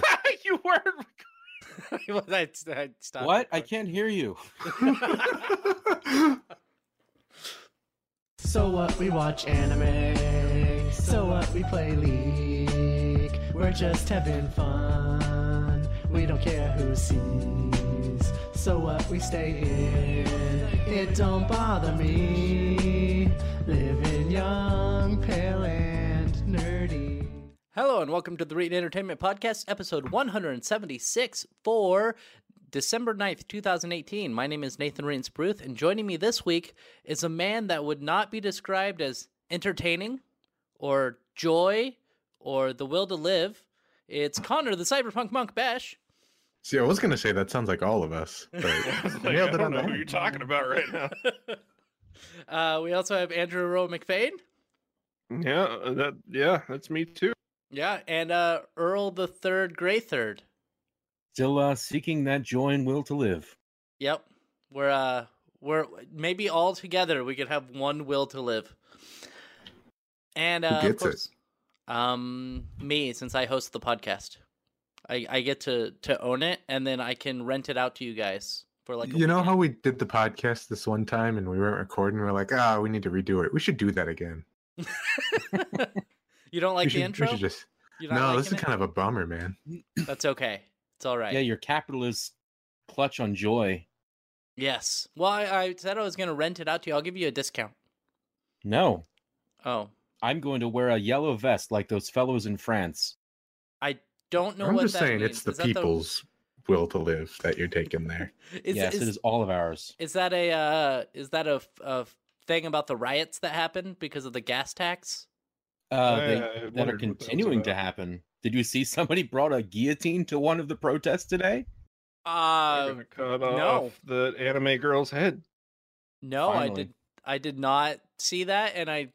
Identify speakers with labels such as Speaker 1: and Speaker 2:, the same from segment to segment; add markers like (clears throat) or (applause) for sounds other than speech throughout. Speaker 1: (laughs)
Speaker 2: weren't. recording.
Speaker 1: I, I stopped
Speaker 3: what? I
Speaker 1: recording.
Speaker 3: can't hear you.
Speaker 4: So what we watch anime, so what we play League. We're just having fun, we don't care who sees. So what we stay in, it don't bother me. Living young, pale, and nerdy.
Speaker 1: (laughs) Hello and welcome to the Reading Entertainment Podcast, episode 176 for December 9th, 2018. My name is Nathan Reitz Bruth, and joining me this week is a man that would not be described as entertaining or joy or the will to live. It's Connor, the Cyberpunk Monk Bash.
Speaker 5: See, I was gonna say that sounds like all of
Speaker 2: (laughs)
Speaker 5: us. But
Speaker 2: Like,
Speaker 5: nailed
Speaker 2: I
Speaker 5: it
Speaker 2: don't
Speaker 5: on
Speaker 2: know
Speaker 5: the
Speaker 2: who
Speaker 5: head.
Speaker 2: you're talking about right now.
Speaker 1: Uh, we also have Andrew Rowe McFadden.
Speaker 2: Yeah, uh, that yeah, that's me too.
Speaker 1: Yeah, and uh, Earl the Third, Gray Third.
Speaker 3: Still uh, seeking that joy and will to live.
Speaker 1: Yep. We're uh we're maybe all together we could have one will to live. And uh
Speaker 5: gets it?
Speaker 1: of course, um me since I host the podcast. I I get to to own it and then I can rent it out to you guys for like a
Speaker 5: you know
Speaker 1: weekend.
Speaker 5: how we did the podcast this one time and we weren't recording. We are like, ah, we need to redo it. We should do that again.
Speaker 1: You don't
Speaker 5: we
Speaker 1: like
Speaker 5: should,
Speaker 1: the intro?
Speaker 5: We should just.
Speaker 1: You're not
Speaker 5: No, this is
Speaker 1: liking
Speaker 5: kind of a bummer, man.
Speaker 1: it? That's okay. It's all right.
Speaker 3: Yeah, your capitalist clutch on joy.
Speaker 1: Yes. Well, I, I said I was going to rent it out to you. I'll give you a discount.
Speaker 3: No,
Speaker 1: Oh,
Speaker 3: I'm going to wear a yellow vest like those fellows in France.
Speaker 1: I don't know
Speaker 5: I'm
Speaker 1: what
Speaker 5: just
Speaker 1: that
Speaker 5: saying
Speaker 1: means.
Speaker 5: it's the
Speaker 1: Is that
Speaker 5: people's will to live that you're taking
Speaker 2: (laughs)
Speaker 5: there.
Speaker 1: Is,
Speaker 3: yes,
Speaker 1: is-
Speaker 3: it is all of ours.
Speaker 1: Is that a uh, is that a, f- a f- thing about the riots that happened because of the gas tax?
Speaker 3: Uh,
Speaker 2: I-
Speaker 3: they-
Speaker 2: I
Speaker 3: that are
Speaker 2: wondered what that was
Speaker 3: continuing to
Speaker 2: about.
Speaker 3: happen. Did you see somebody brought a guillotine to one of the protests today?
Speaker 2: They're
Speaker 1: Uh,
Speaker 2: gonna cut
Speaker 1: no.
Speaker 2: off the anime girl's head.
Speaker 1: no, I
Speaker 3: Finally.
Speaker 1: did. I did not see that, and I.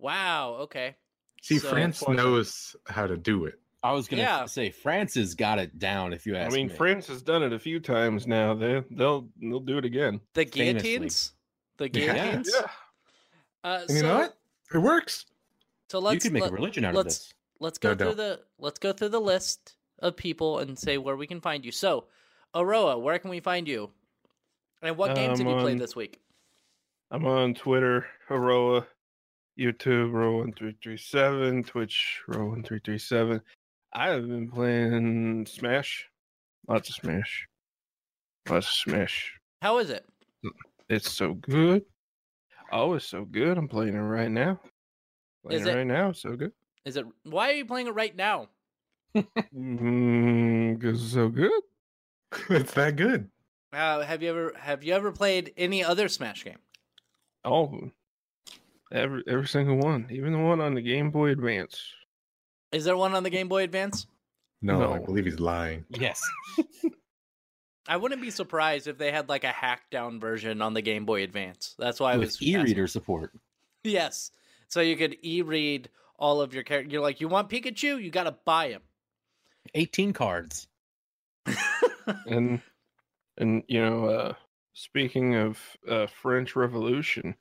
Speaker 1: Wow. Okay.
Speaker 5: See,
Speaker 1: So-
Speaker 5: France knows how to do it.
Speaker 3: I was gonna
Speaker 1: Yeah.
Speaker 3: say France has got it down. If you
Speaker 2: I
Speaker 3: ask
Speaker 2: mean,
Speaker 3: me,
Speaker 2: France has done it a few times now. They they'll they'll do it again.
Speaker 1: The
Speaker 3: Famously.
Speaker 1: guillotines. The
Speaker 5: Yeah.
Speaker 1: guillotines.
Speaker 2: Yeah.
Speaker 1: Uh, so,
Speaker 5: And you know what? It works. (laughs)
Speaker 1: So let's
Speaker 3: you could make
Speaker 1: let,
Speaker 3: a religion out of
Speaker 1: let's-
Speaker 3: this.
Speaker 1: let's go
Speaker 5: No,
Speaker 1: through
Speaker 5: don't.
Speaker 1: the let's go through the list of people and say where we can find you. So, Aroa, where can we find you? And what games have
Speaker 2: Um,
Speaker 1: you played
Speaker 2: on-
Speaker 1: this week?
Speaker 2: I'm on Twitter, Aroa, YouTube, Rowan337, Twitch, Rowan337. I have been playing Smash. Lots of Smash. Lots of Smash.
Speaker 1: How is it?
Speaker 2: It's so good. Oh, it's so good. I'm playing it right now. Playing
Speaker 1: Is
Speaker 2: it,
Speaker 1: it-
Speaker 2: right now. So good.
Speaker 1: Is it why are you playing it right now?
Speaker 2: Mm, 'cause it's so good.
Speaker 5: it's that good.
Speaker 1: Uh, have you ever have you ever played any other Smash game?
Speaker 2: All of them. Oh, Every, every single one. Even the one on the Game Boy Advance.
Speaker 1: Is there one on the Game Boy Advance?
Speaker 5: No, I
Speaker 2: No.
Speaker 5: believe he's lying.
Speaker 3: Yes,
Speaker 1: I wouldn't be surprised if they had like a hacked down version on the Game Boy Advance. That's why I was
Speaker 3: with
Speaker 1: asking.
Speaker 3: e-reader support.
Speaker 1: Yes, so you could e-read all of your characters. You're like, you want Pikachu? You got to buy him.
Speaker 3: 18 cards.
Speaker 2: and and you know uh speaking of uh french revolution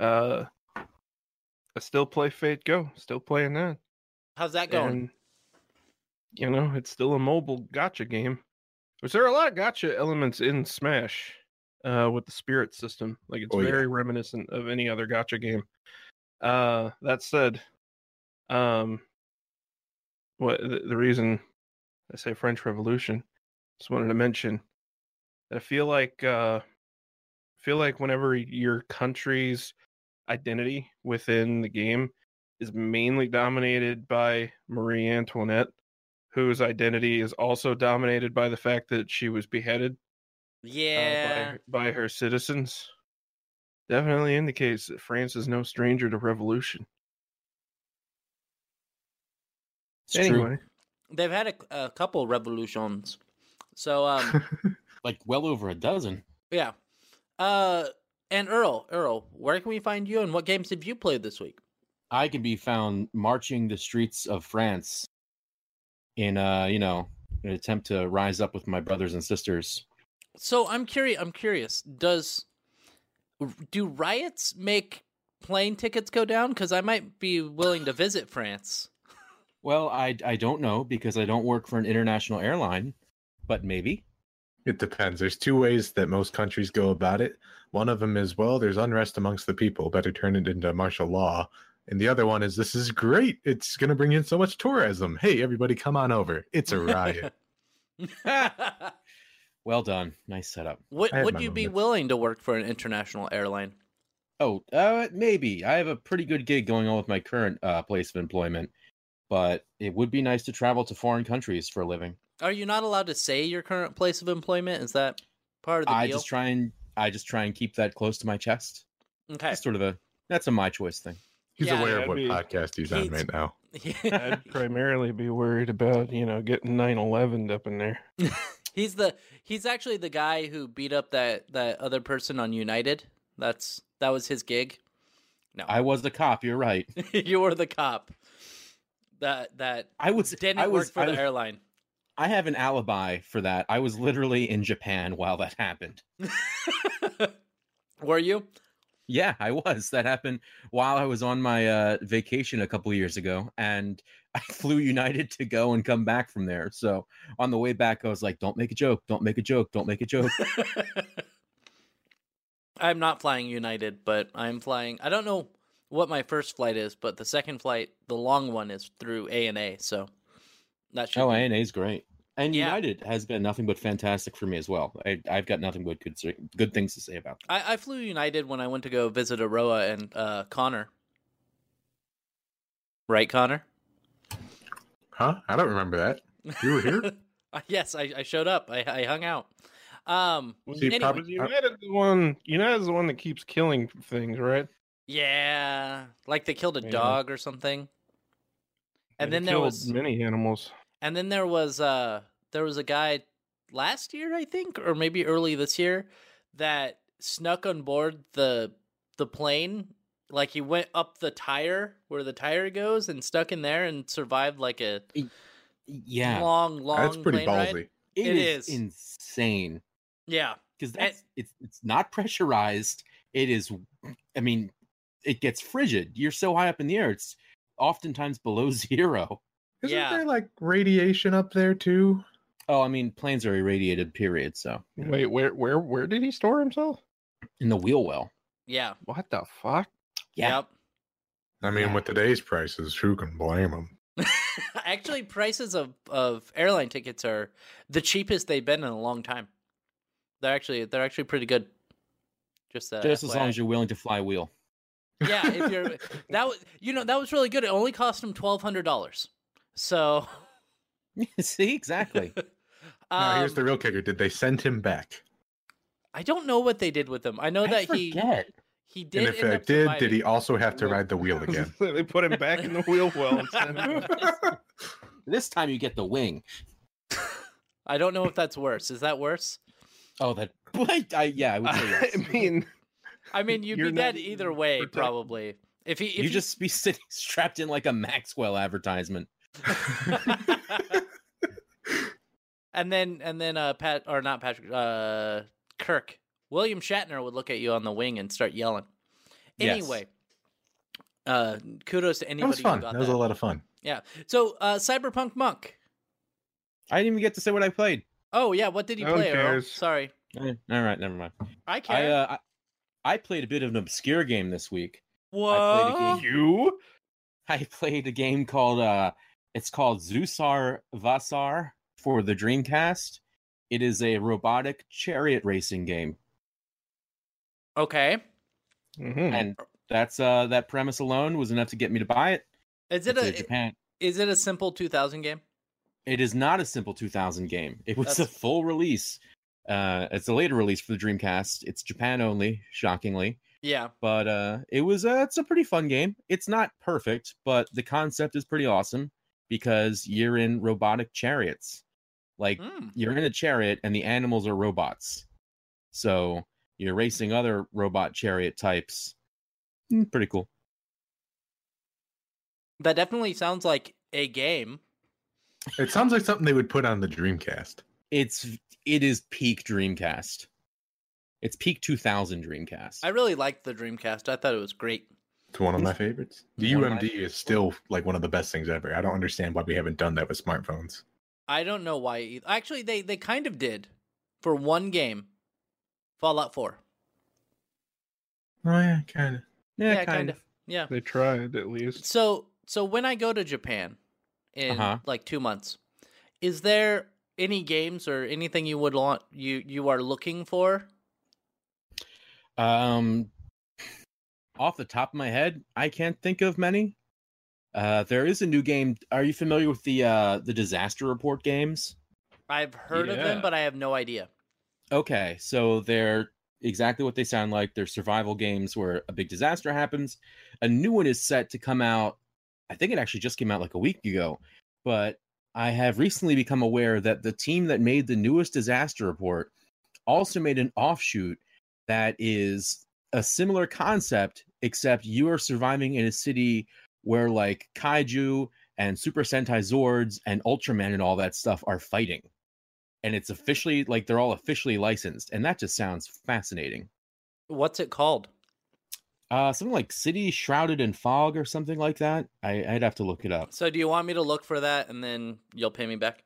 Speaker 2: uh i still play fate go still playing that
Speaker 1: How's that
Speaker 3: uh,
Speaker 1: going?
Speaker 2: and, you know it's still a mobile gotcha game which there are a lot of gotcha elements in smash uh with the spirit system like it's
Speaker 5: Oh, yeah.
Speaker 2: very reminiscent of any other gotcha game uh that said um what the, the reason i say french revolution just wanted to mention that i feel like uh feel like whenever your country's identity within the game is mainly dominated by marie antoinette whose identity is also dominated by the fact that she was beheaded uh,
Speaker 1: yeah,
Speaker 2: by, by her citizens definitely indicates that france is no stranger to revolution
Speaker 3: It's
Speaker 2: anyway
Speaker 3: true.
Speaker 1: (laughs) they've had a, a couple revolutions.
Speaker 3: (laughs)
Speaker 1: So um,
Speaker 3: Like well over a dozen.
Speaker 1: yeah, uh, and Earl, Earl, where can we find you? And what games have you played this week?
Speaker 3: I can be found marching the streets of France in uh, you know, an attempt to rise up with my brothers and sisters.
Speaker 1: So I'm curious. I'm curious. Does do riots
Speaker 3: (laughs)
Speaker 1: make plane tickets go down? Because I might be willing to visit France.
Speaker 3: Well, I I don't know because I don't work for an international airline, but maybe.
Speaker 5: It depends. There's two ways that most countries go about it. One of them is, well, there's unrest amongst the people, better turn it into martial law. And the other one is, this is great. It's going to bring in so much tourism. Hey, everybody, come on over. It's
Speaker 1: (laughs)
Speaker 5: a riot.
Speaker 3: Well done. Nice setup.
Speaker 1: Would,
Speaker 5: I had
Speaker 1: would
Speaker 5: my
Speaker 1: you be
Speaker 5: moments.
Speaker 1: willing to work for an international airline?
Speaker 3: Oh, uh, maybe. I have a pretty good gig going on with my current uh, place of employment, but it would be nice to travel to foreign countries for a living.
Speaker 1: Are you not allowed to say your current place of employment? Is that part of the
Speaker 3: I
Speaker 1: deal?
Speaker 3: just try and I just try and keep that close to my chest.
Speaker 1: okay. (laughs)
Speaker 3: That's sort of a that's a my choice thing.
Speaker 5: He's
Speaker 1: Yeah,
Speaker 5: aware
Speaker 2: that'd
Speaker 5: of what
Speaker 2: be-
Speaker 5: podcast he's on
Speaker 1: He's-
Speaker 5: right now.
Speaker 2: I'd primarily be worried about, you know, getting 911 up in there.
Speaker 1: he's the he's actually the guy who beat up that that other person on United. That's that was his gig. (laughs)
Speaker 3: I was the cop. You're right.
Speaker 1: you were the cop. That that
Speaker 3: (laughs) I was.
Speaker 1: didn't
Speaker 3: I was.
Speaker 1: work for
Speaker 3: I,
Speaker 1: the
Speaker 3: was-
Speaker 1: airline.
Speaker 3: I have an alibi for that. I was literally in Japan while that (laughs) happened.
Speaker 1: Were you?
Speaker 3: Yeah, I was. That happened while I was on my uh, vacation a couple years ago, and (laughs) I flew United to go and come back from there. So on the way back, I was like, "Don't make a joke! Don't make a joke! Don't make a
Speaker 1: (laughs)
Speaker 3: joke!"
Speaker 1: I'm not flying United, but I'm flying. I don't know what my first flight is, but the second flight, the long one, is through A and A. So that should.
Speaker 3: oh,
Speaker 1: be-
Speaker 3: A and A is great, and
Speaker 1: Yeah.
Speaker 3: United has been nothing but fantastic for me as well. I, I've got nothing but good good things to say about. Them.
Speaker 1: I, I flew United when I went to go visit Aroa and uh, Connor. Right, Connor.
Speaker 5: Huh? I don't remember that. You
Speaker 1: (laughs)
Speaker 5: were here?
Speaker 1: Uh, yes, I, I showed up. I, I hung out. Um,
Speaker 2: Was
Speaker 5: See,
Speaker 1: Anyway.
Speaker 5: probably-
Speaker 2: United's the one. United's the one that keeps killing things, right?
Speaker 1: yeah, like they killed a
Speaker 2: Yeah.
Speaker 1: dog or something. And
Speaker 2: They
Speaker 1: then there
Speaker 2: killed
Speaker 1: was
Speaker 2: many animals.
Speaker 1: And then there was uh there was a guy last year, I think, or maybe early this year, that snuck on board the the plane. Like he went up the tire where the tire goes and stuck in there and survived like a
Speaker 3: Yeah,
Speaker 1: long, long
Speaker 5: That's pretty
Speaker 1: plane ride.
Speaker 5: ballsy.
Speaker 1: it
Speaker 3: is,
Speaker 1: is.
Speaker 3: insane
Speaker 1: Yeah.
Speaker 3: because that's it's it's not pressurized. It is, I mean, it gets frigid. You're so high up in the air, it's oftentimes below (laughs) zero.
Speaker 5: Isn't
Speaker 1: Yeah.
Speaker 5: there like radiation up there too?
Speaker 3: Oh, I mean, planes are irradiated. Period. So
Speaker 2: Wait, where, where, where did he store himself?
Speaker 3: in the wheel well,
Speaker 1: Yeah.
Speaker 2: What the (laughs) fuck?
Speaker 3: Yeah.
Speaker 1: Yep.
Speaker 5: I mean,
Speaker 3: Yeah.
Speaker 5: with today's prices, who can blame him?
Speaker 1: (laughs) Actually prices of, of airline tickets are the cheapest they've been in a long time. They're actually they're actually pretty good. Just, uh,
Speaker 3: just as long
Speaker 1: FYI.
Speaker 3: as you're willing to fly wheel. (laughs)
Speaker 1: Yeah, if
Speaker 5: (laughs)
Speaker 1: you're that was you know that was really good. It only cost him twelve hundred dollars. So
Speaker 3: See
Speaker 1: (laughs)
Speaker 3: exactly.
Speaker 5: now, here's
Speaker 1: um,
Speaker 5: the real kicker. Did they send him back?
Speaker 1: I don't know what they did with him. I know that he
Speaker 3: forget.
Speaker 1: he did.
Speaker 5: And if
Speaker 1: end
Speaker 5: I
Speaker 1: up
Speaker 5: did, did
Speaker 1: surviving.
Speaker 5: he also have to ride
Speaker 1: (laughs)
Speaker 5: the wheel again?
Speaker 2: they put him back in the wheel well. and sent him back. (laughs)
Speaker 3: This time you get the wing.
Speaker 1: I don't know if that's worse. Is that worse?
Speaker 3: Oh, that. (laughs) But I, yeah, I would
Speaker 1: (laughs)
Speaker 3: say yes.
Speaker 2: I mean,
Speaker 1: I mean, you'd
Speaker 2: You're
Speaker 1: be
Speaker 2: not
Speaker 1: dead
Speaker 2: even
Speaker 1: either way,
Speaker 2: protected.
Speaker 1: probably. If he, if
Speaker 3: you
Speaker 1: he-
Speaker 3: just be (laughs) sitting strapped in like a Maxwell advertisement.
Speaker 1: (laughs) and then and then uh Pat or not Patrick uh Kirk William Shatner would look at you on the wing and start yelling.
Speaker 3: Yes.
Speaker 1: Anyway, uh kudos to
Speaker 5: That was
Speaker 1: anybody
Speaker 5: fun.
Speaker 1: who got
Speaker 5: That was a lot of fun.
Speaker 1: Yeah. So uh Cyberpunk Monk.
Speaker 3: I didn't even get to say what I played.
Speaker 1: Oh yeah, what did he
Speaker 2: No one
Speaker 1: play? Earl?
Speaker 2: cares.
Speaker 1: Sorry.
Speaker 3: Eh, All right, never mind.
Speaker 1: I
Speaker 3: I,
Speaker 1: care.
Speaker 3: uh, I I played a bit of an obscure game this week.
Speaker 1: Whoa.
Speaker 3: played a game.
Speaker 2: you.
Speaker 3: I (laughs) played a game called uh it's called Zusar Vasar for the Dreamcast. It is a robotic chariot racing game.
Speaker 1: Okay.
Speaker 2: Mhm.
Speaker 3: And that's uh that premise alone was enough to get me to buy it.
Speaker 1: Is it
Speaker 3: It's a
Speaker 1: a
Speaker 3: Japan
Speaker 1: is it a simple 2000 game?
Speaker 3: It is not a simple 2000 game. It was
Speaker 1: That's-
Speaker 3: a full release. Uh, it's a later release for the Dreamcast. It's Japan only, shockingly,
Speaker 1: Yeah.
Speaker 3: but uh, it was a, it's a pretty fun game. It's not perfect, but the concept is pretty awesome because you're in robotic chariots. Like
Speaker 1: Hmm.
Speaker 3: you're in a chariot and the animals are robots. So you're racing other robot chariot types. Mm, pretty cool.
Speaker 1: That definitely sounds like a game.
Speaker 5: It sounds like something they would put on the Dreamcast.
Speaker 3: It's it is peak Dreamcast. It's peak 2000 Dreamcast.
Speaker 1: I really liked the Dreamcast. I thought it was great.
Speaker 5: It's one of my favorites. The
Speaker 3: One of my
Speaker 5: UMD is still like one of the best things ever. I don't understand why we haven't done that with smartphones.
Speaker 1: I don't know why. eith- Actually, they they kind of did for one game, Fallout Four.
Speaker 5: Oh yeah, kind of.
Speaker 3: Yeah,
Speaker 1: Yeah.
Speaker 2: They tried at least.
Speaker 1: So so when I go to Japan in
Speaker 3: Uh-huh.
Speaker 1: like two months, is there any games or anything you would want you you are looking for?
Speaker 3: Um, off the top of my head, I can't think of many. Uh, there is a new game. Are you familiar with the uh, the disaster report games?
Speaker 1: I've heard of them,
Speaker 2: Yeah.
Speaker 1: but I have no idea.
Speaker 3: Okay, so they're exactly what they sound like. They're survival games where a big disaster happens. A new one is set to come out. I think it actually just came out like a week ago, but I have recently become aware that the team that made the newest disaster report also made an offshoot that is a similar concept, except you are surviving in a city where like kaiju and Super Sentai Zords and Ultraman and all that stuff are fighting and it's officially like they're all officially licensed and that just sounds fascinating
Speaker 1: What's it called?
Speaker 3: uh something like city shrouded in fog or something like that I, i'd have to look it up
Speaker 1: So do you want me to look for that and then you'll pay me back?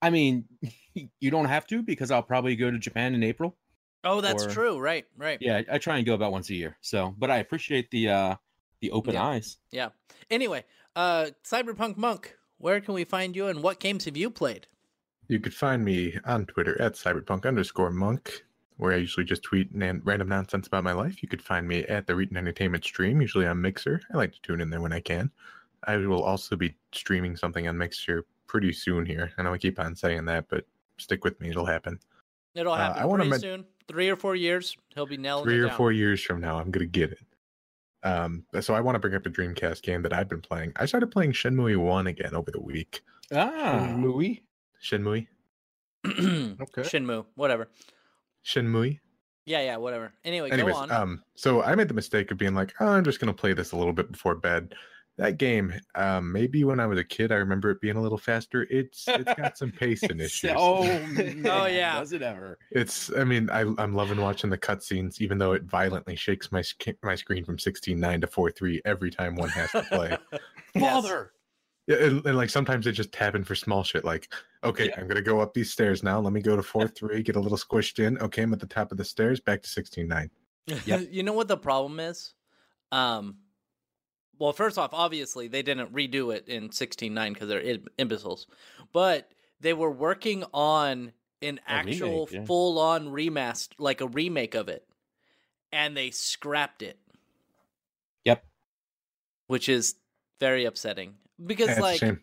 Speaker 3: i mean (laughs) you don't have to because i'll probably go to japan in april
Speaker 1: Oh, that's
Speaker 3: Or-
Speaker 1: true. Right, right.
Speaker 3: yeah i try and go about once a year so but i appreciate the uh the open
Speaker 1: Yeah.
Speaker 3: eyes
Speaker 1: Anyway, uh Cyberpunk Monk, where can we find you and what games have you played?
Speaker 5: You could find me on Twitter at cyberpunk underscore monk, where I usually just tweet nan- random nonsense about my life. You could find me at the Reading Entertainment stream, usually on Mixer. I like to tune in there when I can. I will also be streaming something on Mixer pretty soon here. I know I keep on saying that, but stick with me, it'll happen.
Speaker 1: It'll
Speaker 5: Uh,
Speaker 1: happen
Speaker 5: I wanna
Speaker 1: pretty
Speaker 5: men-
Speaker 1: soon. Three or four years, he'll be nailing
Speaker 5: three
Speaker 1: it
Speaker 5: or
Speaker 1: down. (clears throat)
Speaker 5: four years from now, I'm gonna get it. Um, so I want to bring up a Dreamcast game that I've been playing. I started playing Shenmue One again over the week.
Speaker 3: ah (laughs)
Speaker 2: Movie.
Speaker 5: Shenmue,
Speaker 2: (laughs) Okay.
Speaker 1: Shinmu, whatever.
Speaker 5: Shenmue.
Speaker 1: Yeah, yeah, whatever. Anyway,
Speaker 5: Anyways,
Speaker 1: go on.
Speaker 5: um, so I made the mistake of being like, oh, I'm just gonna play this a little bit before bed. That game, um, maybe when I was a kid, I remember it being a little faster. It's
Speaker 1: (laughs)
Speaker 5: it's got some pacing issues.
Speaker 3: oh, man,
Speaker 1: yeah.
Speaker 3: was it ever
Speaker 5: It's, I mean, I, I'm loving watching the cutscenes, even though it violently shakes my sc- my screen from 16:9 to 4:3 every time one has to play.
Speaker 1: Yes.
Speaker 3: father
Speaker 5: Yeah, and, and like sometimes they just tap in for small shit. Like, okay,
Speaker 3: Yeah.
Speaker 5: I'm gonna go up these stairs now. Let me go to four three, get a little squished in. Okay, I'm at the top of the stairs, back to sixteen nine.
Speaker 3: Yep.
Speaker 1: (laughs) you know what the problem is? Um, well, first off, obviously they didn't redo it in 16.9 because they're im- imbeciles, but they were working on an
Speaker 3: A remake,
Speaker 1: actual
Speaker 3: yeah.
Speaker 1: full-on remaster, like a remake of it, and they scrapped it.
Speaker 3: Yep.
Speaker 1: Which is very upsetting because,
Speaker 5: That's
Speaker 1: like,
Speaker 5: a shame.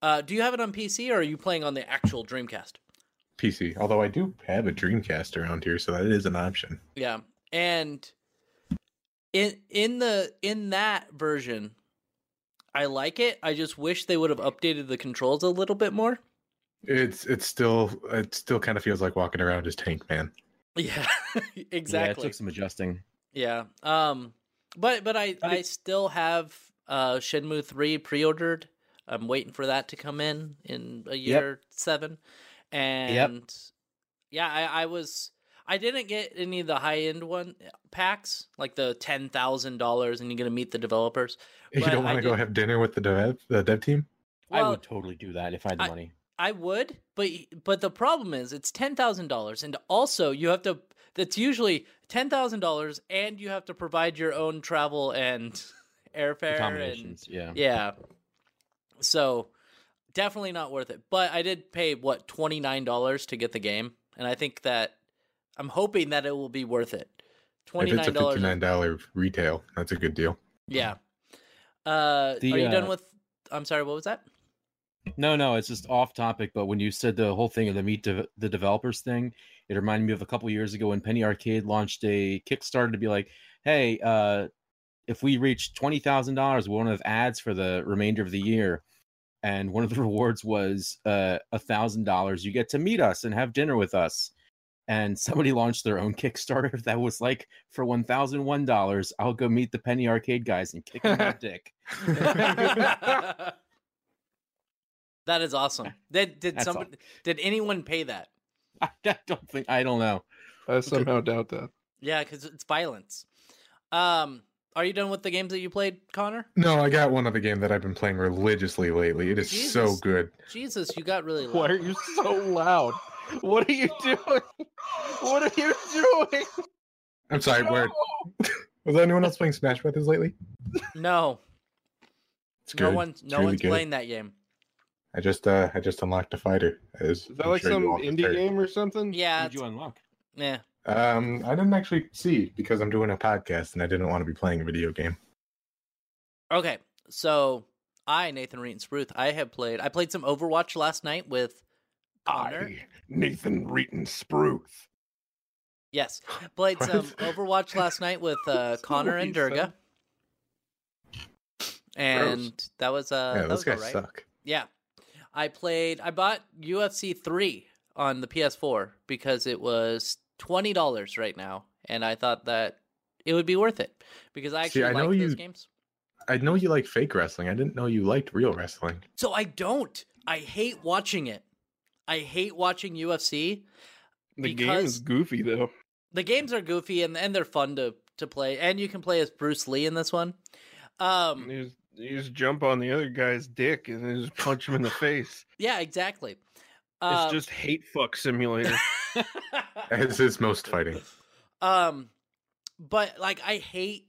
Speaker 1: uh, do you have it on PC or are you playing on the actual Dreamcast?
Speaker 5: PC. Although I do have a Dreamcast around here, so that is an option.
Speaker 1: Yeah. And in in the in that version, I like it. I just wish they would have updated the controls a little bit more.
Speaker 5: It's it's still it still kind of feels like walking around as Tank Man. (laughs)
Speaker 1: (laughs) Yeah.
Speaker 3: yeah it
Speaker 1: exactly.
Speaker 3: took some adjusting
Speaker 1: Yeah. Um but but I I still have uh Shenmue 3 pre-ordered. I'm waiting for that to come in in a year 7. And yeah, I I was I didn't get any of the high-end one uh, packs like the $10,000 and you're going to meet the developers.
Speaker 5: You
Speaker 1: But
Speaker 5: don't
Speaker 1: I
Speaker 5: want to go
Speaker 1: did-
Speaker 5: have dinner with the dev the dev team.
Speaker 3: i
Speaker 1: Well,
Speaker 3: would totally do that if i had the
Speaker 1: I-
Speaker 3: money
Speaker 1: I would, but but the problem is it's ten thousand dollars, and also you have to. That's usually ten thousand dollars, and you have to provide your own travel and (laughs) airfare and
Speaker 3: accommodations yeah
Speaker 1: yeah. So definitely not worth it. But I did pay what twenty nine dollars to get the game, and I think that I'm hoping that it will be worth it. Twenty
Speaker 5: If it's a
Speaker 1: nine
Speaker 5: fifty
Speaker 1: dollars,
Speaker 5: nine dollar retail, that's a good deal.
Speaker 1: yeah. Uh,
Speaker 3: The,
Speaker 1: are you done
Speaker 3: uh,
Speaker 1: with? I'm sorry, what was that?
Speaker 3: No, no, it's just off topic. But when you said the whole thing of the meet de- the developers thing, it reminded me of a couple years ago when Penny Arcade launched a Kickstarter to be like, "Hey, uh, if we reach twenty thousand dollars, we want to have ads for the remainder of the year." And one of the (laughs) rewards was uh, a thousand dollars. You get to meet us and have dinner with us. And somebody launched their own (laughs) Kickstarter that was like, for one thousand one dollars, I'll go meet the Penny Arcade guys and kick them in the dick. (laughs)
Speaker 1: (laughs)
Speaker 2: (laughs)
Speaker 1: that is awesome. Did did
Speaker 3: That's
Speaker 1: somebody did anyone pay that?
Speaker 3: I don't think I don't know.
Speaker 2: I somehow doubt that.
Speaker 1: Yeah, because it's violence. Um, Are you done with the games that you played, Connor?
Speaker 5: No, I got one other game that I've been playing religiously lately. It is so
Speaker 1: Jesus.
Speaker 5: good.
Speaker 1: Jesus, you got really
Speaker 2: Why
Speaker 1: loud.
Speaker 2: are you so loud? What
Speaker 1: (laughs)
Speaker 2: are you doing? What are you doing?
Speaker 5: I'm sorry, where
Speaker 2: No!
Speaker 5: was anyone else playing Smash Brothers lately?
Speaker 1: No,
Speaker 5: It's
Speaker 1: no
Speaker 5: good.
Speaker 1: one,
Speaker 5: It's
Speaker 1: no
Speaker 5: really
Speaker 1: one's
Speaker 5: good.
Speaker 1: playing that game.
Speaker 5: I just uh I just unlocked a fighter. Is
Speaker 2: Is that like some indie game or something?
Speaker 1: Yeah,
Speaker 3: Did you unlock?
Speaker 1: yeah.
Speaker 5: Um I didn't actually see because I'm doing a podcast and I didn't want to be playing a video game.
Speaker 1: Okay, so I, Nathan Reed and Spruth, I have played. I played some Overwatch last night with Connor.
Speaker 2: I, Nathan Reeton Spruth.
Speaker 5: (gasps)
Speaker 1: Yes, played
Speaker 5: What?
Speaker 1: some Overwatch last night with
Speaker 5: (laughs)
Speaker 1: uh,
Speaker 2: That's not
Speaker 1: Connor
Speaker 2: what
Speaker 1: and
Speaker 2: he said.
Speaker 1: Durga, and that was uh,
Speaker 5: yeah,
Speaker 1: that
Speaker 5: those
Speaker 1: was all
Speaker 5: guys
Speaker 1: right.
Speaker 5: suck.
Speaker 1: Yeah, I played. I bought UFC three on the PS4 because it was twenty dollars right now, and I thought that it would be worth it because I
Speaker 5: See,
Speaker 1: actually
Speaker 5: I know
Speaker 1: like those
Speaker 5: you-
Speaker 1: games.
Speaker 5: I know you like fake wrestling. I didn't know you liked real wrestling. (laughs)
Speaker 1: So I don't. I hate watching it. I hate watching UFC.
Speaker 2: The game
Speaker 1: Because-
Speaker 2: is goofy though.
Speaker 1: The games are goofy and and they're fun to to play. And you can play as Bruce Lee in this one. Um,
Speaker 2: You just, you just jump on the other guy's dick and then just punch him in the face.
Speaker 1: yeah, exactly. Um, (laughs)
Speaker 2: it's just hate fuck simulator.
Speaker 5: As is most fighting.
Speaker 1: Um, but like I hate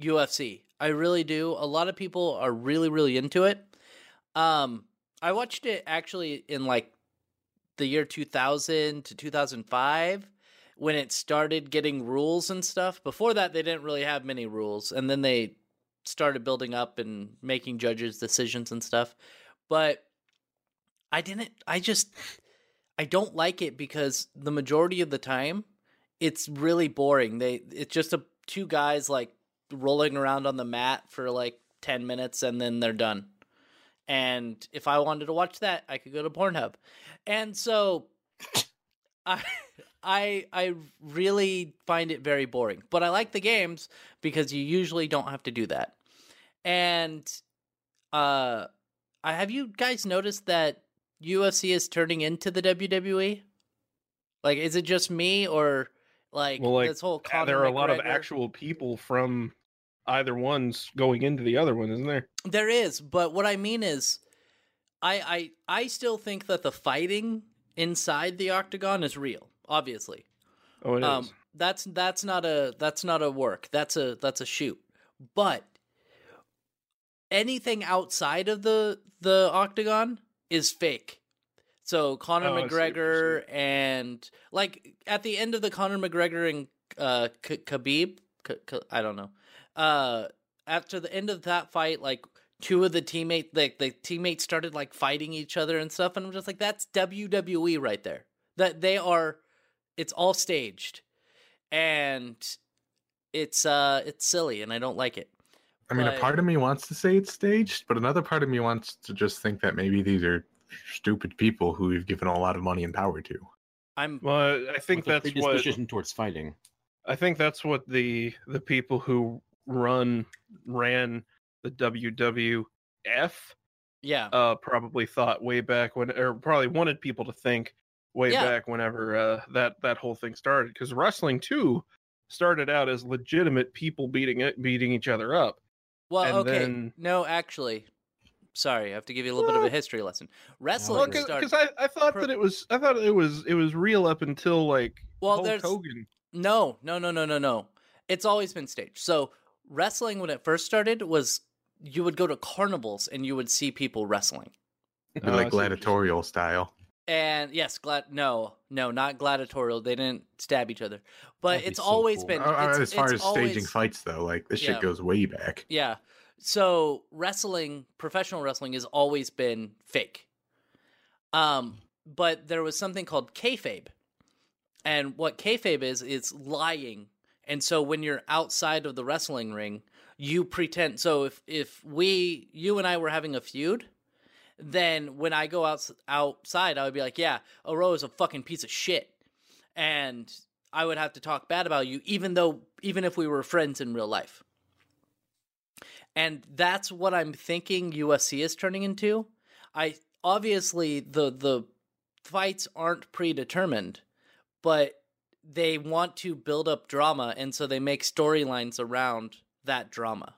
Speaker 1: UFC. I really do. A lot of people are really really into it. Um, I watched it actually in like the year 2000 to 2005 when it started getting rules and stuff. Before that they didn't really have many rules and then they started building up and making judges decisions and stuff. But I didn't I just I don't like it because the majority of the time it's really boring. They it's just a two guys like rolling around on the mat for like 10 minutes and then they're done. And if I wanted to watch that, I could go to Pornhub. And so I I I really find it very boring. But I like the games because you usually don't have to do that. And uh I have you guys noticed that UFC is turning into the WWE? Like is it just me or like,
Speaker 2: Well, like,
Speaker 1: this whole
Speaker 2: Yeah,
Speaker 1: Conor
Speaker 2: there are a lot of
Speaker 1: McGregor-
Speaker 2: actual people from either one's going into the other one, isn't there?
Speaker 1: There is, but what I mean is, I I I still think that the fighting inside the octagon is real. Obviously,
Speaker 2: Oh, it is.
Speaker 1: um, that's that's not a that's not a work. That's a that's a shoot. But anything outside of the the octagon is fake. So Conor
Speaker 2: Oh, I see what you're
Speaker 1: McGregor and like at the end of the Conor McGregor and uh K- Khabib, K- K- I don't know. Uh, after the end of that fight, like two of the teammate like the teammates started like fighting each other and stuff, and I'm just like, that's WWE right there. That they are, it's all staged, and it's uh it's silly, and I don't like it.
Speaker 5: I mean,
Speaker 1: But-
Speaker 5: a part of me wants to say it's staged, but another part of me wants to just think that maybe these are stupid people who we've given a lot of money and power to.
Speaker 1: I'm
Speaker 2: well, I think
Speaker 3: With a
Speaker 2: that's what
Speaker 3: predisposition towards fighting.
Speaker 2: I think that's what the the people who run ran the WWF
Speaker 1: yeah
Speaker 2: uh, probably thought way back when, or probably wanted people to think way
Speaker 1: Yeah.
Speaker 2: back whenever uh, that that whole thing started. Because wrestling too started out as legitimate people beating it, beating each other up.
Speaker 1: Well,
Speaker 2: And
Speaker 1: okay.
Speaker 2: then-
Speaker 1: No, actually, sorry, I have to give you a little bit of a history lesson. Wrestling started.
Speaker 2: Because I, I thought
Speaker 1: Pro-
Speaker 2: that it was I thought it was it was real up until like
Speaker 1: well,
Speaker 2: Hulk
Speaker 1: there's
Speaker 2: Hogan.
Speaker 1: no, no, no, no, no, no. It's always been staged. So wrestling, when it first started, was you would go to carnivals and you would see people wrestling.
Speaker 5: It'd be
Speaker 2: Oh,
Speaker 5: like
Speaker 2: I see what you're saying.
Speaker 5: gladiatorial style.
Speaker 1: And yes, glad no, no, not gladiatorial. They didn't stab each other, but
Speaker 3: That'd be
Speaker 1: it's
Speaker 3: so
Speaker 1: always
Speaker 3: cool.
Speaker 1: been
Speaker 5: Uh, uh,
Speaker 1: it's-
Speaker 5: as far
Speaker 1: it's
Speaker 5: as staging
Speaker 1: always-
Speaker 5: fights, though, like this
Speaker 1: Yeah.
Speaker 5: shit goes way back.
Speaker 1: Yeah. So wrestling, professional wrestling, has always been fake. Um, but there was something called kayfabe, and what kayfabe is is lying. And so when you're outside of the wrestling ring, you pretend. So if if we you and I were having a feud. Then when I go out, outside, I would be like, "Yeah, Oro is a fucking piece of shit," and I would have to talk bad about you, even though even if we were friends in real life. And that's what I'm thinking USC is turning into. I obviously the the fights aren't predetermined, but they want to build up drama and so they make storylines around that drama.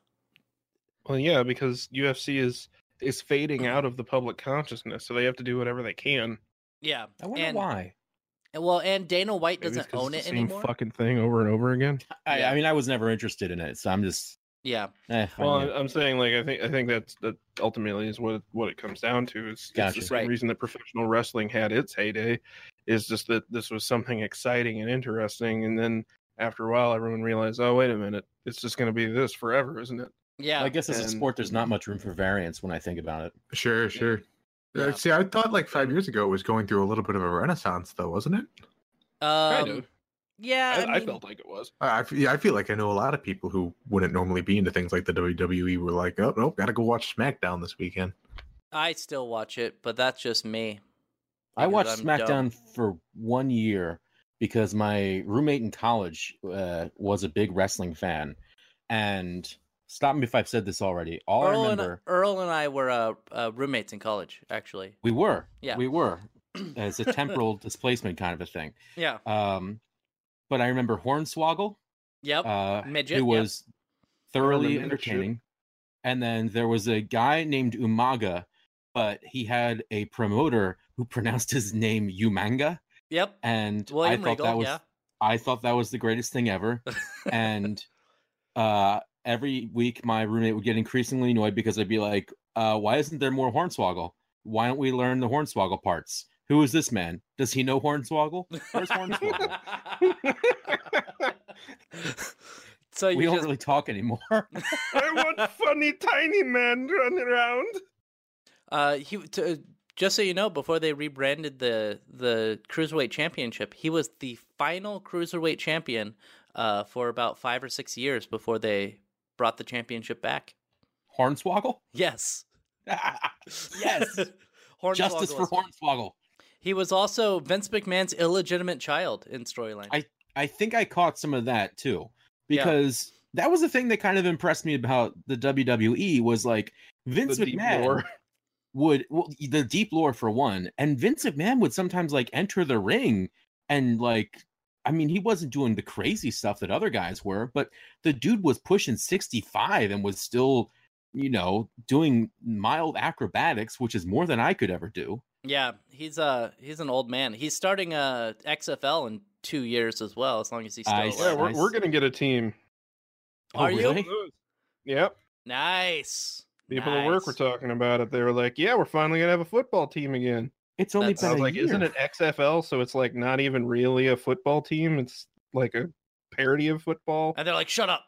Speaker 2: Well, yeah, because UFC is is fading out of the public consciousness, so they have to do whatever they can.
Speaker 1: Yeah.
Speaker 3: I wonder
Speaker 1: and,
Speaker 3: why.
Speaker 1: and- Well, and Dana White
Speaker 2: Maybe it's
Speaker 1: doesn't
Speaker 2: 'cause
Speaker 1: own
Speaker 2: it's
Speaker 1: it
Speaker 2: the same
Speaker 1: anymore.
Speaker 2: Fucking thing over and over
Speaker 1: (laughs)
Speaker 2: again.
Speaker 3: I,
Speaker 1: Yeah.
Speaker 3: I mean, I was never interested in it, so I'm just.
Speaker 1: Yeah.
Speaker 3: Eh, I
Speaker 2: Well,
Speaker 3: mean,
Speaker 2: I- I'm saying like I think I think that's that ultimately is what it- what it comes down to. Is
Speaker 3: Gotcha.
Speaker 2: it's the same
Speaker 1: Right.
Speaker 2: reason that professional wrestling had its heyday, is just that this was something exciting and interesting, and then after a while, everyone realized, oh wait a minute, it's just going to be this forever, isn't it?
Speaker 1: Yeah.
Speaker 3: I guess as a
Speaker 2: and-
Speaker 3: sport, there's not much room for variance when I think about it.
Speaker 5: Sure, sure. Uh,
Speaker 1: Yeah.
Speaker 5: See, I thought like five years ago it was going through a little bit of a renaissance, though, wasn't it?
Speaker 1: um,
Speaker 2: kind of.
Speaker 1: Yeah.
Speaker 2: I,
Speaker 1: I,
Speaker 2: I,
Speaker 1: mean,
Speaker 2: felt like it was.
Speaker 5: I, I f- yeah, I feel like I know a lot of people who wouldn't normally be into things like the WWE were like, oh, nope, gotta go watch SmackDown this weekend.
Speaker 1: I still watch it, but that's just me.
Speaker 3: I
Speaker 1: Because
Speaker 3: watched
Speaker 1: I'm
Speaker 3: SmackDown
Speaker 1: dumb.
Speaker 3: for one year because my roommate in college uh, was a big wrestling fan, and stop me if I've said this already. All
Speaker 2: Oh,
Speaker 3: I
Speaker 1: Earl and,
Speaker 3: remember
Speaker 1: Earl and I were uh, uh, roommates in college, actually.
Speaker 3: we were,
Speaker 1: Yeah.
Speaker 3: we were. It's a
Speaker 2: (laughs)
Speaker 3: temporal displacement kind of a thing.
Speaker 1: (clears throat) Yeah.
Speaker 3: Um, but I remember Hornswoggle,
Speaker 1: Yep.
Speaker 3: uh,
Speaker 1: Midget.
Speaker 3: who
Speaker 1: yep.
Speaker 3: was thoroughly
Speaker 2: midget shit.
Speaker 3: entertaining. And then there was a guy named Umaga, but he had a promoter who (laughs) pronounced his name Umanga,
Speaker 1: Yep.
Speaker 3: and
Speaker 1: William
Speaker 3: I thought
Speaker 1: Regal.
Speaker 3: that was
Speaker 1: yeah.
Speaker 3: I thought that was the greatest thing
Speaker 1: (laughs)
Speaker 3: ever. and uh, every week, my roommate would get increasingly annoyed because I'd be like, uh, "Why isn't there more Hornswoggle? Why don't we learn the Hornswoggle parts? Who is this man? Does he know Hornswoggle?
Speaker 1: (laughs)
Speaker 3: Where's Hornswoggle?
Speaker 1: so you
Speaker 3: we don't
Speaker 1: just,
Speaker 3: really talk anymore." (laughs)
Speaker 2: I (laughs) want funny tiny man running around.
Speaker 1: uh, he to, just so you know, before they rebranded the the cruiserweight championship, he was the final cruiserweight champion uh, for about five or six years before they brought the championship back.
Speaker 3: Hornswoggle?
Speaker 1: Yes,
Speaker 3: yes.
Speaker 1: (laughs) Hornswoggle
Speaker 3: Justice for
Speaker 1: was-
Speaker 3: Hornswoggle.
Speaker 1: He was also Vince McMahon's illegitimate child in storyline.
Speaker 3: I think I caught some of that too
Speaker 1: Yeah.
Speaker 3: because that was the thing that kind of impressed me about the WWE was like Vince
Speaker 2: The deep
Speaker 3: McMahon.
Speaker 2: lore.
Speaker 3: (laughs) would well, the deep lore for one, and Vince McMahon would sometimes like enter the ring and like I mean he wasn't doing the crazy stuff that other guys were, but the dude was pushing 65 and was still, you know, doing mild acrobatics, which is more than I could ever do.
Speaker 1: Yeah, he's uh he's an old man. He's starting uh, XFL in two years as well, as long as he's still.
Speaker 3: I
Speaker 2: Yeah,
Speaker 1: alive.
Speaker 3: see.
Speaker 2: we're, we're gonna get a team.
Speaker 1: Are you?
Speaker 3: Oh, really?
Speaker 2: Yep.
Speaker 1: Nice.
Speaker 2: People at work were
Speaker 1: Nice.
Speaker 2: talking about it. They were like, "Yeah, we're finally gonna have a football team again."
Speaker 3: It's only
Speaker 1: That's-
Speaker 2: I
Speaker 3: been
Speaker 2: was
Speaker 3: a
Speaker 2: like,
Speaker 3: year.
Speaker 2: "Isn't it XFL? So it's like not even really a football team. It's like a parody of football."
Speaker 1: And they're like, "Shut up."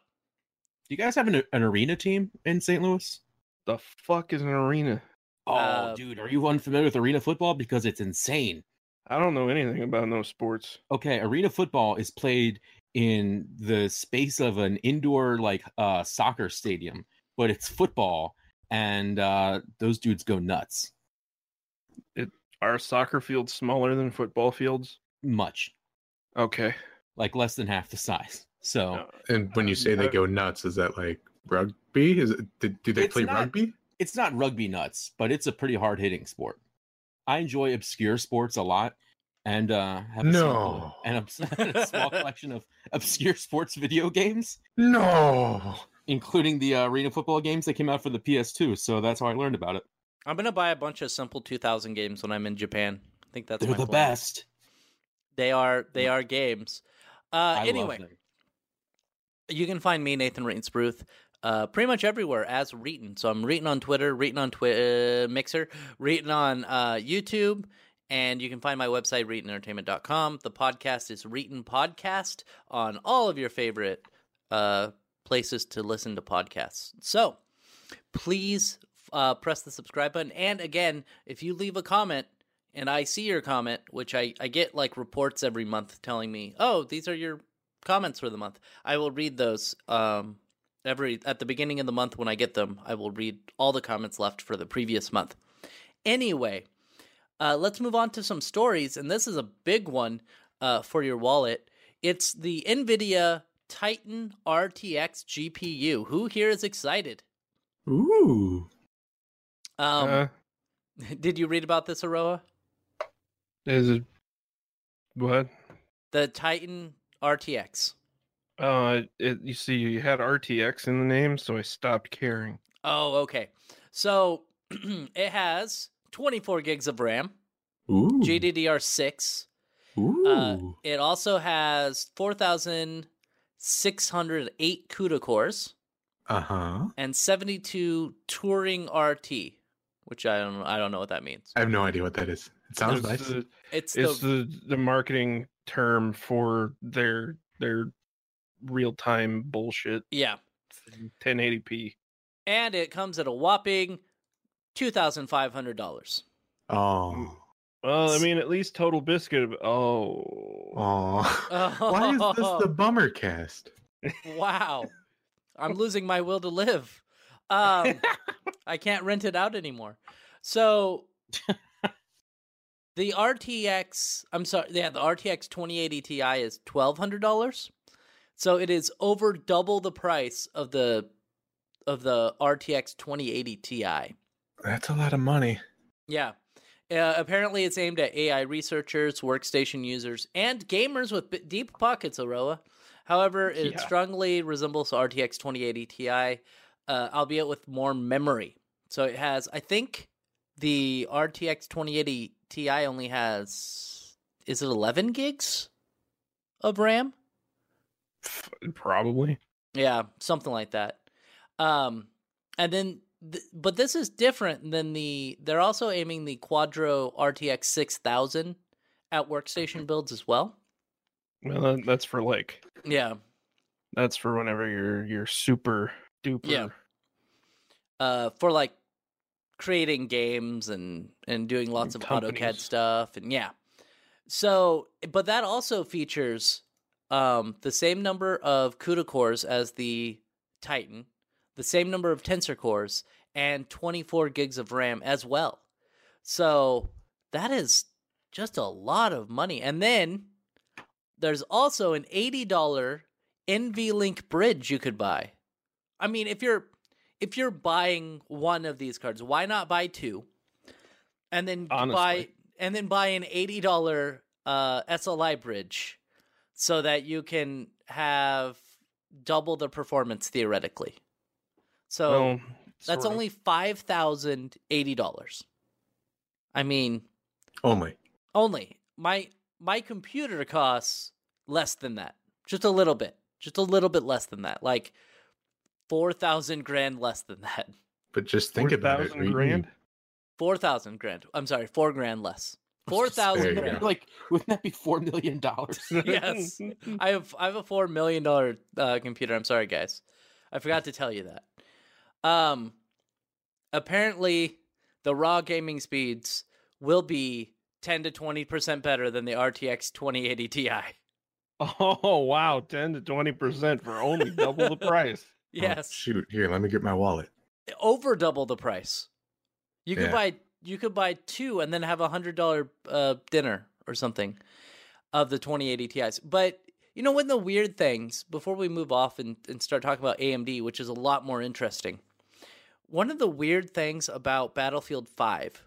Speaker 3: Do you guys have an, an arena team in St. Louis?
Speaker 2: The fuck is an arena?
Speaker 3: Oh,
Speaker 1: Uh,
Speaker 3: dude, are you unfamiliar with arena football? Because it's insane.
Speaker 2: I don't know anything about no sports.
Speaker 3: Okay, arena football is played in the space of an indoor like uh soccer stadium, but it's football and uh those dudes go nuts.
Speaker 2: Are soccer fields smaller than football fields?
Speaker 3: Much.
Speaker 2: Okay.
Speaker 3: Like less than half the size. So
Speaker 2: No.
Speaker 5: And
Speaker 1: Um,
Speaker 5: when you say
Speaker 1: uh
Speaker 5: they go nuts, is that like rugby? Is it, do, do they
Speaker 3: It's
Speaker 5: play
Speaker 3: not-
Speaker 5: rugby?
Speaker 3: it's not rugby nuts, but it's a pretty hard hitting sport. I enjoy obscure sports a lot, and uh, have a small,
Speaker 5: No.
Speaker 3: and obs- (laughs) a
Speaker 5: (laughs)
Speaker 3: small collection of obscure sports video games,
Speaker 5: No.
Speaker 3: including the uh, arena football games that came out for the PS2. So that's how I learned about it.
Speaker 1: I'm gonna buy a bunch of Simple 2000 games when I'm in Japan. I think that's
Speaker 3: They're
Speaker 1: my
Speaker 3: the
Speaker 1: plan.
Speaker 3: best.
Speaker 1: They are. They are games. Uh,
Speaker 3: I
Speaker 1: anyway,
Speaker 3: love them.
Speaker 1: you can find me Nathan Reitens Bruth. Uh, pretty much everywhere as Reeton. So I'm Reeton on Twitter, Reeton on Twi- uh, Mixer, Reeton on uh, YouTube, and you can find my website ReetonEntertainment.com. The podcast is Reeton Podcast on all of your favorite uh, places to listen to podcasts. So please uh, press the subscribe button. And again, if you leave a comment and I see your comment, which I, I get like reports every month telling me, oh, these are your comments for the month. I will read those um, every at the beginning of the month when I get them. I will read all the comments left for the previous month. Anyway, uh, let's move on to some stories, and this is a big one uh, for your wallet. It's the NVIDIA Titan RTX GPU. Who here is excited?
Speaker 5: Ooh.
Speaker 1: Um,
Speaker 2: Uh,
Speaker 1: (laughs) did you read about this, Aroa?
Speaker 2: is it what?
Speaker 1: The Titan RTX.
Speaker 2: Uh, it, you see, you had RTX in the name, so I stopped caring.
Speaker 1: Oh, okay. So (clears throat) it has 24 gigs of RAM,
Speaker 5: Ooh.
Speaker 1: GDDR6. Uh,
Speaker 5: Ooh.
Speaker 1: It also has 4,608 CUDA cores
Speaker 5: Uh huh.
Speaker 1: and 72 Touring RT, which I don't I don't know what that means.
Speaker 5: I have no idea what that is. It sounds
Speaker 2: It's
Speaker 5: nice.
Speaker 2: the-
Speaker 1: It's,
Speaker 2: it's
Speaker 1: the,
Speaker 2: the the marketing term for their their real time bullshit
Speaker 1: yeah,
Speaker 2: 1080p.
Speaker 1: and it comes at a whopping $2,500.
Speaker 5: Oh.
Speaker 2: Well, I
Speaker 1: S-
Speaker 2: mean, at least Total Biscuit. Oh,
Speaker 1: (laughs)
Speaker 5: Oh.
Speaker 1: Oh,
Speaker 5: Why is this
Speaker 1: (laughs)
Speaker 5: the bummer cast?
Speaker 1: wow? I'm losing my will to live. Um, I can't rent it out anymore. So the RTX, I'm sorry, yeah, the RTX 2080 Ti is $1200. So it is over double the price of the of the RTX 2080 Ti.
Speaker 5: That's a lot of money.
Speaker 1: Yeah. Uh, apparently it's aimed at AI researchers, workstation users, and gamers with b- deep pockets, Aroa. However, it
Speaker 2: Yeah.
Speaker 1: strongly resembles RTX 2080 Ti, uh, albeit with more memory. So it has, I think, the RTX 2080 Ti only has, is it 11 gigs of RAM?
Speaker 2: f- probably.
Speaker 1: Yeah, something like that. Um, and then, th- but this is different than the. They're also aiming the Quadro RTX 6000 at workstation builds as well.
Speaker 2: Well, that, that's for like
Speaker 1: Yeah.
Speaker 2: that's for whenever you're you're super duper.
Speaker 1: Yeah. Uh, for like creating games and and doing lots of AutoCAD
Speaker 2: Companies.
Speaker 1: stuff and yeah. So, but that also features um the same number of CUDA cores as the Titan, the same number of tensor cores and 24 gigs of RAM as well. So, that is just a lot of money. And then there's also an $80 NVLink bridge you could buy. I mean, if you're if you're buying one of these cards, why not buy two? And then buy
Speaker 2: Honestly.
Speaker 1: and then buy an $80 uh, SLI bridge so that you can have double the performance theoretically. So
Speaker 2: Well,
Speaker 1: that's
Speaker 2: sorta.
Speaker 1: only $5,080. I mean,
Speaker 5: Only.
Speaker 1: only my my computer costs less than that just a little bit just a little bit less than that like 4000 grand less than that (laughs)
Speaker 5: But just think about it.
Speaker 2: 4,000
Speaker 5: Reed.
Speaker 2: grand.
Speaker 1: 4000 grand i'm sorry 4 grand less
Speaker 5: There
Speaker 1: 4000
Speaker 5: you
Speaker 1: grand
Speaker 5: go.
Speaker 3: Like, wouldn't that be four million dollars?
Speaker 1: (laughs)
Speaker 5: (laughs)
Speaker 1: yes i have i have a 4 million dollar uh, computer i'm sorry guys i forgot to tell you that um apparently the raw gaming speeds will be 10 to 20% better than the RTX 2080 Ti.
Speaker 2: (laughs)
Speaker 1: (laughs)
Speaker 2: Oh wow, ten to twenty percent for only double the price.
Speaker 5: Oh,
Speaker 1: Yes.
Speaker 5: shoot. Here, let me get my wallet.
Speaker 1: over double the price. You could
Speaker 5: Yeah.
Speaker 1: buy you could buy two and then have a hundred dollar uh, dinner or something of the twenty eighty Ti's. But you know, one of the weird things before we move off and, and start talking about AMD, which is a lot more interesting. One of the weird things about Battlefield Five,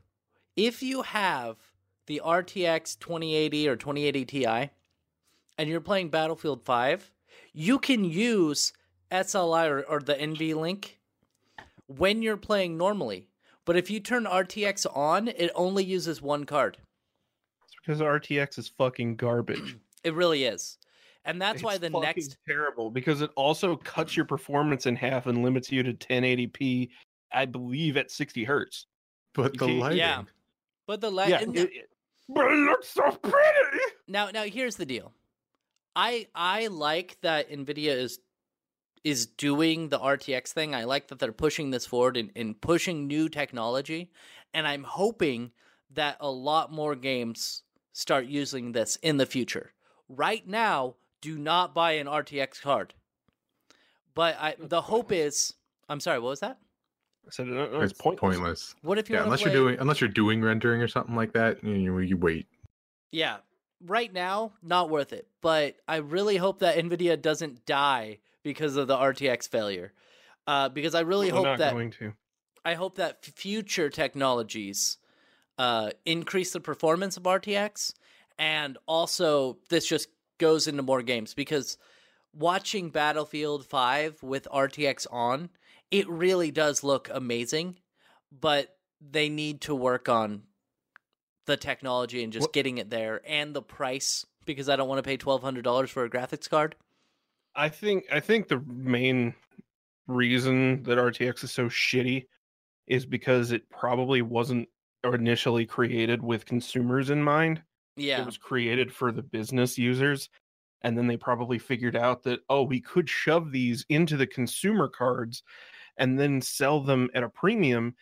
Speaker 1: if you have the RTX twenty eighty or twenty eighty Ti, and you're playing Battlefield Five, you can use SLI or, or the NVLink when you're playing normally. But if you turn RTX on, it only uses one card.
Speaker 2: It's because RTX is fucking garbage.
Speaker 1: It really is. And (clears throat) that's why
Speaker 2: It's
Speaker 1: the
Speaker 2: fucking
Speaker 1: next
Speaker 2: terrible because it also cuts your performance in half and limits you to 1080p, I believe at 60 hertz.
Speaker 5: But the
Speaker 2: Yeah.
Speaker 5: lighting.
Speaker 1: but the la-
Speaker 2: yeah,
Speaker 1: and
Speaker 2: it- it- but it looks so pretty.
Speaker 1: now now here's the deal. I I like that Nvidia is is doing the RTX thing. I like that they're pushing this forward and, and pushing new technology. And I'm hoping that a lot more games start using this in the future. Right now, do not buy an RTX card. But I, the hope is, I'm sorry, what was that?
Speaker 2: I said, no, no,
Speaker 5: Oh, It's
Speaker 2: it's pointless.
Speaker 5: pointless.
Speaker 1: What if you
Speaker 5: Yeah,
Speaker 1: want
Speaker 5: unless
Speaker 1: to play?
Speaker 5: you're doing unless you're doing rendering or something like that, you, know, you wait.
Speaker 1: Yeah. Right now, not worth it. But I really hope that Nvidia doesn't die because of the RTX failure. Uh, because I really
Speaker 2: We're
Speaker 1: hope
Speaker 2: not
Speaker 1: that
Speaker 2: going to.
Speaker 1: I hope that f- future technologies uh, increase the performance of RTX, and also this just goes into more games because watching Battlefield 5 with RTX on, it really does look amazing, but they need to work on the technology and just
Speaker 2: What-
Speaker 1: getting it there and the price because I don't want to pay $1200 for a graphics card.
Speaker 2: I think I think the main reason that RTX is so shitty is because it probably wasn't initially created with consumers in mind.
Speaker 1: Yeah.
Speaker 2: It was created for the business users. And then they probably figured out that, oh, we could shove these into the consumer cards and then sell them at a premium.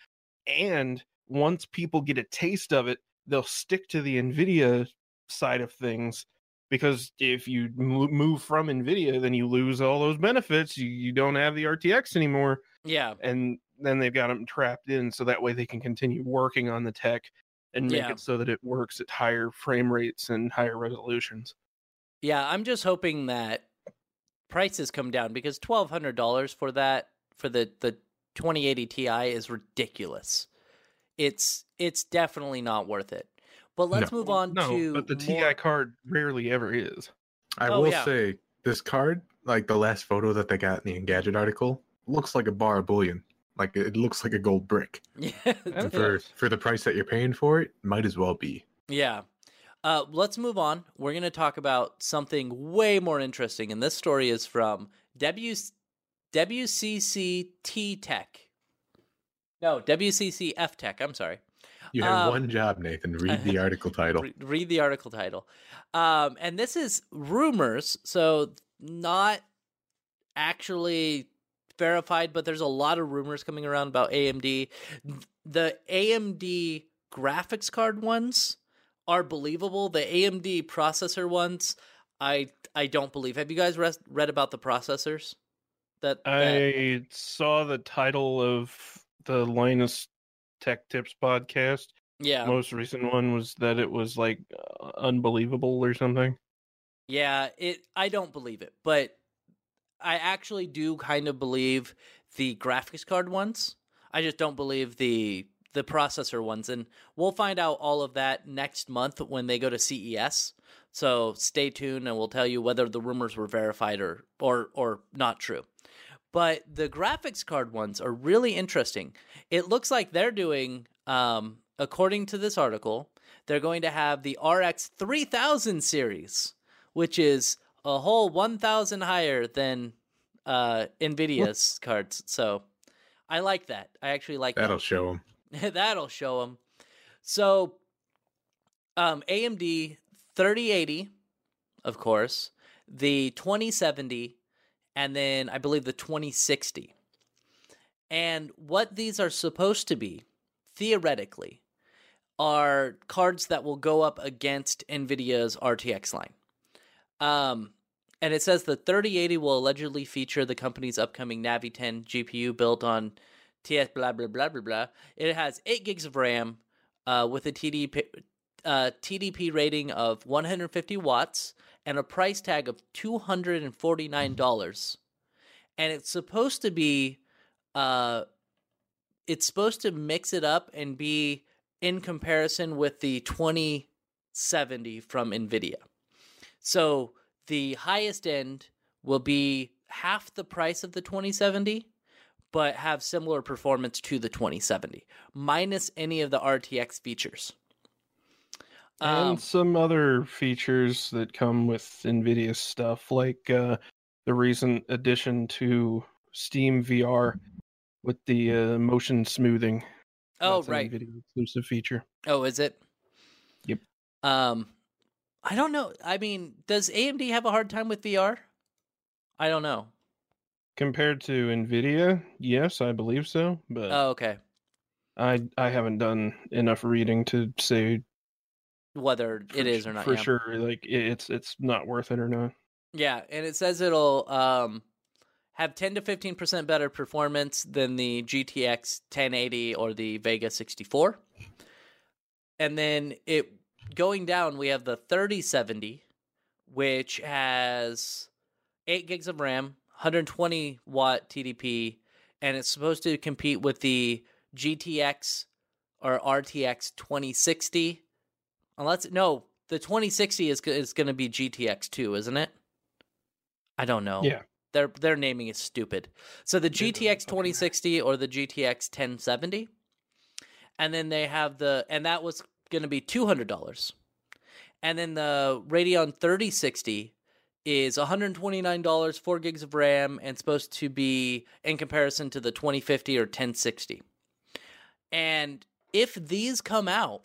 Speaker 2: And once people get a taste of it, they'll stick to the NVIDIA side of things. Because if you mo- move from NVIDIA, then you lose all those benefits. You, you don't have the RTX anymore
Speaker 1: yeah.
Speaker 2: and then they've got them trapped in so that way they can continue working on the tech and make
Speaker 1: Yeah.
Speaker 2: it so that it works at higher frame rates and higher resolutions.
Speaker 1: Yeah, I'm just hoping that prices come down because $1200 for that for the the 2080 Ti is ridiculous. It's it's definitely not worth it. But let's move on
Speaker 2: no,
Speaker 1: to
Speaker 2: but the
Speaker 1: more-
Speaker 2: TI card rarely ever is.
Speaker 5: I
Speaker 1: Oh,
Speaker 5: will
Speaker 1: yeah.
Speaker 5: say this card, like the last photo that they got in the Engadget article, looks like a bar of bullion. Like it looks like a gold brick.
Speaker 1: (laughs) Yeah.
Speaker 2: It
Speaker 5: For
Speaker 2: does.
Speaker 5: for the price that you're paying for it, might as well be.
Speaker 1: Yeah. Uh, let's move on. We're going to talk about something way more interesting. And this story is from w- WCCT Tech. No, WCCF Tech. I'm sorry.
Speaker 5: You have
Speaker 1: Um,
Speaker 5: one job, Nathan.
Speaker 1: (laughs)
Speaker 5: Read the article title.
Speaker 1: Re- read the article title. Um, and this is rumors, so not actually verified, but there's a lot of rumors coming around about AMD. The AMD graphics card ones are believable. The AMD processor ones, I I don't believe. Have you guys res- read about the processors? That, that
Speaker 2: I saw the title of the Linus Tech Tips podcast.
Speaker 1: yeah.
Speaker 2: Most recent one was that it was like uh, unbelievable or something.
Speaker 1: Yeah, it I don't believe it, but I actually do kind of believe the graphics card ones. I just don't believe the the processor ones and we'll find out all of that next month when they go to CES. So stay tuned and we'll tell you whether the rumors were verified or or or not true. But the graphics card ones are really interesting. It looks like they're doing um according to this article, they're going to have the RX 3000 series which is a whole 1000 higher than uh nvidia's cards so i like that i actually like
Speaker 5: That'll show them.
Speaker 1: that. (laughs) that'll show them so um amd 3080 of course the 2070 and then i believe the 2060 and what these are supposed to be theoretically are cards that will go up against nvidia's rtx line um, and it says the 3080 will allegedly feature the company's upcoming Navi 10 GPU built on TS blah blah blah blah blah. It has eight gigs of RAM, uh, with a TDP uh, TDP rating of 150 watts and a price tag of 249 dollars. And it's supposed to be, uh, it's supposed to mix it up and be in comparison with the 2070 from Nvidia. So the highest end will be half the price of the 2070, but have similar performance to the 2070, minus any of the RTX features. Um,
Speaker 2: and some other features that come with NVIDIA stuff, like uh, the recent addition to Steam VR with the uh, motion smoothing.
Speaker 1: oh
Speaker 2: That's an
Speaker 1: right.
Speaker 2: NVIDIA exclusive feature.
Speaker 1: Oh, is it?
Speaker 2: Yep.
Speaker 1: Um, I don't know. I mean, does AMD have a hard time with VR? I don't know.
Speaker 2: Compared to NVIDIA, yes, I believe so, but
Speaker 1: Oh, okay.
Speaker 2: I I haven't done enough reading to say
Speaker 1: Whether
Speaker 2: for
Speaker 1: it is
Speaker 2: su-
Speaker 1: or not.
Speaker 2: for
Speaker 1: yeah.
Speaker 2: sure. Like i- it's it's not worth it or not.
Speaker 1: Yeah, and it says it'll um, have 10 to 15% better performance than the GTX 1080 or the Vega 64. And then it going down, we have the 3070, which has 8 gigs of RAM, 120 watt TDP, and it's supposed to compete with the GTX or RTX 2060. Unless, no, the 2060 is, g- is going to be GTX 2, isn't it? I don't know.
Speaker 2: Yeah.
Speaker 1: Their their naming is stupid. So the
Speaker 2: doesn't
Speaker 1: GTX
Speaker 2: fucking matter.
Speaker 1: 2060 or the GTX 1070. And then they have the and that was going to be $200. And then the Radeon 3060 is $129, 4 gigs of RAM and supposed to be in comparison to the 2050 or 1060. And if these come out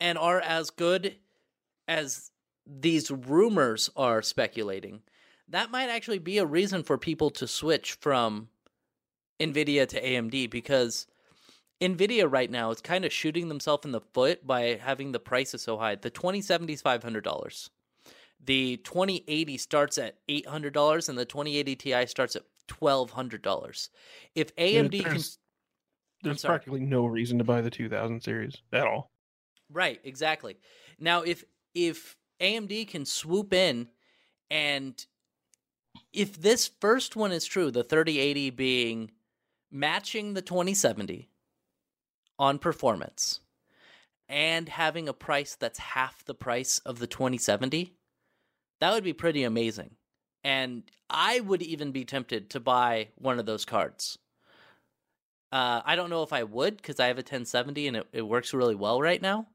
Speaker 1: and are as good as these rumors are speculating, that might actually be a reason for people to switch from Nvidia to AMD because Nvidia right now is kind of shooting themselves in the foot by having the prices so high. The 2070 is $500. The 2080 starts at $800 and the 2080 Ti starts at $1200. If AMD can
Speaker 2: there's there's
Speaker 1: sorry.
Speaker 2: practically no reason to buy the 2000 series at all.
Speaker 1: Right, exactly. Now if if AMD can swoop in and if this first one is true, the 3080 being matching the 2070 on performance and having a price that's half the price of the 2070, that would be pretty amazing. And I would even be tempted to buy one of those cards. Uh, I don't know if I would because I have a 1070 and it, it works really well right now.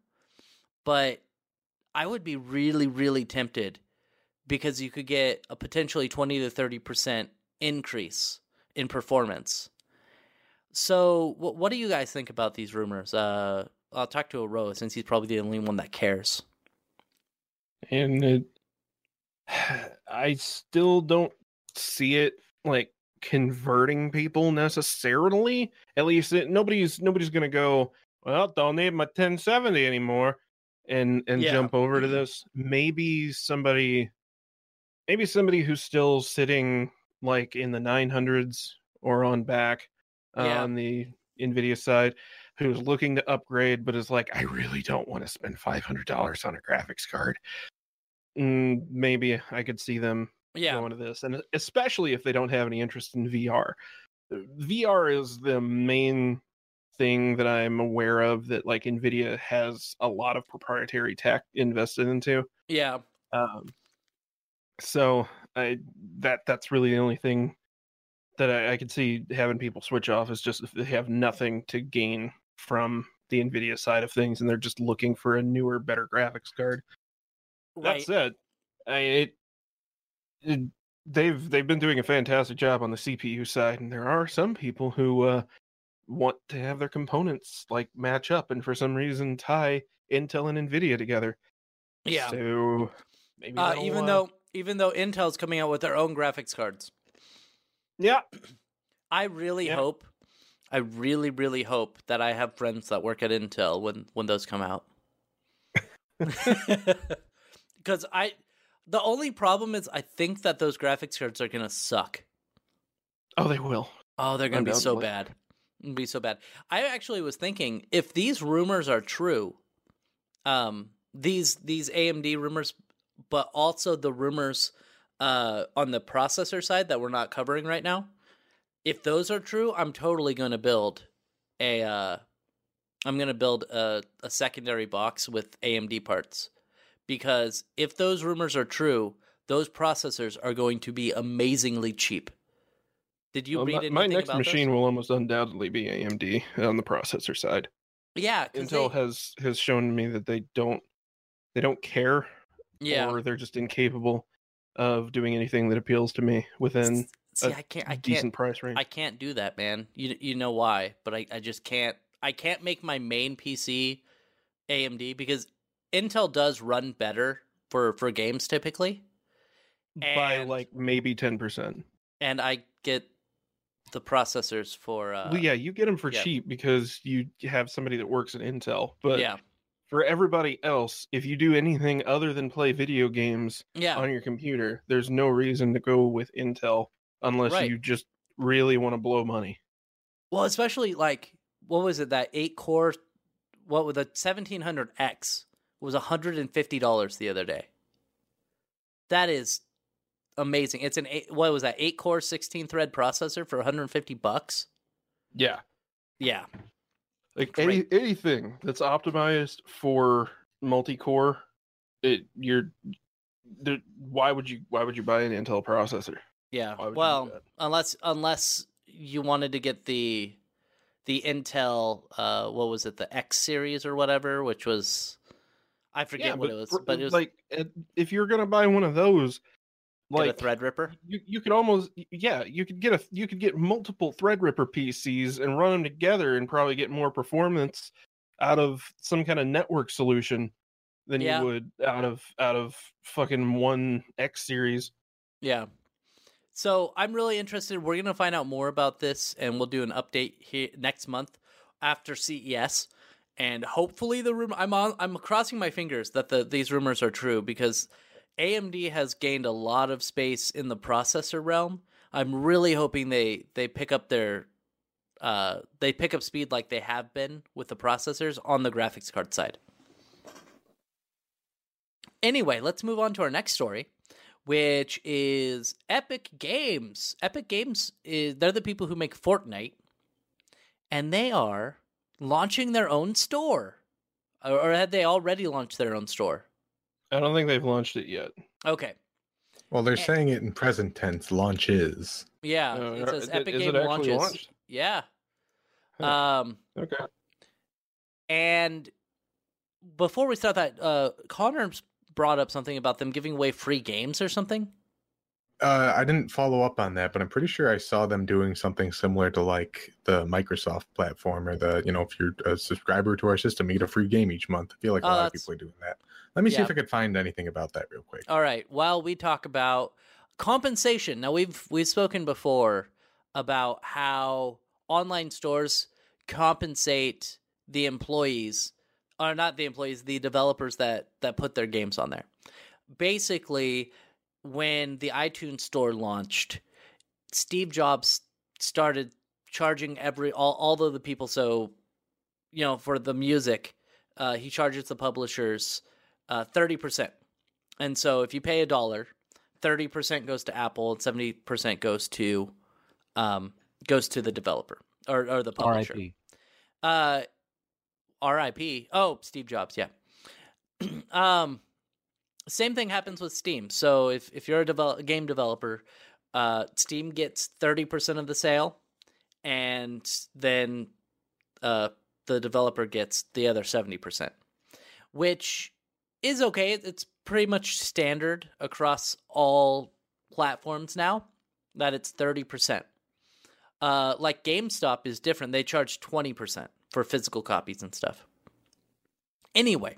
Speaker 1: But I would be really, really tempted because you could get a potentially 20 to 30% increase in performance. So, wh- what do you guys think about these rumors? Uh, I'll talk to Aroa since he's probably the only one that cares.
Speaker 2: and it, (sighs) I still don't see it like converting people necessarily. At least it, nobody's nobody's gonna go. Well, don't need my 1070 anymore, and and
Speaker 1: Yeah.
Speaker 2: jump over to this. Maybe somebody, maybe somebody who's still sitting like in the 900s or on back uh,
Speaker 1: Yeah.
Speaker 2: on the Nvidia side. Who's looking to upgrade, but is like, I really don't want to spend five hundred dollars on a graphics card mm, maybe I could see them
Speaker 1: Yeah.
Speaker 2: going to this, and especially if they don't have any interest in VR. VR is the main thing that I'm aware of that like Nvidia has a lot of proprietary tech invested into.
Speaker 1: Yeah.
Speaker 2: Um, so I that that's really the only thing that I, I could see having people switch off is just if they have nothing to gain from the Nvidia side of things, and they're just looking for a newer, better graphics card. That
Speaker 1: Right.
Speaker 2: said, I, it, it- they've they've been doing a fantastic job on the CPU side, and there are some people who uh, want to have their components like match up, and for some reason tie Intel and Nvidia together.
Speaker 1: Yeah.
Speaker 2: So maybe
Speaker 1: Uh,
Speaker 2: that'll,
Speaker 1: even
Speaker 2: uh,
Speaker 1: though even though Intel's coming out with their own graphics cards.
Speaker 2: yeah,
Speaker 1: I really
Speaker 2: Yeah.
Speaker 1: hope, I really, really hope that I have friends that work at Intel when when those come
Speaker 2: (laughs)
Speaker 1: out. Because I, the only problem is I think that those graphics cards are gonna suck.
Speaker 2: oh they will.
Speaker 1: Oh, they're gonna be so
Speaker 2: Undoubtedly.
Speaker 1: bad. It'll Be so bad. I actually was thinking if these rumors are true, um, these these AMD rumors, but also the rumors uh, on the processor side that we're not covering right now. If those are true, I'm totally gonna build a. Uh, I'm gonna build a, a secondary box with AMD parts because if those rumors are true, those processors are going to be amazingly cheap. Did you
Speaker 2: Uh,
Speaker 1: read
Speaker 2: my,
Speaker 1: anything
Speaker 2: my next
Speaker 1: about those?
Speaker 2: machine will almost undoubtedly be AMD on the processor side.
Speaker 1: Yeah, 'cause
Speaker 2: Intel
Speaker 1: they-
Speaker 2: has has shown me that they don't they don't care
Speaker 1: yeah.
Speaker 2: or they're just incapable of doing anything that appeals to me within
Speaker 1: See,
Speaker 2: a
Speaker 1: I can't, I
Speaker 2: decent
Speaker 1: can't,
Speaker 2: price range.
Speaker 1: I can't do that, man. You you know why? But I, I just can't. I can't make my main PC AMD because Intel does run better for for games typically,
Speaker 2: by
Speaker 1: and-
Speaker 2: like maybe 10%.
Speaker 1: and I get the processors for uh,
Speaker 2: well, yeah, you get them for
Speaker 1: yeah.
Speaker 2: cheap because you have somebody that works at Intel. But
Speaker 1: yeah,
Speaker 2: for everybody else, if you do anything other than play video games
Speaker 1: yeah.
Speaker 2: on your computer, there's no reason to go with Intel unless
Speaker 1: Right.
Speaker 2: you just really want to blow money.
Speaker 1: Well, especially like what was it that eight core? What with the seventeen hundred X was hundred and fifty dollars the other day. That is amazing. It's an eight, what was that eight core sixteen thread processor for one hundred and fifty bucks?
Speaker 2: Yeah.
Speaker 1: Yeah,
Speaker 2: Like any,
Speaker 1: Great.
Speaker 2: anything that's optimized for multi-core, it you're there, why would you why would you buy an Intel processor?
Speaker 1: Yeah.
Speaker 2: Why would you do
Speaker 1: Well,
Speaker 2: that?
Speaker 1: unless unless you wanted to get the the Intel uh what was it, the X series or whatever, which was I forget what it was,
Speaker 2: for-
Speaker 1: but it was
Speaker 2: like uh, if you're gonna buy one of those,
Speaker 1: like
Speaker 2: like
Speaker 1: a Threadripper.
Speaker 2: you, you could almost y- yeah you could get a you could get multiple Threadripper PCs and run them together and probably get more performance out of some kind of network solution than
Speaker 1: Yeah.
Speaker 2: you would out of out of fucking one X series.
Speaker 1: Yeah. So I'm really interested. We're gonna find out more about this, and we'll do an update here next month after CES, and hopefully the rumor. I'm on, I'm crossing my fingers that the these rumors are true because AMD has gained a lot of space in the processor realm. I'm really hoping they they pick up their uh they pick up speed like they have been with the processors on the graphics card side. Anyway, let's move on to our next story which is Epic Games. Epic Games is they're the people who make Fortnite, and they are launching their own store, or, or had they already launched their own store?
Speaker 2: I don't think they've launched it yet.
Speaker 1: Okay,
Speaker 5: Well, they're
Speaker 1: Eh.
Speaker 5: saying it in present tense. Launches.
Speaker 1: yeah,
Speaker 2: Uh,
Speaker 1: it says
Speaker 2: is
Speaker 1: Epic
Speaker 2: is
Speaker 1: Game
Speaker 2: it actually
Speaker 1: launches.
Speaker 2: launched?
Speaker 1: Yeah,
Speaker 2: Huh.
Speaker 1: um,
Speaker 2: Okay.
Speaker 1: and before we start that, uh, Connor brought up something about them giving away free games or something.
Speaker 5: Uh, I didn't follow up on that, but I'm pretty sure I saw them doing something similar to like the Microsoft platform or the, you know, if you're a subscriber to our system, you get a free game each month. I feel like a
Speaker 1: Oh,
Speaker 5: lot of
Speaker 1: that's-
Speaker 5: people are doing that. Let me see
Speaker 1: Yeah.
Speaker 5: if I could find anything about that real quick.
Speaker 1: All right. While we talk about compensation, now we've we've spoken before about how online stores compensate the employees, or not the employees, the developers that that put their games on there. Basically, when the iTunes store launched, Steve Jobs started charging every all all of the people. So, you know, for the music, uh, he charges the publishers uh, thirty percent. And so if you pay a dollar, 30% goes to Apple and 70% goes to um, goes to the developer or, or the publisher.
Speaker 3: RIP.
Speaker 1: Uh, R.I.P. Oh, Steve Jobs. Yeah. (clears throat) um, same thing happens with Steam. So if if you're a develop, game developer, uh, Steam gets thirty percent of the sale, and then uh, the developer gets the other seventy percent, which is okay. It- It's pretty much standard across all platforms now that it's thirty percent uh, like GameStop is different. They charge 20% for physical copies and stuff. Anyway,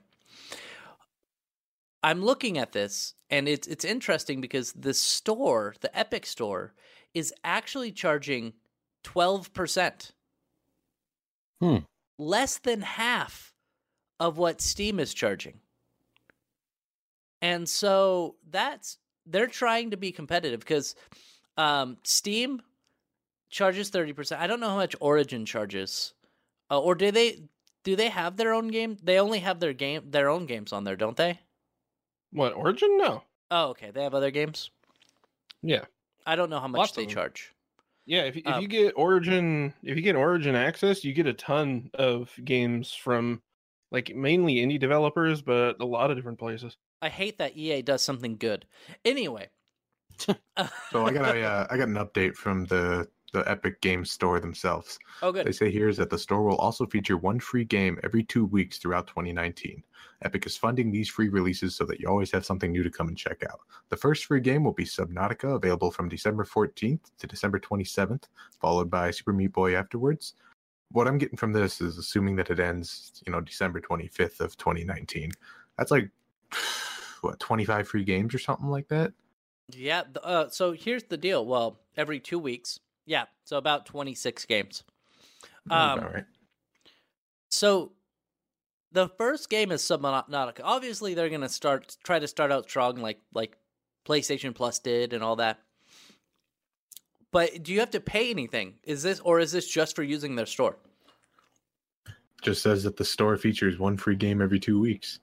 Speaker 1: I'm looking at this and it's it's interesting because the store, the Epic store, is actually charging 12%.
Speaker 3: Hmm.
Speaker 1: Less than half of what Steam is charging. And so that's they're trying to be competitive because um, Steam charges 30%. I don't know how much Origin charges. Uh, or do they do they have their own game? They only have their game their own games on there, don't they?
Speaker 2: What Origin? No.
Speaker 1: Oh, okay. They have other games.
Speaker 2: Yeah.
Speaker 1: I don't know how much
Speaker 2: Lots of
Speaker 1: they
Speaker 2: them.
Speaker 1: charge.
Speaker 2: Yeah, if, if
Speaker 1: Um,
Speaker 2: you get Origin, if you get Origin access, you get a ton of games from like mainly indie developers, but a lot of different places.
Speaker 1: I hate that EA does something good. Anyway.
Speaker 5: So I got a, uh, I got an update from the the Epic Games Store themselves.
Speaker 1: (laughs) Oh
Speaker 5: They
Speaker 1: good.
Speaker 5: say here is that the store will also feature one free game every two weeks throughout 2019. Epic is funding these free releases so that you always have something new to come and check out. The first free game will be Subnautica, available from December 14th to December 27th, followed by Super Meat Boy afterwards. What I'm getting from this is assuming that it ends, you know, December 25th of 2019. That's like (sighs) what 25 free games or something like that.
Speaker 1: Yeah, th- uh, so here's the deal. Well, every 2 weeks. Yeah, so about 26 games. Um,
Speaker 5: All right.
Speaker 1: So the first game is Subnautica. Obviously, they're going to start try to start out strong, like like PlayStation Plus did, and all that. But do you have to pay anything? Is this or is this just for using their store?
Speaker 5: Just says that the store features one free game every two weeks.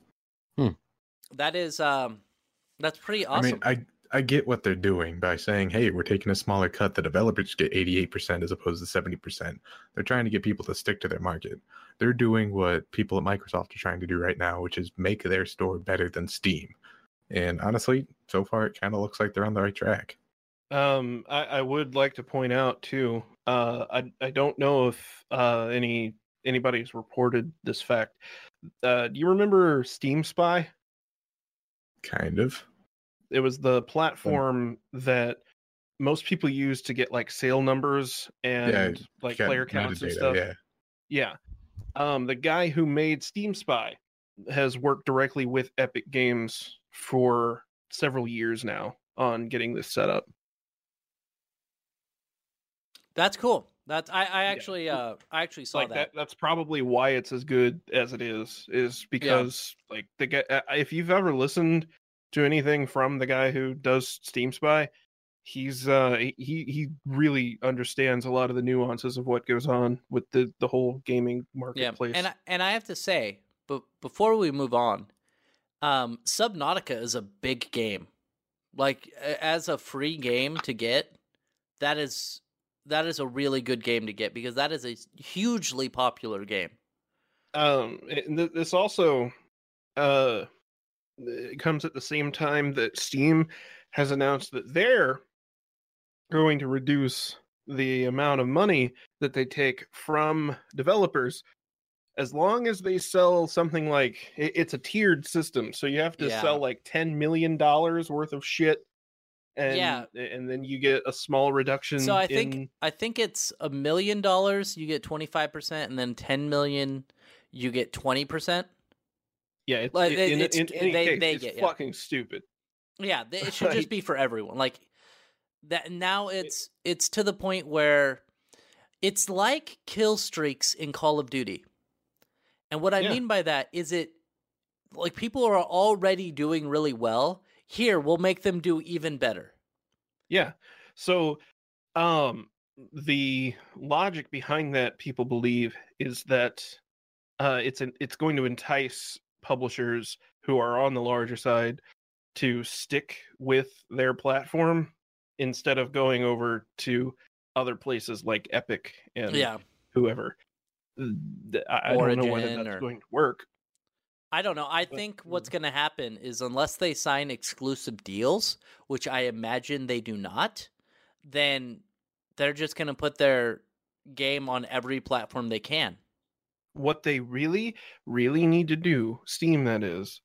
Speaker 1: That is um, that's pretty awesome.
Speaker 5: I mean, I I get what they're doing by saying, "Hey, we're taking a smaller cut. The developers get 88% as opposed to 70%." They're trying to get people to stick to their market. They're doing what people at Microsoft are trying to do right now, which is make their store better than Steam. And honestly, so far it kind of looks like they're on the right track.
Speaker 2: Um, I, I would like to point out too. Uh, I I don't know if uh any anybody's reported this fact. Uh, do you remember Steam Spy?
Speaker 5: Kind of.
Speaker 2: It was the platform that most people use to get like sale numbers and like
Speaker 5: Got
Speaker 2: player counts and
Speaker 5: metadata,
Speaker 2: stuff.
Speaker 5: Yeah.
Speaker 2: Yeah. Um, the guy who made Steam Spy has worked directly with Epic Games for several years now on getting this set up.
Speaker 1: That's cool. That's I, I
Speaker 2: Yeah.
Speaker 1: actually uh I actually saw
Speaker 2: like
Speaker 1: that.
Speaker 2: that's probably why it's as good as it is is because like the guy uh, if you've ever listened to anything from the guy who does steam spy he's uh he he really understands a lot of the nuances of what goes on with the the whole gaming
Speaker 1: Yeah.
Speaker 2: marketplace
Speaker 1: And I, and I have to say, but before we move on, um Subnautica is a big game. Like a- as a free game to get, that is that is a really good game to get because that is a hugely popular game.
Speaker 2: um and th- this also uh it comes at the same time that steam has announced that they're going to reduce the amount of money that they take from developers as long as they sell something like it- it's a tiered system so you have to
Speaker 1: Yeah.
Speaker 2: sell like 10 million dollars worth of shit and
Speaker 1: Yeah.
Speaker 2: and then you get a small reduction
Speaker 1: So I think
Speaker 2: in-
Speaker 1: I think it's a million dollars you get 25% and then 10 million you get 20%.
Speaker 2: yeah it's,
Speaker 1: like,
Speaker 2: in,
Speaker 1: it-
Speaker 2: in-
Speaker 1: it's-
Speaker 2: in any
Speaker 1: they-
Speaker 2: case,
Speaker 1: they
Speaker 2: it's
Speaker 1: get, yeah.
Speaker 2: fucking stupid
Speaker 1: Yeah, th-
Speaker 2: (laughs)
Speaker 1: it should just
Speaker 2: Right.
Speaker 1: be for everyone. Like that now it's it's to the point where it's like kill streaks in Call of Duty. And what I
Speaker 2: Yeah.
Speaker 1: mean by that is it like people are already doing really well. Here, we'll make them do even better.
Speaker 2: Yeah. So um the logic behind that people believe is that uh it's an it's going to entice publishers who are on the larger side to stick with their platform instead of going over to other places like Epic and
Speaker 1: yeah.
Speaker 2: whoever. Th- I, I don't know whether
Speaker 1: Origin
Speaker 2: that's
Speaker 1: or-
Speaker 2: going to work.
Speaker 1: I don't know. I
Speaker 2: But- mm-hmm.
Speaker 1: think what's going to happen is unless they sign exclusive deals, which I imagine they do not, then they're just going to put their game on every platform they can.
Speaker 2: what they really really need to do steam that is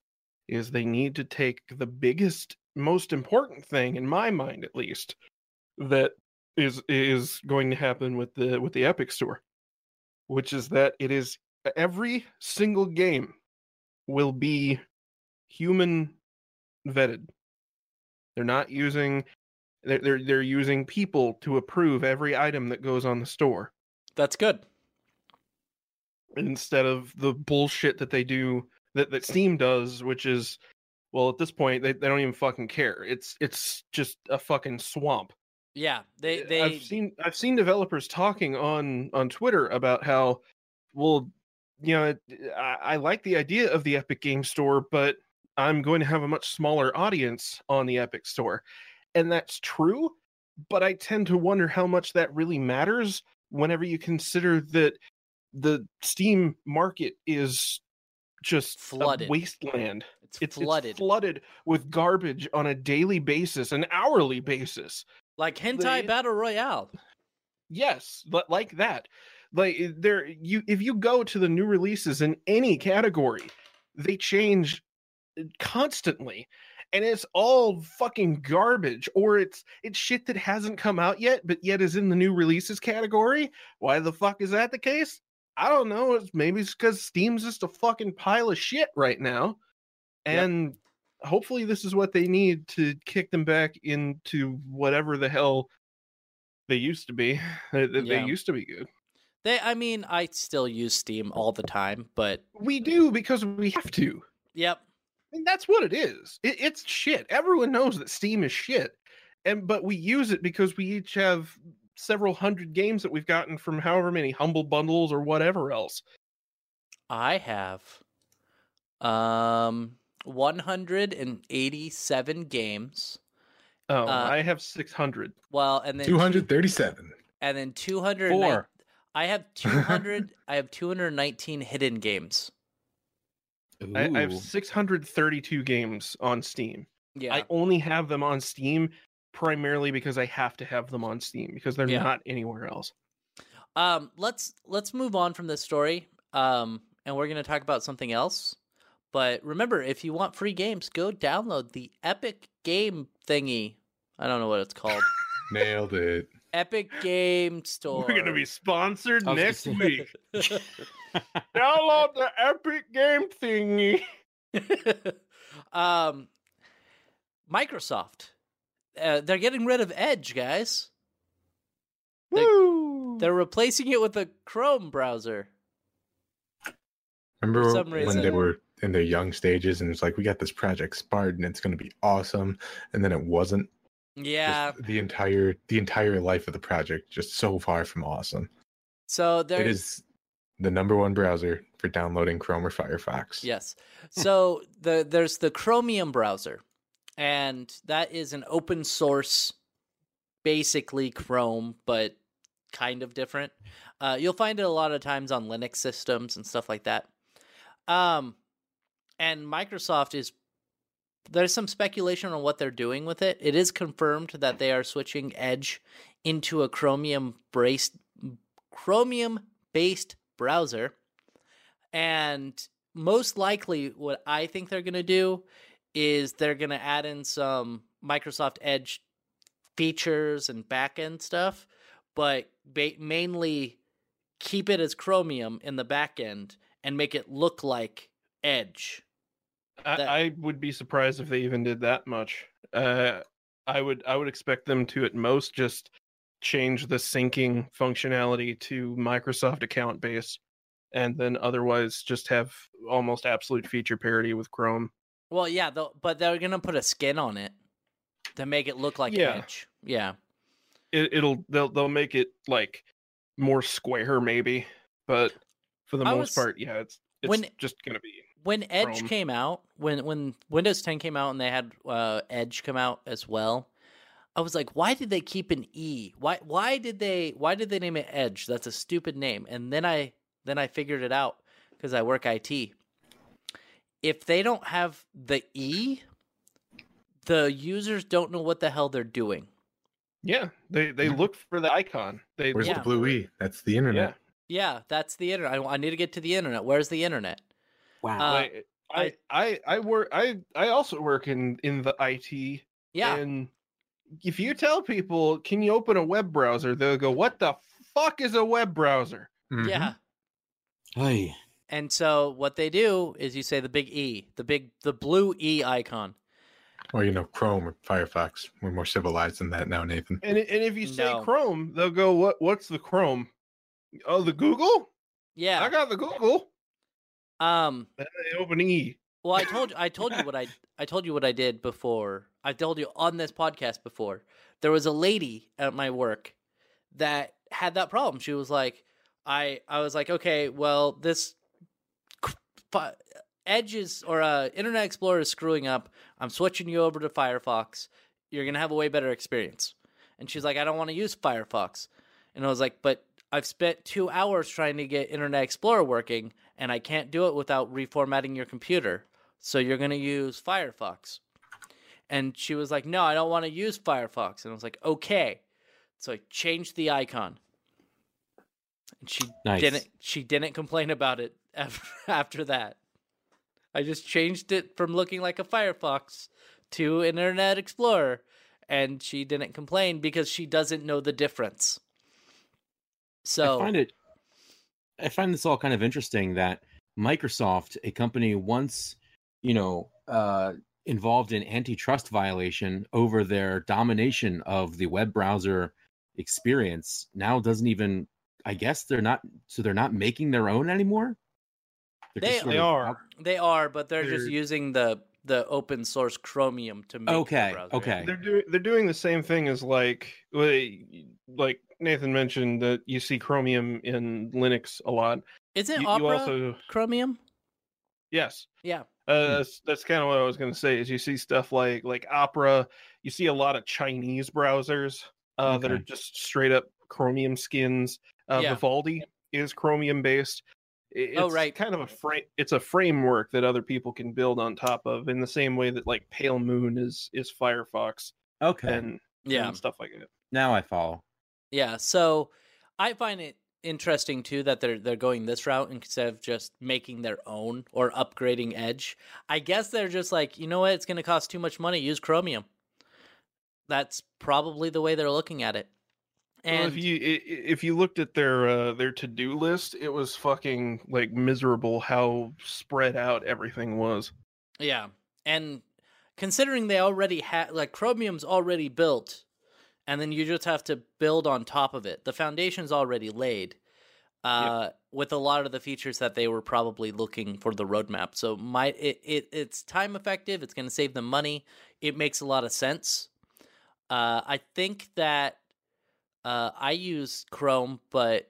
Speaker 2: is they need to take the biggest most important thing in my mind at least that is is going to happen with the with the epic store which is that it is every single game will be human vetted they're not using they're they're, they're using people to approve every item that goes on the store
Speaker 1: That's good.
Speaker 2: instead of the bullshit that they do that, that Steam does, which is well at this point they, they don't even fucking care. It's it's just a fucking swamp.
Speaker 1: Yeah, they
Speaker 2: I-
Speaker 1: they
Speaker 2: Eh, I've seen I've seen developers talking on on Twitter about how well you know it- I, I like the idea of the Epic Game Store, but I'm going to have a much smaller audience on the Epic Store, and that's true. But I tend to wonder how much that really matters whenever you consider that the Steam market is just
Speaker 1: Flooded.
Speaker 2: a wasteland
Speaker 1: it's,
Speaker 2: it's
Speaker 1: flooded.
Speaker 2: it's flooded with garbage on a daily basis an hourly basis
Speaker 1: like hentai
Speaker 2: they-
Speaker 1: battle royale.
Speaker 2: Yes, but like that. Like i- there you if you go to the new releases in any category, they change eh, constantly and it's all fucking garbage or it's it's shit that hasn't come out yet but yet is in the new releases category. Why the fuck is that the case? I don't know. It's maybe it's cuz Steam's just a fucking pile of shit right now.
Speaker 1: Yep.
Speaker 2: And hopefully this is what they need to kick them back into whatever the hell they used to be. They, they- they
Speaker 1: Yeah.
Speaker 2: used to be good.
Speaker 1: They I mean, I still use Steam all the time, but
Speaker 2: We do because we have to.
Speaker 1: yep.
Speaker 2: And that's what it is. It, it's shit. Everyone knows that Steam is shit, and but we use it because we each have several hundred games that we've gotten from however many humble bundles or whatever else.
Speaker 1: I have um 187 games.
Speaker 2: Oh,
Speaker 1: Uh,
Speaker 2: I have six hundred.
Speaker 1: Well, and then two-
Speaker 5: 237.
Speaker 1: and then 200
Speaker 3: Four.
Speaker 1: I have 200 I have 219 hidden games.
Speaker 2: I, I have
Speaker 3: Ooh.
Speaker 2: six hundred thirty-two games on Steam.
Speaker 1: Yeah.
Speaker 2: I only have them on Steam primarily because I have to have them on Steam because they're
Speaker 1: Yeah.
Speaker 2: not anywhere else. (laughs)
Speaker 1: Um, let's let's move on from this story. Um, and we're going to talk about something else. But remember, if you want free games, go download the Epic Game thingy. I don't know what it's called.
Speaker 5: Nailed it.
Speaker 1: Epic Game Store.
Speaker 2: We're gonna
Speaker 1: (laughs)
Speaker 2: be sponsored
Speaker 3: I was gonna
Speaker 2: next
Speaker 3: say-
Speaker 2: week.
Speaker 3: (laughs)
Speaker 2: Download the Epic Game thingy.
Speaker 1: um, Microsoft. Uh, they're getting rid of Edge, guys. They-
Speaker 2: Woo!
Speaker 1: They're replacing it with a Chrome browser.
Speaker 5: Remember
Speaker 1: For some
Speaker 5: when
Speaker 1: reason.
Speaker 5: they were in their young stages and it's like, we got this project Spartan, it's going to be awesome. And then it wasn't. Just
Speaker 1: Yeah.
Speaker 5: the entire the entire life of the project just so far from awesome.
Speaker 1: So there
Speaker 5: It is the number one browser for downloading Chrome or Firefox.
Speaker 1: Yes. So the there's the Chromium browser, and that is an open source, basically Chrome, but kind of different. Uh, you'll find it a lot of times on Linux systems and stuff like that. Um, and Microsoft is there's some speculation on what they're doing with it. It is confirmed that they are switching Edge into a Chromium based Chromium based browser. And most likely what I think they're going to do is they're going to add in some Microsoft Edge features and backend stuff, but ba- mainly keep it as Chromium in the backend and make it look like Edge.
Speaker 2: I,
Speaker 1: that-
Speaker 2: I would be surprised if they even did that much. Uh, I would I would expect them to at most just change the syncing functionality to Microsoft account base, and then otherwise just have almost absolute feature parity with Chrome.
Speaker 1: Well, yeah, though, but they're going to put a skin on it to make it look like
Speaker 2: Yeah.
Speaker 1: Edge. Yeah.
Speaker 2: It, it'll they'll they'll make it like more square maybe, but for the
Speaker 1: I
Speaker 2: most
Speaker 1: was-
Speaker 2: part, yeah, it's it's
Speaker 1: when-
Speaker 2: just gonna be
Speaker 1: when Edge
Speaker 2: Chrome.
Speaker 1: came out, when when Windows 10 came out and they had uh, Edge come out as well, I was like, why did they keep an E? Why why did they why did they name it Edge? That's a stupid name. And then I then I figured it out because I work IT. If they don't have the E, the users don't know what the hell they're doing.
Speaker 2: yeah. They they
Speaker 5: Yeah.
Speaker 2: look for the icon. They
Speaker 5: Where's
Speaker 1: Yeah.
Speaker 5: the blue E? That's the internet.
Speaker 1: Yeah, that's the internet. I, I need to get to the internet. Where's the internet?
Speaker 3: wow.
Speaker 1: Uh,
Speaker 2: Like, I, I I work I I also work in in the IT
Speaker 1: Yeah,
Speaker 2: and if you tell people can you open a web browser they'll go what the fuck is a web browser
Speaker 5: Mhm.
Speaker 1: yeah.
Speaker 3: Hey.
Speaker 1: And so what they do is you say the big E, the big the blue E icon.
Speaker 5: Or you know, Chrome or Firefox. We're more civilized than that now,
Speaker 2: (laughs)
Speaker 5: Nathan.
Speaker 2: and i- and if you say
Speaker 1: No.
Speaker 2: Chrome they'll go what what's the Chrome oh the Google I
Speaker 1: Yeah.
Speaker 2: got the Google
Speaker 1: Um
Speaker 2: Then they open E
Speaker 1: well I told I told you what I I told you what I did before. I told you on this podcast before. There was a lady at my work that had that problem. She was like I I was like, "Okay, well, this c- fi- Edge is or uh, Internet Explorer is screwing up. I'm switching you over to Firefox. You're gonna have a way better experience. And she's like, I don't want to use Firefox. And I was like, but I've spent two hours trying to get Internet Explorer working, and I can't do it without reformatting your computer. So you're gonna use Firefox. And she was like, No, I don't want to use Firefox. And I was like, Okay. So I changed the icon. And she
Speaker 3: Nice.
Speaker 1: didn't she didn't complain about it (laughs) after, after that. I just changed it from looking like a Firefox to an Internet Explorer, and she didn't complain because she doesn't know the difference. So
Speaker 3: I find it. I find this all kind of interesting that Microsoft, a company once, you know, uh, involved in antitrust violation over their domination of the web browser experience, now doesn't even. I guess they're not. So they're not making their own anymore. They're
Speaker 1: They-
Speaker 3: just sort
Speaker 2: they
Speaker 3: of
Speaker 2: are.
Speaker 3: out-
Speaker 1: they are, but they're just
Speaker 2: They're-
Speaker 1: using the the open source Chromium to make the
Speaker 3: Okay,
Speaker 1: browser.
Speaker 3: okay.
Speaker 2: they're doing they're doing the same thing as like like- like Nathan mentioned that you see Chromium in Linux a lot
Speaker 1: Isn't
Speaker 2: You- you
Speaker 1: Opera
Speaker 2: also
Speaker 1: Chromium?
Speaker 2: Yes.
Speaker 1: Yeah.
Speaker 3: Hmm.
Speaker 2: Uh, that's that's kind of what I was going to say. Is you see stuff like like Opera, you see a lot of Chinese browsers uh, that are
Speaker 3: Okay.
Speaker 2: just straight up Chromium skins. Uh,
Speaker 1: Yeah.
Speaker 2: Vivaldi is Chromium based. It's
Speaker 1: Oh, right.
Speaker 2: Kind of a frame. It's a framework that other people can build on top of, in the same way that like Pale Moon is is Firefox
Speaker 3: Okay.
Speaker 2: and
Speaker 1: Yeah.
Speaker 2: and stuff like that.
Speaker 3: Now I follow.
Speaker 1: Yeah, so I find it interesting too that they're they're going this route instead of just making their own or upgrading Edge. I guess they're just like, you know what, it's going to cost too much money. Use Chromium. That's probably the way they're looking at it. And
Speaker 2: well, if you i- i- if you looked at their uh, their to do list, it was fucking like miserable how spread out everything was.
Speaker 1: yeah, and considering they already had like Chromium's already built, and then you just have to build on top of it. The foundation's already laid. Uh, with a lot of the features that they were probably looking for the roadmap. So my it, it it's time effective. It's going to save them money. It makes a lot of sense. Uh, I think that uh, I use Chrome, but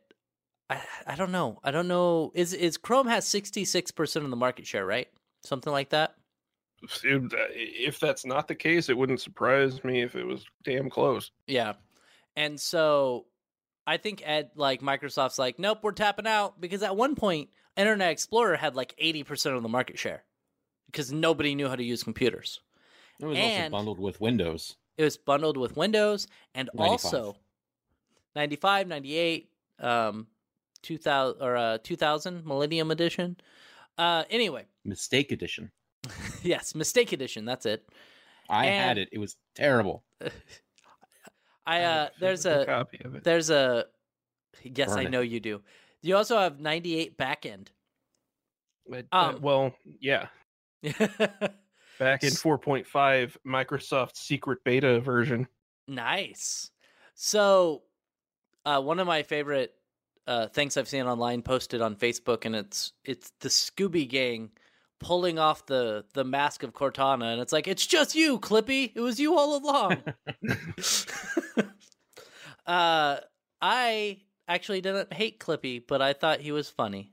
Speaker 1: I I don't know. I don't know. Is is Chrome has sixty six percent of the market share, right? Something like that.
Speaker 2: It- uh, if that's not the case, it wouldn't surprise me if it was damn close.
Speaker 1: Yeah. And so I think Ed like Microsoft's like, nope, we're tapping out because at one point Internet Explorer had like 80% of the market share because nobody knew how to use computers.
Speaker 3: It was
Speaker 1: And-
Speaker 3: also bundled with Windows.
Speaker 1: It was bundled with Windows and
Speaker 3: 95.
Speaker 1: also 95, 98, um 2000 or uh 2000 Millennium Edition. Uh anyway, (laughs)
Speaker 3: Mistake Edition.
Speaker 1: yes, Mistake Edition, that's it.
Speaker 3: I had
Speaker 1: And-
Speaker 3: it. It was terrible. Oh,
Speaker 1: I uh
Speaker 2: have
Speaker 1: there's
Speaker 2: physical
Speaker 1: a
Speaker 2: copy of it.
Speaker 1: There's a yes, I
Speaker 3: Burn it.
Speaker 1: know you do. You also have 98 backend.
Speaker 2: But, uh,
Speaker 1: um,
Speaker 2: well, yeah, back in
Speaker 1: S-
Speaker 2: 4.5 Microsoft secret beta version.
Speaker 1: (laughs) nice. So, uh, one of my favorite uh, things I've seen online posted on Facebook, and it's it's the Scooby Gang pulling off the the mask of Cortana, and it's like it's just you, Clippy. It was you all along. (laughs) uh, I actually didn't hate Clippy, but I thought he was funny.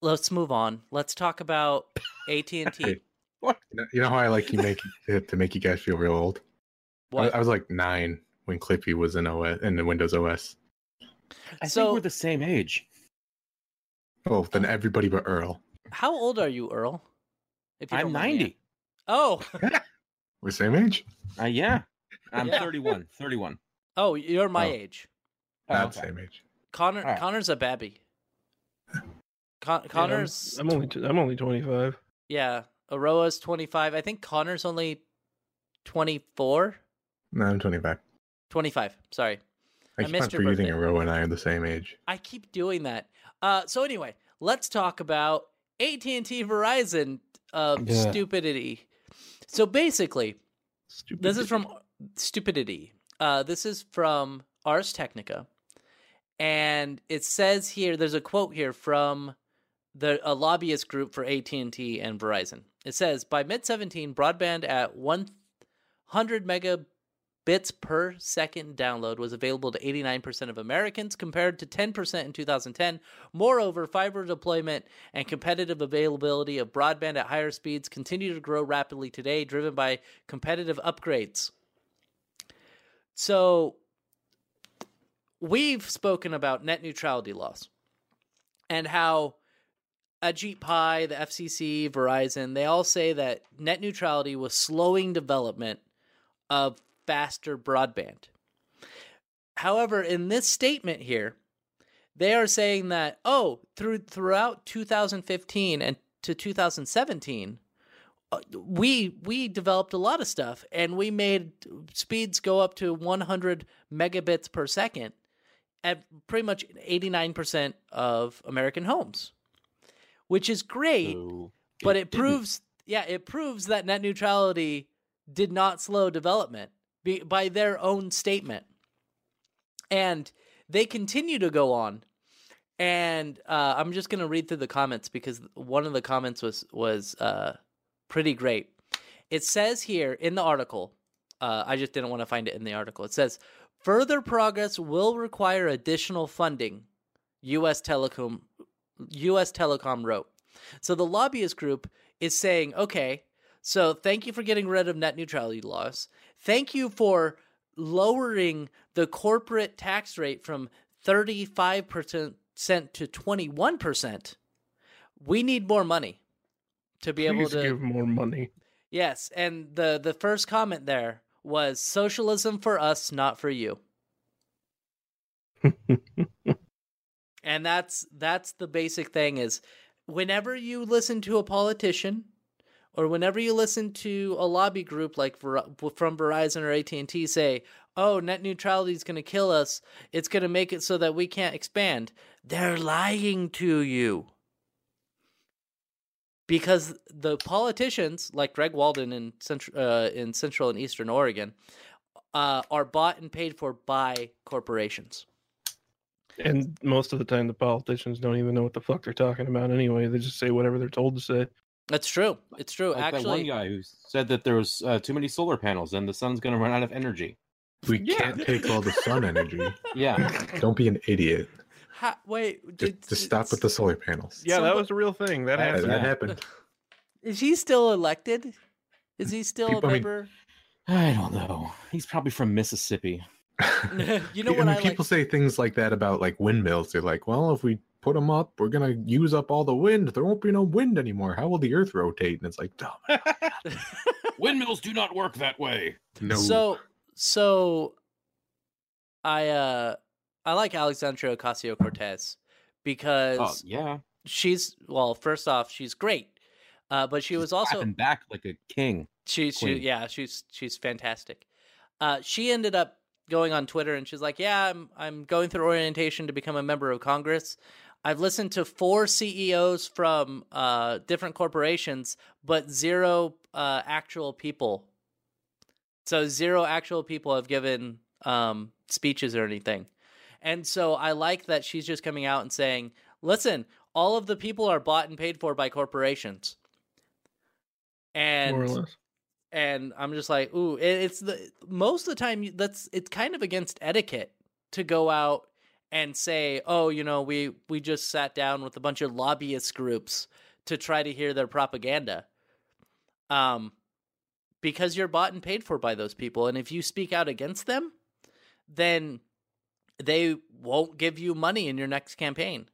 Speaker 1: Let's move on. Let's talk about AT and T.
Speaker 5: You know, you know how I like you make (laughs) to, to make you guys feel real old. I, was- I was like nine when Clippy was in OS in the Windows OS.
Speaker 3: I
Speaker 1: So-
Speaker 3: think we're the same age.
Speaker 5: Oh, then everybody but Earl
Speaker 1: How old are you, Earl? If you
Speaker 3: I'm
Speaker 1: don't mind me
Speaker 3: 90.
Speaker 1: asking. Oh, (laughs)
Speaker 5: we're the same age.
Speaker 3: Uh, yeah. I'm
Speaker 1: Yeah.
Speaker 3: 31. 31.
Speaker 1: oh, you're my
Speaker 5: Oh.
Speaker 1: age.
Speaker 3: Oh,
Speaker 5: Not
Speaker 3: okay.
Speaker 5: the same age.
Speaker 1: Connor,
Speaker 3: All right.
Speaker 1: Connor's a babby. Con-
Speaker 2: Dude, I'm-
Speaker 1: Connor's,
Speaker 2: I'm, only t- I'm only 25.
Speaker 1: yeah. Aroa's 25. I think Connor's only 24,
Speaker 5: No, I'm 25.
Speaker 1: 25. Sorry.
Speaker 5: I
Speaker 1: I
Speaker 5: keep on
Speaker 1: missed your
Speaker 5: forgetting
Speaker 1: birthday.
Speaker 5: Earl and I are the same age.
Speaker 1: I keep doing that. Uh, so anyway, let's talk about AT and T Verizon uh,
Speaker 3: Yeah.
Speaker 1: stupidity. So basically,
Speaker 2: Stupid.
Speaker 1: this is from stupidity. Uh, this is from Ars Technica, and it says here there's a quote here from the a lobbyist group for AT and T and Verizon. It says by mid 17, broadband at 100 megabits per second download was available to 89% of Americans, compared to 10% in 2010. Moreover, fiber deployment and competitive availability of broadband at higher speeds continue to grow rapidly today, driven by competitive upgrades. So we've spoken about net neutrality laws and how Ajit Pai, the FCC, Verizon, they all say that net neutrality was slowing development of faster broadband. However, in this statement here, they are saying that oh, through throughout 2015 and to 2017, uh, we we developed a lot of stuff and we made speeds go up to 100 megabits per second at pretty much 89% of American homes, which is great
Speaker 3: So
Speaker 1: but it
Speaker 3: didn't.
Speaker 1: proves yeah it proves that net neutrality did not slow development be, by their own statement and they continue to go on and uh, i'm just going to read through the comments because one of the comments was was uh, pretty great it says here in the article uh, i just didn't want to find it in the article it says further progress will require additional funding us telecom us telecom wrote so the lobbyist group is saying, okay, so thank you for getting rid of net neutrality laws. Thank you for lowering the corporate tax rate from 35% to 21%. We need more money to be
Speaker 2: Please
Speaker 1: able to
Speaker 2: give more money.
Speaker 1: Yes, and the the first comment there was socialism for us, not for you. and that's that's the basic thing is whenever you listen to a politician or whenever you listen to a lobby group like Ver- from Verizon or AT&T say, "Oh, net neutrality is going to kill us. It's going to make it so that we can't expand." They're lying to you. Because the politicians like Greg Walden in central uh, in central and eastern Oregon uh, are bought and paid for by corporations.
Speaker 2: And most of the time, the politicians don't even know what the fuck they're talking about anyway. They just say whatever they're told to say.
Speaker 1: That's true. It's true.
Speaker 3: Like that one
Speaker 1: Actually,
Speaker 3: guy who said that there was uh, too many solar panels and the sun's going to run out of energy.
Speaker 5: We
Speaker 2: Yeah.
Speaker 5: can't take all the sun energy.
Speaker 3: (laughs) Yeah,
Speaker 5: (laughs) Don't be an idiot.
Speaker 1: ha- wait,
Speaker 5: Just,
Speaker 1: did-
Speaker 5: just stop with the solar panels.
Speaker 2: Yeah, that
Speaker 1: Somebo-
Speaker 2: was a real thing. That
Speaker 3: That-
Speaker 5: Yeah,
Speaker 2: happened.
Speaker 5: that
Speaker 3: yeah.
Speaker 5: happened.
Speaker 1: Is he still elected? Is he still
Speaker 5: People-
Speaker 1: a
Speaker 5: I mean-
Speaker 1: member?
Speaker 3: I don't know. He's probably from Mississippi.
Speaker 1: (laughs) (laughs)
Speaker 5: (laughs)
Speaker 1: you know
Speaker 5: Yeah,
Speaker 1: what I
Speaker 5: when people
Speaker 1: like?
Speaker 5: say things like that about like windmills, they're like, "Well, if we put them up, we're gonna use up all the wind. There won't be no wind anymore. How will the Earth rotate?" And it's like, "Dumb,
Speaker 3: (laughs)
Speaker 1: (laughs)
Speaker 3: Windmills do not work that way.
Speaker 5: no."
Speaker 1: So, so I uh I like Alexandria Ocasio Cortez because
Speaker 3: Oh yeah,
Speaker 1: she's well, first off, she's great, uh, but she was also
Speaker 3: Clapping back like a king.
Speaker 1: She, she
Speaker 3: Queen.
Speaker 1: yeah, she's she's fantastic. Uh, she ended up going on Twitter and she's like, "Yeah, I'm I'm going through orientation to become a member of Congress. I've listened to four CEOs from uh, different corporations, but zero uh, actual people. So zero actual people have given um, speeches or anything. And so I like that she's just coming out and saying, "Listen, all of the people are bought and paid for by corporations." And
Speaker 2: more or less.
Speaker 1: and I'm just like, ooh, it, it's the most of the time you- that's it's kind of against etiquette to go out and say, oh, you know, we we just sat down with a bunch of lobbyist groups to try to hear their propaganda, um, because you're bought and paid for by those people, and if you speak out against them, then they won't give you money in your next campaign.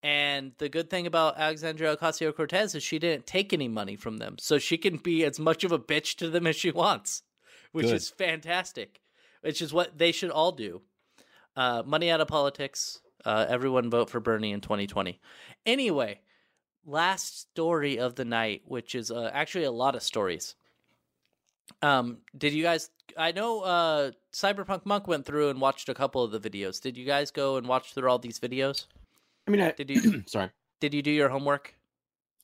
Speaker 1: And the good thing about Alexandria Ocasio Cortez is she didn't take any money from them. So she can be as much of a bitch to them as she wants, which
Speaker 3: Good.
Speaker 1: is fantastic, which is what they should all do. Uh, money out of politics. Uh, everyone vote for Bernie in 2020. Anyway, last story of the night, which is uh, actually a lot of stories. Um, did you guys? I know uh, Cyberpunk Monk went through and watched a couple of the videos. Did you guys go and watch through all these videos?
Speaker 3: I mean, I,
Speaker 1: Did
Speaker 5: (clears throat)
Speaker 1: you-
Speaker 3: (clears throat) sorry,
Speaker 1: Did you do your homework?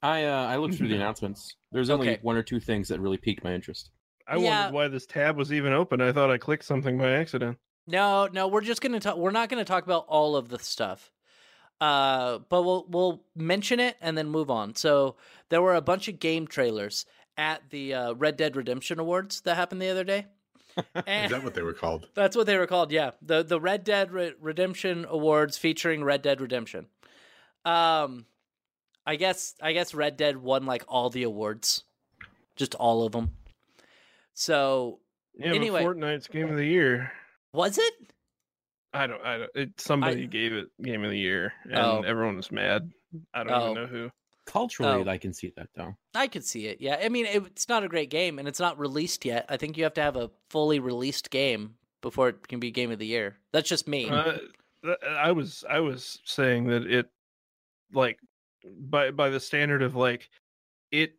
Speaker 3: I uh, I looked through (laughs) the announcements. There's only
Speaker 1: Okay.
Speaker 3: one or two things that really piqued my interest.
Speaker 2: I
Speaker 1: Yeah.
Speaker 2: wondered why this tab was even open. I thought I clicked something by accident.
Speaker 1: No, no, we're just gonna talk. We're not gonna talk about all of the stuff, uh, but we'll we'll mention it and then move on. So there were a bunch of game trailers at the uh, Red Dead Redemption Awards that happened the other day.
Speaker 5: (laughs)
Speaker 1: eh,
Speaker 5: Is that what they were called?
Speaker 1: That's what they were called. Yeah, the the Red Dead Re- Redemption Awards featuring Red Dead Redemption. Um, I guess I guess Red Dead won like all the awards, just all of them. So
Speaker 2: Yeah,
Speaker 1: Anyway.
Speaker 2: but Fortnite's game of the year.
Speaker 1: was it?
Speaker 2: I don't. I don't. It, somebody gave it game of the year, and
Speaker 1: Oh.
Speaker 2: everyone was mad. I don't
Speaker 1: Oh.
Speaker 2: even know who.
Speaker 3: Culturally,
Speaker 1: Oh.
Speaker 3: I can see that though.
Speaker 1: I could see it. Yeah, I mean it, it's not a great game and it's not released yet. I think you have to have a fully released game before it can be game of the year. That's just me.
Speaker 2: Uh, th- I was. I was saying that it, like, by by the standard of like, it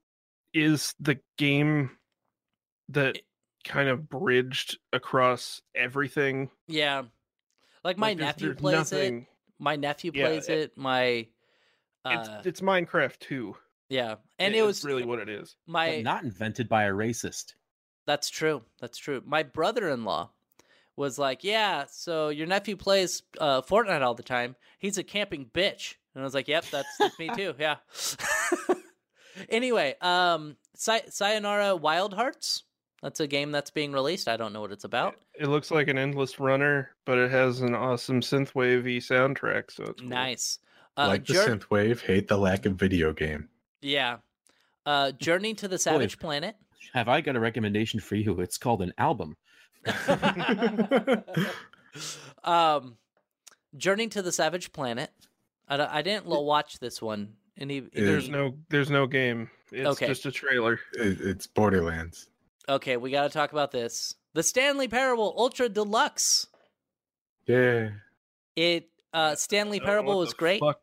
Speaker 2: is the game that
Speaker 1: It-
Speaker 2: kind of bridged across everything.
Speaker 1: yeah, like my
Speaker 2: Like, there's-
Speaker 1: nephew
Speaker 2: there's
Speaker 1: plays it.
Speaker 2: nothing-
Speaker 1: My nephew
Speaker 2: Yeah,
Speaker 1: plays
Speaker 2: it-
Speaker 1: it. My uh,
Speaker 2: It's, it's Minecraft too,
Speaker 1: yeah, and it,
Speaker 2: It's
Speaker 1: was
Speaker 2: really what it is.
Speaker 1: my
Speaker 3: But not invented by a racist.
Speaker 1: That's true. That's true. My brother in law was like, Yeah, so your nephew plays uh, Fortnite all the time. He's a camping bitch. And I was like, Yep, that's, that's me too. Yeah. (laughs) anyway, um, Say- Sayonara Wild Hearts. That's a game that's being released. I don't know what it's about.
Speaker 2: It looks like an endless runner, but it has an awesome synthwave soundtrack. So it's cool.
Speaker 1: Nice. Uh,
Speaker 5: like the
Speaker 1: Jour-
Speaker 5: synth wave, hate the lack of video game.
Speaker 1: Yeah. Uh, Journey to the Savage Planet.
Speaker 3: Have I got a recommendation for you? It's called an album.
Speaker 1: (laughs) um, Journey to the Savage Planet. I, don't- I didn't lo- watch this one. Any,
Speaker 5: There's
Speaker 2: There's
Speaker 1: any-
Speaker 2: no, there's no game. It's
Speaker 1: Okay.
Speaker 2: just a trailer.
Speaker 5: It, it's Borderlands.
Speaker 1: Okay, we got to talk about this. The Stanley Parable Ultra Deluxe.
Speaker 5: Yeah.
Speaker 1: It uh Stanley
Speaker 2: I don't know
Speaker 1: Parable
Speaker 2: what
Speaker 1: was
Speaker 2: the
Speaker 1: great.
Speaker 2: fuck-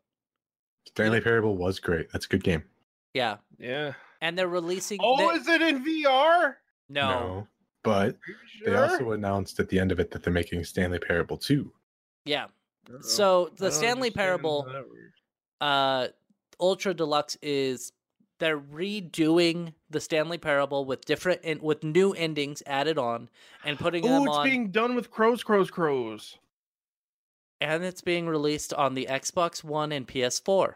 Speaker 5: Stanley Parable was great. That's a good game.
Speaker 1: Yeah.
Speaker 2: Yeah.
Speaker 1: And they're releasing
Speaker 2: Oh,
Speaker 1: they-
Speaker 2: is it in VR?
Speaker 1: no.
Speaker 5: But
Speaker 2: Are you
Speaker 5: they
Speaker 2: sure?
Speaker 5: also announced at the end of it that they're making Stanley Parable 2.
Speaker 1: Yeah.
Speaker 2: Uh-oh.
Speaker 1: So
Speaker 2: I
Speaker 1: the
Speaker 2: don't
Speaker 1: Stanley
Speaker 2: understand
Speaker 1: Parable
Speaker 2: how that works.
Speaker 1: uh ultra deluxe is they're redoing the stanley parable with different and with new endings added on and putting
Speaker 2: Oh,
Speaker 1: them
Speaker 2: it's
Speaker 1: on
Speaker 2: being done with crows, crows, crows.
Speaker 1: and it's being released on the xbox one and ps4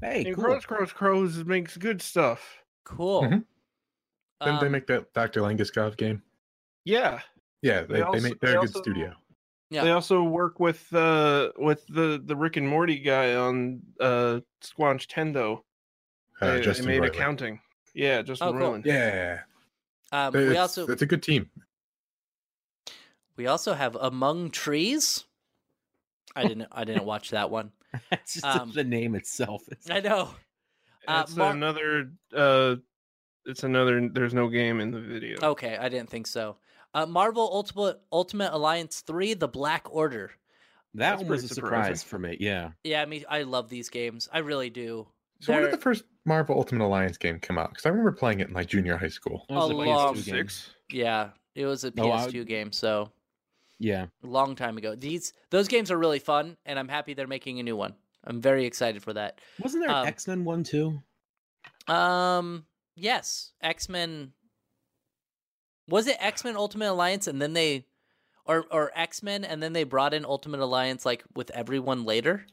Speaker 3: Hey,
Speaker 2: and
Speaker 3: cool.
Speaker 2: crows, crows, crows makes good stuff.
Speaker 1: cool
Speaker 5: Mhm. Didn't they
Speaker 1: Um,
Speaker 5: make that Dr. Languskov game?
Speaker 2: Yeah,
Speaker 5: Yeah, they,
Speaker 2: they
Speaker 5: they,
Speaker 2: also-
Speaker 5: make, they're
Speaker 2: they
Speaker 5: a good
Speaker 2: also-
Speaker 5: studio.
Speaker 1: Yeah.
Speaker 2: They also work with uh with the the Rick and Morty guy on uh Squanch Tendo.
Speaker 5: Uh,
Speaker 2: they, they
Speaker 5: Justin
Speaker 2: made
Speaker 5: Roiland.
Speaker 2: accounting. Yeah, Justin
Speaker 1: Oh, cool.
Speaker 2: Roiland.
Speaker 5: Yeah.
Speaker 1: um,
Speaker 5: It's,
Speaker 1: we also
Speaker 5: it's a good team.
Speaker 1: we also have among trees i didn't i didn't watch that one
Speaker 3: (laughs) That's just
Speaker 1: Um,
Speaker 3: the name itself. It's
Speaker 1: (laughs) i know Uh,
Speaker 2: it's
Speaker 1: Mar-
Speaker 2: another uh it's another there's no game in the video.
Speaker 1: Okay, I didn't think so. Uh, Marvel Ultimate Ultimate Alliance Three: The Black Order.
Speaker 3: that
Speaker 2: that's
Speaker 3: one was a
Speaker 2: pretty
Speaker 3: surprise
Speaker 2: surprising.
Speaker 3: for me. Yeah.
Speaker 1: Yeah, I mean, I love these games. I really do.
Speaker 5: So when
Speaker 1: They're-
Speaker 5: did the first Marvel Ultimate Alliance game come out? Because I remember playing it in like junior high school.
Speaker 3: That was a
Speaker 1: A
Speaker 3: PS2
Speaker 1: long-
Speaker 3: game.
Speaker 2: Six.
Speaker 1: Yeah, it was a
Speaker 3: No, I-
Speaker 1: PS2 game, so
Speaker 3: Yeah.
Speaker 1: a long time ago. These those games are really fun, and I'm happy they're making a new one. I'm very excited for that.
Speaker 3: Wasn't there an
Speaker 1: Um,
Speaker 3: X Men one too?
Speaker 1: Um, yes, X Men. Was it X Men Ultimate Alliance, and then they, or or X Men, and then they brought in Ultimate Alliance like with everyone later?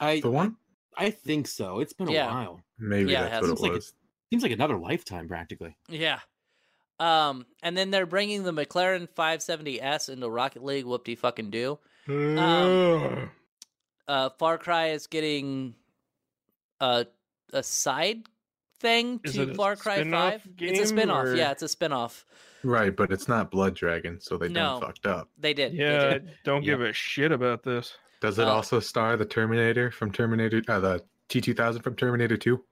Speaker 3: I
Speaker 5: The one?
Speaker 3: I think so. It's been
Speaker 1: a Yeah.
Speaker 3: while.
Speaker 5: Maybe
Speaker 1: Yeah, it has-
Speaker 5: that's
Speaker 3: Seems
Speaker 5: what it
Speaker 3: like it-
Speaker 5: was.
Speaker 3: Seems like another lifetime practically.
Speaker 1: Yeah. Um, and then they're bringing the McLaren 570S into Rocket League. Whoop de fucking do. Um, Uh, Far Cry is getting a a side thing
Speaker 2: Is
Speaker 1: to
Speaker 2: it a
Speaker 1: Far Cry 5.
Speaker 2: spin-off
Speaker 1: It's a
Speaker 2: game,
Speaker 1: spin-off.
Speaker 2: or-
Speaker 1: Yeah, it's a spin-off.
Speaker 5: Right, but it's not Blood Dragon, so they
Speaker 1: No.
Speaker 5: done fucked up.
Speaker 1: They did. they
Speaker 2: yeah,
Speaker 1: did.
Speaker 2: I don't give a shit about this.
Speaker 5: Does it
Speaker 1: Uh,
Speaker 5: also star the Terminator from Terminator, uh, the T two thousand from Terminator two?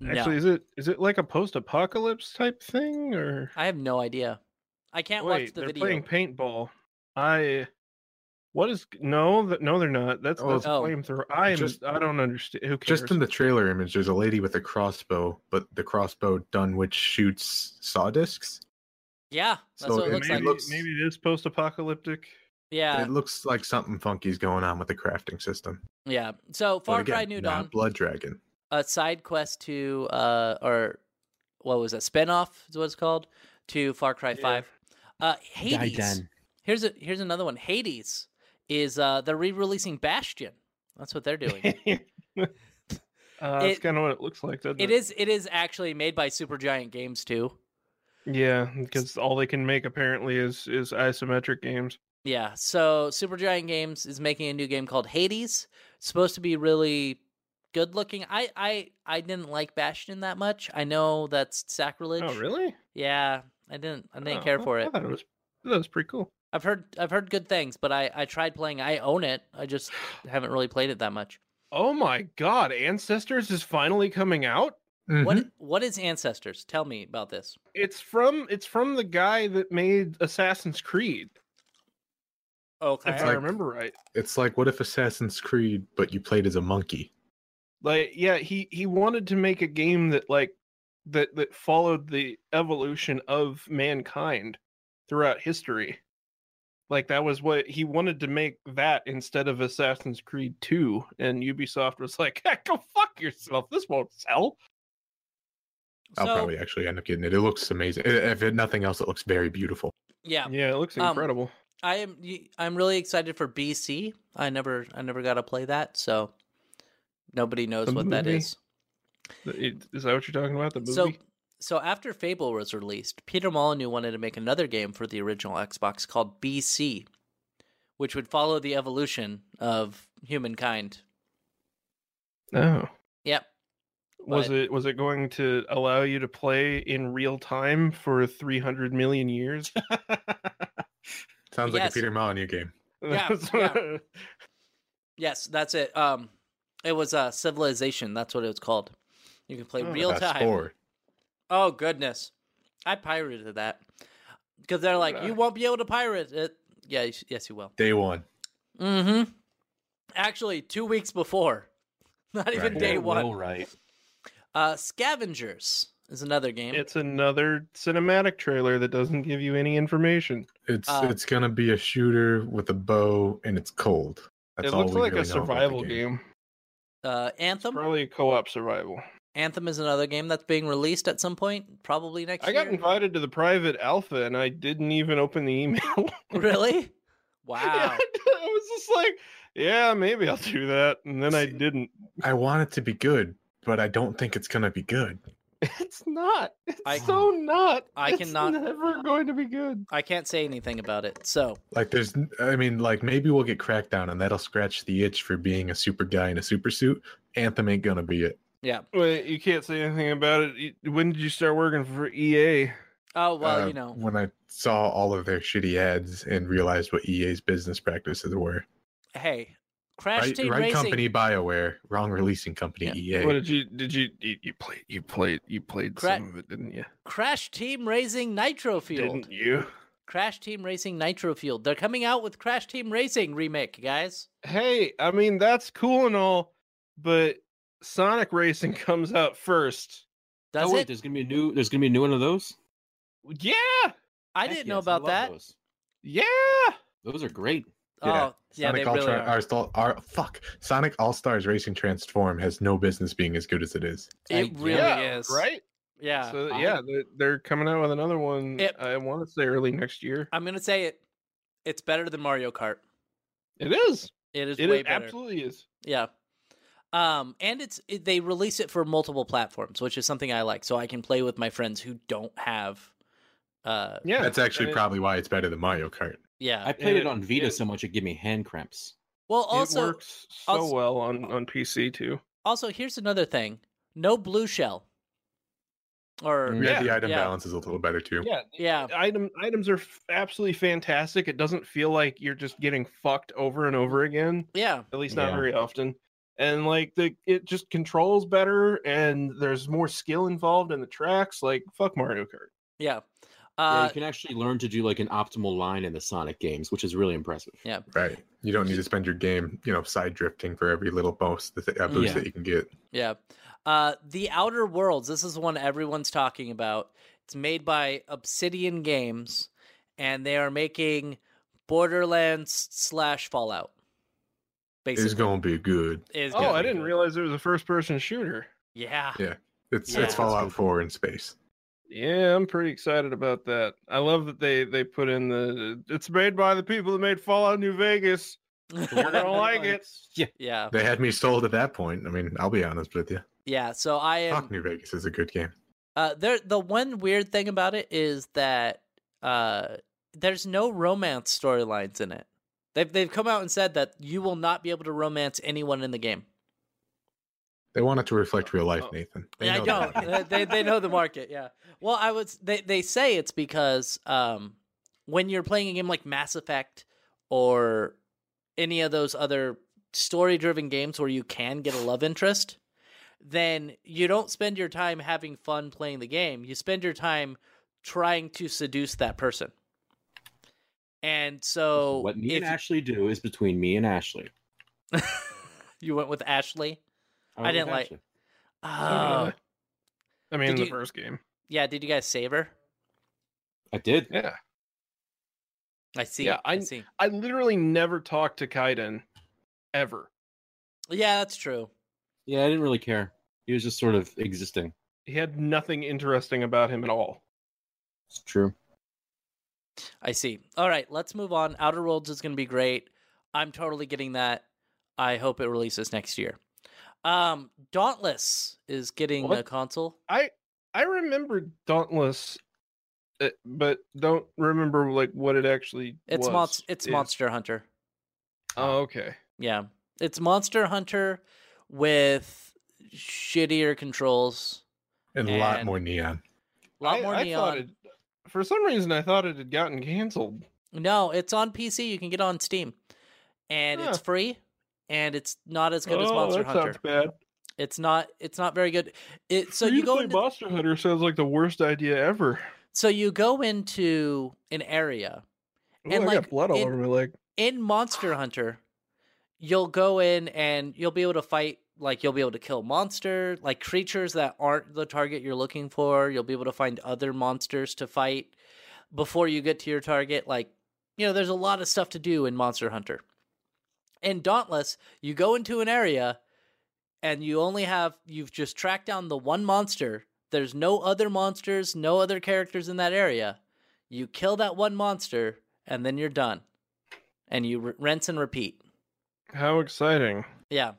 Speaker 1: No.
Speaker 2: Actually, is it is it like a post-apocalypse type thing or
Speaker 1: I have no idea. I can't
Speaker 2: Wait,
Speaker 1: watch the
Speaker 2: they're
Speaker 1: video.
Speaker 2: playing paintball. I what is no, th- no, they're not. That's,
Speaker 5: Oh,
Speaker 2: that's
Speaker 1: Oh.
Speaker 2: flamethrower. I am
Speaker 5: Just-
Speaker 2: I don't understand. Who cares?
Speaker 5: Just in the trailer image, there's a lady with a crossbow, but the crossbow done which shoots sawdiscs.
Speaker 1: Yeah, that's
Speaker 5: So
Speaker 1: what it
Speaker 5: it
Speaker 1: looks
Speaker 2: maybe,
Speaker 1: like.
Speaker 5: may- looks-
Speaker 2: maybe it is post-apocalyptic.
Speaker 1: Yeah,
Speaker 5: it looks like something funky's going on with the crafting system.
Speaker 1: yeah. So
Speaker 5: But
Speaker 1: Far
Speaker 5: again,
Speaker 1: Cry New
Speaker 5: not
Speaker 1: Dawn,
Speaker 5: Blood Dragon.
Speaker 1: a side quest to uh, or what was it? Spin-off is what it's called to Far Cry
Speaker 2: Yeah.
Speaker 1: Five. Uh,
Speaker 3: Die
Speaker 1: Hades.
Speaker 3: Den.
Speaker 1: Here's a here's another one. Hades is uh they're re-releasing Bastion. That's what they're
Speaker 3: (laughs)
Speaker 1: doing.
Speaker 2: Uh, that's
Speaker 1: It-
Speaker 2: kind of what it looks like. doesn't
Speaker 1: it
Speaker 2: it
Speaker 1: is it is actually made by Supergiant Games too.
Speaker 2: Yeah, because all they can make apparently is is isometric games.
Speaker 1: Yeah. So Supergiant Games is making a new game called Hades. It's supposed to be really good looking. I I I didn't like Bastion that much. I know that's sacrilege.
Speaker 2: Oh, really?
Speaker 1: Yeah. I didn't I didn't
Speaker 2: Oh,
Speaker 1: care
Speaker 2: I-
Speaker 1: for
Speaker 2: I
Speaker 1: it.
Speaker 2: thought was that was pretty cool.
Speaker 1: I've heard I've heard good things, but I I tried playing. I own it. I just haven't really played it that much.
Speaker 2: Oh my God, Ancestors is finally coming out. Mm-hmm.
Speaker 1: What what is Ancestors? Tell me about this.
Speaker 2: It's from it's from the guy that made Assassin's Creed,
Speaker 1: Okay.
Speaker 2: if
Speaker 5: It's
Speaker 2: I
Speaker 5: like-
Speaker 2: remember right.
Speaker 5: It's like what if Assassin's Creed, but you played as a monkey?
Speaker 2: Like, yeah, he he wanted to make a game that like that that followed the evolution of mankind throughout history. Like that was what he wanted to make that instead of Assassin's Creed 2 and Ubisoft was like, (laughs) "Go fuck yourself. This won't sell."
Speaker 5: I'll
Speaker 1: So-
Speaker 5: probably actually end up getting it. It looks amazing. I- If it, nothing else, it looks very beautiful.
Speaker 1: Yeah.
Speaker 2: Yeah, it looks
Speaker 1: Um,
Speaker 2: incredible.
Speaker 1: I am y- I'm really excited for BC. I never I never got to play that, so nobody knows
Speaker 2: The
Speaker 1: what that
Speaker 2: movie?
Speaker 1: is.
Speaker 2: Th- it- Is that what you're talking about? The movie?
Speaker 1: So so after Fable was released, Peter Molyneux wanted to make another game for the original Xbox called BC, which would follow the evolution of humankind.
Speaker 2: no.
Speaker 1: Yep.
Speaker 2: Was
Speaker 1: but-
Speaker 2: it was it going to allow you to play in real time for 300 million years? (laughs)
Speaker 5: Sounds like
Speaker 1: Yes.
Speaker 5: a Peter Molyneux game.
Speaker 1: (laughs) Yeah,
Speaker 2: That's
Speaker 1: yeah.
Speaker 2: what-
Speaker 1: Yes, that's it. Um it was uh Civilization, that's what it was called. You can play
Speaker 2: Oh,
Speaker 1: real
Speaker 5: Fast
Speaker 1: time.
Speaker 5: forward.
Speaker 1: Oh goodness. I pirated that because they're like,
Speaker 2: Yeah.
Speaker 1: you won't be able to pirate it. Yeah, you sh- yes, you will.
Speaker 5: Day one.
Speaker 1: Mm-hmm. Actually, two weeks before, (laughs) not even
Speaker 5: Right.
Speaker 1: day
Speaker 3: You're
Speaker 1: one.
Speaker 3: well right.
Speaker 1: Uh, Scavengers is another game.
Speaker 2: It's another cinematic trailer that doesn't give you any information.
Speaker 5: It's
Speaker 1: Uh,
Speaker 5: it's gonna be a shooter with a bow and it's cold. That's
Speaker 2: it
Speaker 5: all
Speaker 2: looks
Speaker 5: we
Speaker 2: like
Speaker 5: really
Speaker 2: a
Speaker 5: know about the
Speaker 2: survival game.
Speaker 1: uh,
Speaker 2: It's
Speaker 1: Anthem.
Speaker 2: probably a co-op survival.
Speaker 1: Anthem is another game that's being released at some point, probably next
Speaker 2: I
Speaker 1: year.
Speaker 2: got invited to the private alpha and I didn't even open the email.
Speaker 1: (laughs)
Speaker 2: (laughs)
Speaker 1: Really? Wow.
Speaker 2: Yeah, I was just like, yeah, maybe I'll do that, and then I
Speaker 5: See-
Speaker 2: didn't. (laughs)
Speaker 5: I want it to be good, but I don't think it's gonna be good.
Speaker 2: It's not. It's
Speaker 1: I-
Speaker 2: so not.
Speaker 1: I
Speaker 2: it's
Speaker 1: cannot-
Speaker 2: Never going to be good.
Speaker 1: I can't say anything about it. So,
Speaker 5: Like there's n- I mean, like maybe we'll get Crackdown and that'll scratch the itch for being a super guy in a super suit. Anthem ain't gonna be it.
Speaker 1: yeah.
Speaker 2: Wait, you can't say anything about it. You- When did you start working for E EA?
Speaker 1: Oh well,
Speaker 5: Uh,
Speaker 1: you know.
Speaker 5: When I saw all of their shitty ads and realized what EA's business practices were.
Speaker 1: Hey, Crash
Speaker 5: Right,
Speaker 1: Team
Speaker 5: right
Speaker 1: Racing.
Speaker 5: company BioWare, wrong releasing company E EA.
Speaker 2: What did you did you you, you played you played you played
Speaker 1: Cra-
Speaker 2: some of it, didn't you?
Speaker 1: Crash Team Racing Nitro Fueled.
Speaker 2: Didn't you?
Speaker 1: Crash Team Racing Nitro Fueled. They're coming out with Crash Team Racing remake, guys.
Speaker 2: Hey, I mean that's cool and all, but Sonic Racing (laughs) comes out first.
Speaker 1: Does
Speaker 3: oh wait,
Speaker 1: it?
Speaker 3: there's gonna be a new. There's gonna be a new one of those.
Speaker 2: Yeah,
Speaker 1: I
Speaker 3: Heck
Speaker 1: didn't know
Speaker 3: yes, I
Speaker 1: about
Speaker 3: love
Speaker 1: that.
Speaker 3: Those.
Speaker 2: yeah.
Speaker 3: Those are great.
Speaker 5: Yeah,
Speaker 1: Oh, yeah, they
Speaker 5: Sonic
Speaker 1: really
Speaker 5: All
Speaker 1: are.
Speaker 5: Stars, are, fuck. Sonic All Stars Racing Transform has no business being as good as it is.
Speaker 1: It
Speaker 3: I-
Speaker 1: really
Speaker 2: Yeah,
Speaker 1: is.
Speaker 2: Right?
Speaker 1: Yeah.
Speaker 2: so
Speaker 3: I-
Speaker 2: yeah, they're, they're coming out with another one.
Speaker 1: It-
Speaker 2: I want to say early next year.
Speaker 1: I'm going to say it. It's better than Mario Kart.
Speaker 2: It is.
Speaker 1: It is
Speaker 2: It
Speaker 1: way
Speaker 2: is-
Speaker 1: better.
Speaker 2: absolutely is.
Speaker 1: Yeah. Um, and it's it, they release it for multiple platforms, which is something I like. So I can play with my friends who don't have. Uh,
Speaker 2: Yeah,
Speaker 5: That's actually
Speaker 2: and it-
Speaker 5: probably why it's better than Mario Kart.
Speaker 1: yeah.
Speaker 3: I played
Speaker 2: it-
Speaker 3: it on Vita
Speaker 2: it-
Speaker 3: so much it gave me hand cramps.
Speaker 1: well,
Speaker 2: It
Speaker 1: also,
Speaker 2: works so
Speaker 1: also-
Speaker 2: well on on PC too.
Speaker 1: also here's another thing: no blue shell. Or
Speaker 5: Yeah, the item
Speaker 1: yeah.
Speaker 5: balance is a little better too.
Speaker 2: Yeah,
Speaker 1: yeah,
Speaker 2: item items are f- absolutely fantastic. It doesn't feel like you're just getting fucked over and over again.
Speaker 1: yeah,
Speaker 2: At least not
Speaker 5: Yeah.
Speaker 2: very often. And like the it just controls better, and there's more skill involved in the tracks. Like fuck Mario Kart.
Speaker 1: yeah.
Speaker 3: yeah,
Speaker 1: Uh,
Speaker 3: you can actually learn to do like an optimal line in the Sonic games, which is really impressive.
Speaker 1: Yeah.
Speaker 5: Right. You don't need to spend your game, you know, side drifting for every little boost that, uh, boost
Speaker 3: Yeah.
Speaker 5: that you can get.
Speaker 1: Yeah. Uh, the Outer Worlds. This is one everyone's talking about. It's made by Obsidian Games, and they are making Borderlands slash Fallout. Basically,
Speaker 5: It's gonna be good.
Speaker 1: It is
Speaker 2: Oh,
Speaker 1: gonna
Speaker 2: I
Speaker 1: be
Speaker 2: didn't
Speaker 1: good.
Speaker 2: realize it was a first person shooter. (laughs)
Speaker 1: Yeah.
Speaker 5: Yeah. It's
Speaker 1: Yeah.
Speaker 5: it's Fallout Four in space.
Speaker 2: Yeah, I'm pretty excited about that. I love that they they put in the it's made by the people that made Fallout New Vegas.
Speaker 1: (laughs)
Speaker 2: You're (laughs) gonna like it.
Speaker 3: Yeah.
Speaker 1: yeah.
Speaker 5: They had me sold at that point. I mean, I'll be honest with you.
Speaker 1: Yeah. So I am.
Speaker 5: Fuck New Vegas is a good game.
Speaker 1: Uh, there. The one weird thing about it is that uh, there's no romance storylines in it. They've they've come out and said that you will not be able to romance anyone in the game.
Speaker 5: They want it to reflect real life,
Speaker 2: Oh.
Speaker 5: Nathan. They
Speaker 1: Yeah, I
Speaker 5: know that.
Speaker 1: don't. they they know the market. Yeah. Well, I was. They they say it's because um, when you're playing a game like Mass Effect or any of those other story-driven games where you can get a love interest, then you don't spend your time having fun playing the game. You spend your time trying to seduce that person. And so,
Speaker 3: what me and
Speaker 1: if
Speaker 3: Ashley do is between me and Ashley.
Speaker 1: (laughs) you went with Ashley, I
Speaker 3: went
Speaker 1: didn't
Speaker 3: with
Speaker 1: like-
Speaker 3: Ashley.
Speaker 1: oh
Speaker 2: I mean,
Speaker 1: Did
Speaker 2: the
Speaker 1: you-
Speaker 2: first game.
Speaker 1: yeah, did you guys save her?
Speaker 3: I did.
Speaker 2: Yeah,
Speaker 1: I see.
Speaker 2: Yeah,
Speaker 1: I
Speaker 2: I-
Speaker 1: see.
Speaker 2: I literally never talked to Kaiden, ever.
Speaker 1: Yeah, that's true.
Speaker 3: Yeah, I didn't really care. He was just sort of existing.
Speaker 2: He had nothing interesting about him at all.
Speaker 3: It's true.
Speaker 1: I see. All right, let's move on. Outer Worlds is going to be great. I'm totally getting that. I hope it releases next year. Um, Dauntless is getting a
Speaker 2: What?
Speaker 1: console.
Speaker 2: I I remember Dauntless, uh, but don't remember like what it actually.
Speaker 1: It's
Speaker 2: was.
Speaker 1: monst- It's
Speaker 2: Is-
Speaker 1: Monster Hunter.
Speaker 2: Oh, okay.
Speaker 1: Yeah, it's Monster Hunter with shittier controls.
Speaker 5: And a lot
Speaker 1: And-
Speaker 5: more neon.
Speaker 1: A lot
Speaker 2: I-
Speaker 1: more
Speaker 2: I
Speaker 1: neon.
Speaker 2: thought it- for some reason, I thought it had gotten canceled.
Speaker 1: No, it's on PC. You can get it on Steam, and it's
Speaker 2: Huh.
Speaker 1: free. And it's not as good as
Speaker 2: Oh,
Speaker 1: Monster
Speaker 2: that
Speaker 1: Hunter.
Speaker 2: sounds bad.
Speaker 1: It's not. It's not very good. It so
Speaker 2: For
Speaker 1: you go
Speaker 2: to play
Speaker 1: into
Speaker 2: Monster Hunter sounds like the worst idea ever.
Speaker 1: So you go into an area
Speaker 2: Ooh,
Speaker 1: And,
Speaker 2: I
Speaker 1: like,
Speaker 2: got blood all
Speaker 1: it-
Speaker 2: over my leg.
Speaker 1: in Monster Hunter. You'll go in and you'll be able to fight. Like you'll be able to kill monster, like creatures that aren't the target you're looking for. You'll be able to find other monsters to fight before you get to your target. Like you know, there's a lot of stuff to do in Monster Hunter. In Dauntless, you go into an area and you only have you've just tracked down the one monster. There's no other monsters, no other characters in that area. You kill that one monster and then you're done. And you r rinse and repeat.
Speaker 2: How exciting!
Speaker 1: Yeah.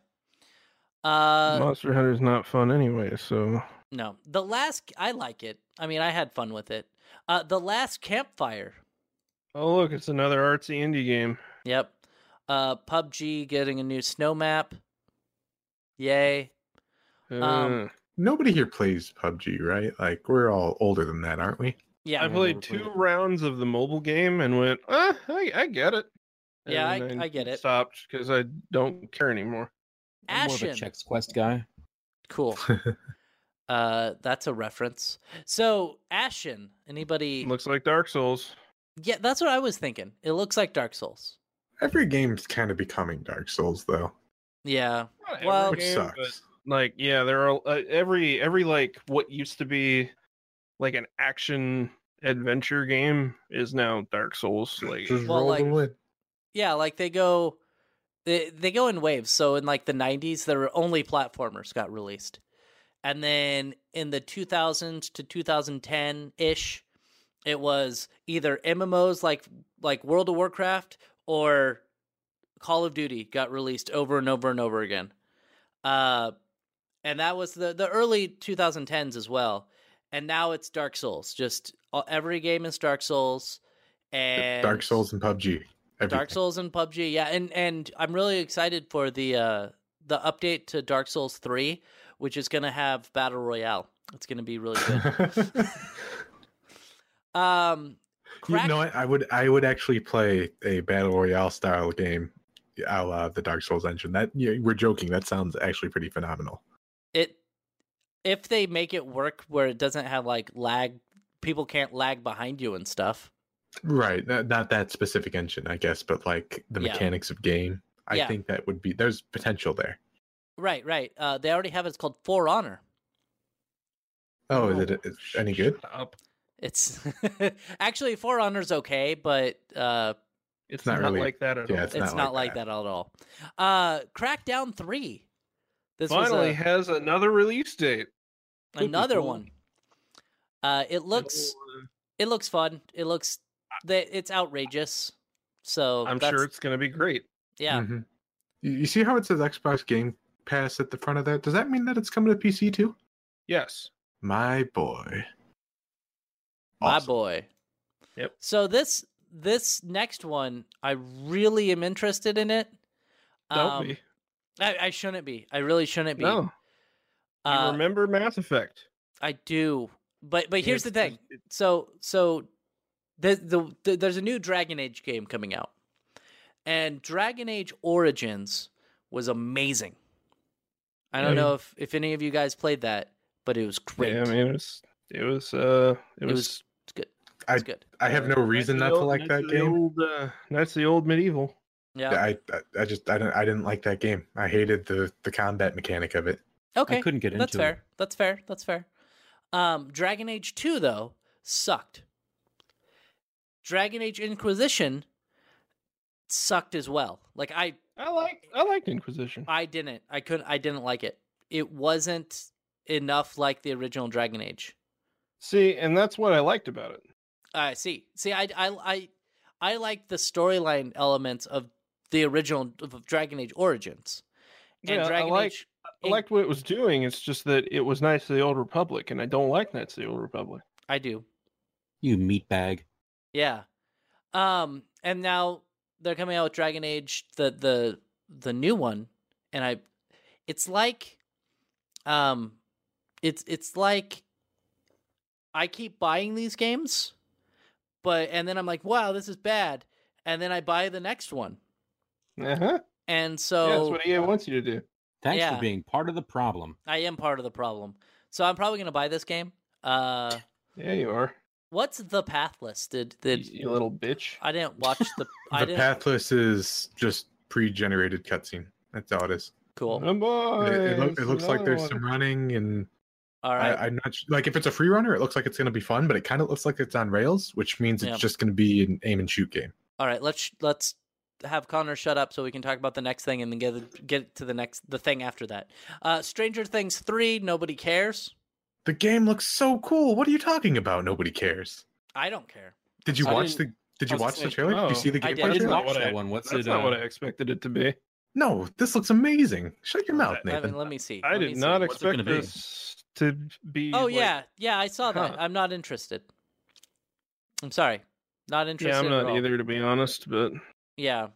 Speaker 1: Uh
Speaker 2: Monster Hunter's not fun anyway, so
Speaker 1: no. The last I like it. I mean, I had fun with it. Uh the last campfire.
Speaker 2: oh look, it's another artsy indie game.
Speaker 1: Yep. Uh PUBG getting a new snow map. Yay. Um,
Speaker 2: Uh,
Speaker 5: Nobody here plays PUBG, right? Like we're all older than that, aren't we?
Speaker 1: Yeah.
Speaker 2: I
Speaker 3: I've
Speaker 2: played
Speaker 3: never
Speaker 2: two
Speaker 3: played it.
Speaker 2: rounds of the mobile game and went, ah, I, I get it.
Speaker 1: Yeah, I-
Speaker 2: then
Speaker 1: I get it.
Speaker 2: Stopped because I don't care anymore.
Speaker 3: I'm more of
Speaker 1: Ashen.
Speaker 3: a Chex Quest guy. (laughs)
Speaker 1: Cool. Uh, that's a reference. So Ashen, anybody?
Speaker 2: Looks like Dark Souls.
Speaker 1: Yeah, that's what I was thinking. It looks like Dark Souls.
Speaker 5: Every game's kind of becoming Dark Souls, though,
Speaker 1: Yeah,
Speaker 2: Not every
Speaker 1: Well-
Speaker 5: which
Speaker 2: game,
Speaker 5: sucks.
Speaker 2: but, like, yeah, there are uh, every every like what used to be like an action adventure game is now Dark Souls. Like,
Speaker 5: Just
Speaker 1: Well,
Speaker 5: roll
Speaker 1: like-
Speaker 5: the wood.
Speaker 1: yeah. Like they go, they they go in waves. So in like the '90s, there were only platformers got released, and then in the 2000s to 2010 ish, it was either MMOs like like World of Warcraft or Call of Duty got released over and over and over again. Uh, and that was the the early 2010s as well. And now it's Dark Souls. Just all, every game is Dark Souls. And
Speaker 5: Dark Souls and PUBG. Everything. (laughs)
Speaker 1: Dark Souls and PUBG. Yeah, and and I'm really excited for the uh the update to Dark Souls 3, which is going to have battle royale. It's going to be really
Speaker 5: (laughs)
Speaker 1: good. um
Speaker 5: you
Speaker 1: crack-
Speaker 5: know what? I would I would actually play a battle royale style game, a la the Dark Souls engine. That yeah, we're joking. That sounds actually pretty phenomenal.
Speaker 1: it if they make it work where it doesn't have like lag people can't lag behind you and stuff.
Speaker 5: Right. Not, not that specific engine, I guess, but like the
Speaker 1: Yeah.
Speaker 5: mechanics of game. I
Speaker 1: Yeah.
Speaker 5: think that would be there's potential there.
Speaker 1: Right, right. Uh they already have it. it's called For Honor.
Speaker 5: Oh, is
Speaker 2: no,
Speaker 5: it is any good?
Speaker 2: shut up.
Speaker 1: It's (laughs) actually For Honor's okay, but uh
Speaker 2: It's
Speaker 5: not
Speaker 2: not,
Speaker 5: really-
Speaker 2: like that at
Speaker 5: yeah,
Speaker 2: all.
Speaker 5: it's
Speaker 1: it's, not, like that. at all. Uh Crackdown 3. This
Speaker 2: Finally
Speaker 1: was a-
Speaker 2: has another release date.
Speaker 3: Could be
Speaker 1: another
Speaker 3: cool.
Speaker 1: one. Uh, it looks
Speaker 2: Oh.
Speaker 1: it looks fun. It looks that it's outrageous. So
Speaker 2: I'm
Speaker 1: that's-
Speaker 2: sure it's mm, gonna be great.
Speaker 1: yeah.
Speaker 5: Mhm. You, you see how it says Xbox Game Pass at the front of that? Does that mean that it's coming to PC too?
Speaker 2: Yes.
Speaker 5: My boy.
Speaker 1: my
Speaker 5: Awesome.
Speaker 1: boy.
Speaker 2: Yep.
Speaker 1: So this this next one, I really am interested in it.
Speaker 2: Don't
Speaker 1: Um,
Speaker 2: be.
Speaker 1: I, I shouldn't be. I really shouldn't be.
Speaker 2: No. You
Speaker 1: Uh,
Speaker 2: remember Mass Effect?
Speaker 1: I do, but but here's the
Speaker 2: It's-
Speaker 1: thing. So so the, the, the there's a new Dragon Age game coming out, and Dragon Age Origins was amazing. I don't
Speaker 2: Yeah.
Speaker 1: know if if any of you guys played that, but it was great.
Speaker 2: Yeah, I mean, it was it was uh it,
Speaker 1: It
Speaker 2: was,
Speaker 1: was- it's good. It's
Speaker 5: I-
Speaker 1: good.
Speaker 5: I have no
Speaker 2: uh,
Speaker 5: reason
Speaker 2: Knights
Speaker 5: not
Speaker 2: of
Speaker 5: to
Speaker 2: the
Speaker 5: like
Speaker 2: Old-
Speaker 5: that
Speaker 2: Knights of the
Speaker 5: game.
Speaker 2: Old, uh, Knights of the old medieval.
Speaker 1: Yeah.
Speaker 5: I I- I just I don't I didn't like that game. I hated the the combat mechanic of it.
Speaker 1: okay.
Speaker 3: I couldn't get into
Speaker 1: That's fair.
Speaker 3: it.
Speaker 1: That's fair. That's fair. Um, Dragon Age 2, though, sucked. Dragon Age Inquisition sucked as well. Like, I
Speaker 2: I liked I liked Inquisition.
Speaker 1: I didn't. I couldn't. I didn't like it. It wasn't enough like the original Dragon Age.
Speaker 2: See, and that's what I liked about it.
Speaker 1: I see. See, I, I, I, I like the storyline elements of the original of Dragon Age Origins. And
Speaker 2: Yeah, I
Speaker 1: Dragon
Speaker 2: like-
Speaker 1: Age,
Speaker 2: I
Speaker 1: Inc-
Speaker 2: liked what it was doing. It's just that it was Knights of the Old Republic, and I don't like Knights of the Old Republic.
Speaker 1: I do.
Speaker 3: You meatbag.
Speaker 1: Yeah. Um, and now they're coming out with Dragon Age, the the the new one, and I, it's like, um, it's it's like, I keep buying these games, but and then I'm like, wow, this is bad, and then I buy the next one,
Speaker 2: Uh huh.
Speaker 1: and so
Speaker 2: yeah, that's what EA wants you to do.
Speaker 3: Thanks
Speaker 1: Yeah.
Speaker 3: for being part of the problem.
Speaker 1: I am part of the problem. So I'm probably gonna buy this game. Uh,
Speaker 2: Yeah, you are.
Speaker 1: What's the path list? Did did
Speaker 2: you little bitch.
Speaker 1: I didn't watch
Speaker 2: (laughs)
Speaker 1: the I
Speaker 5: The
Speaker 1: didn't
Speaker 5: pathless is just pre-generated cutscene. That's all it is.
Speaker 1: cool.
Speaker 2: Come on,
Speaker 5: It, it, loo- it looks like
Speaker 2: Oh, another
Speaker 5: there's
Speaker 2: one.
Speaker 5: some running, and
Speaker 1: All right.
Speaker 5: I, I'm not su- like if it's a free runner, it looks like it's gonna be fun, but it kind of looks like it's on rails, which means
Speaker 1: Yeah.
Speaker 5: it's just gonna be an aim and shoot game.
Speaker 1: All right, let's sh- let's have Connor shut up so we can talk about the next thing and then get get to the next the thing after that. Uh, Stranger Things three, nobody cares.
Speaker 5: The game looks so cool. What are you talking about? Nobody cares.
Speaker 1: I don't care.
Speaker 5: Did you
Speaker 3: I
Speaker 5: watch the
Speaker 3: didn't- I
Speaker 5: Did you
Speaker 3: was
Speaker 5: watch the
Speaker 3: like,
Speaker 5: trailer? Did
Speaker 2: oh,
Speaker 5: you see the
Speaker 1: I
Speaker 5: gameplay?
Speaker 1: did.
Speaker 3: I
Speaker 1: I
Speaker 5: trailer?
Speaker 3: didn't
Speaker 2: not
Speaker 3: watch
Speaker 2: what I-
Speaker 3: that one. What's
Speaker 2: That's
Speaker 3: it?
Speaker 2: not
Speaker 3: uh,
Speaker 2: what I expected it to be.
Speaker 5: No, this looks amazing. Shut your mouth,
Speaker 1: Let me,
Speaker 5: Nathan.
Speaker 1: let me see.
Speaker 2: I
Speaker 1: Let
Speaker 2: did
Speaker 1: me see.
Speaker 2: not
Speaker 3: What's it gonna
Speaker 2: expect
Speaker 3: be?
Speaker 2: this to be.
Speaker 1: Oh
Speaker 2: like-
Speaker 1: yeah, yeah, I saw that.
Speaker 2: Huh.
Speaker 1: I'm not interested. I'm sorry, not interested.
Speaker 2: yeah. I'm
Speaker 1: at
Speaker 2: not
Speaker 1: all.
Speaker 2: either, to be honest. But
Speaker 1: Yeah,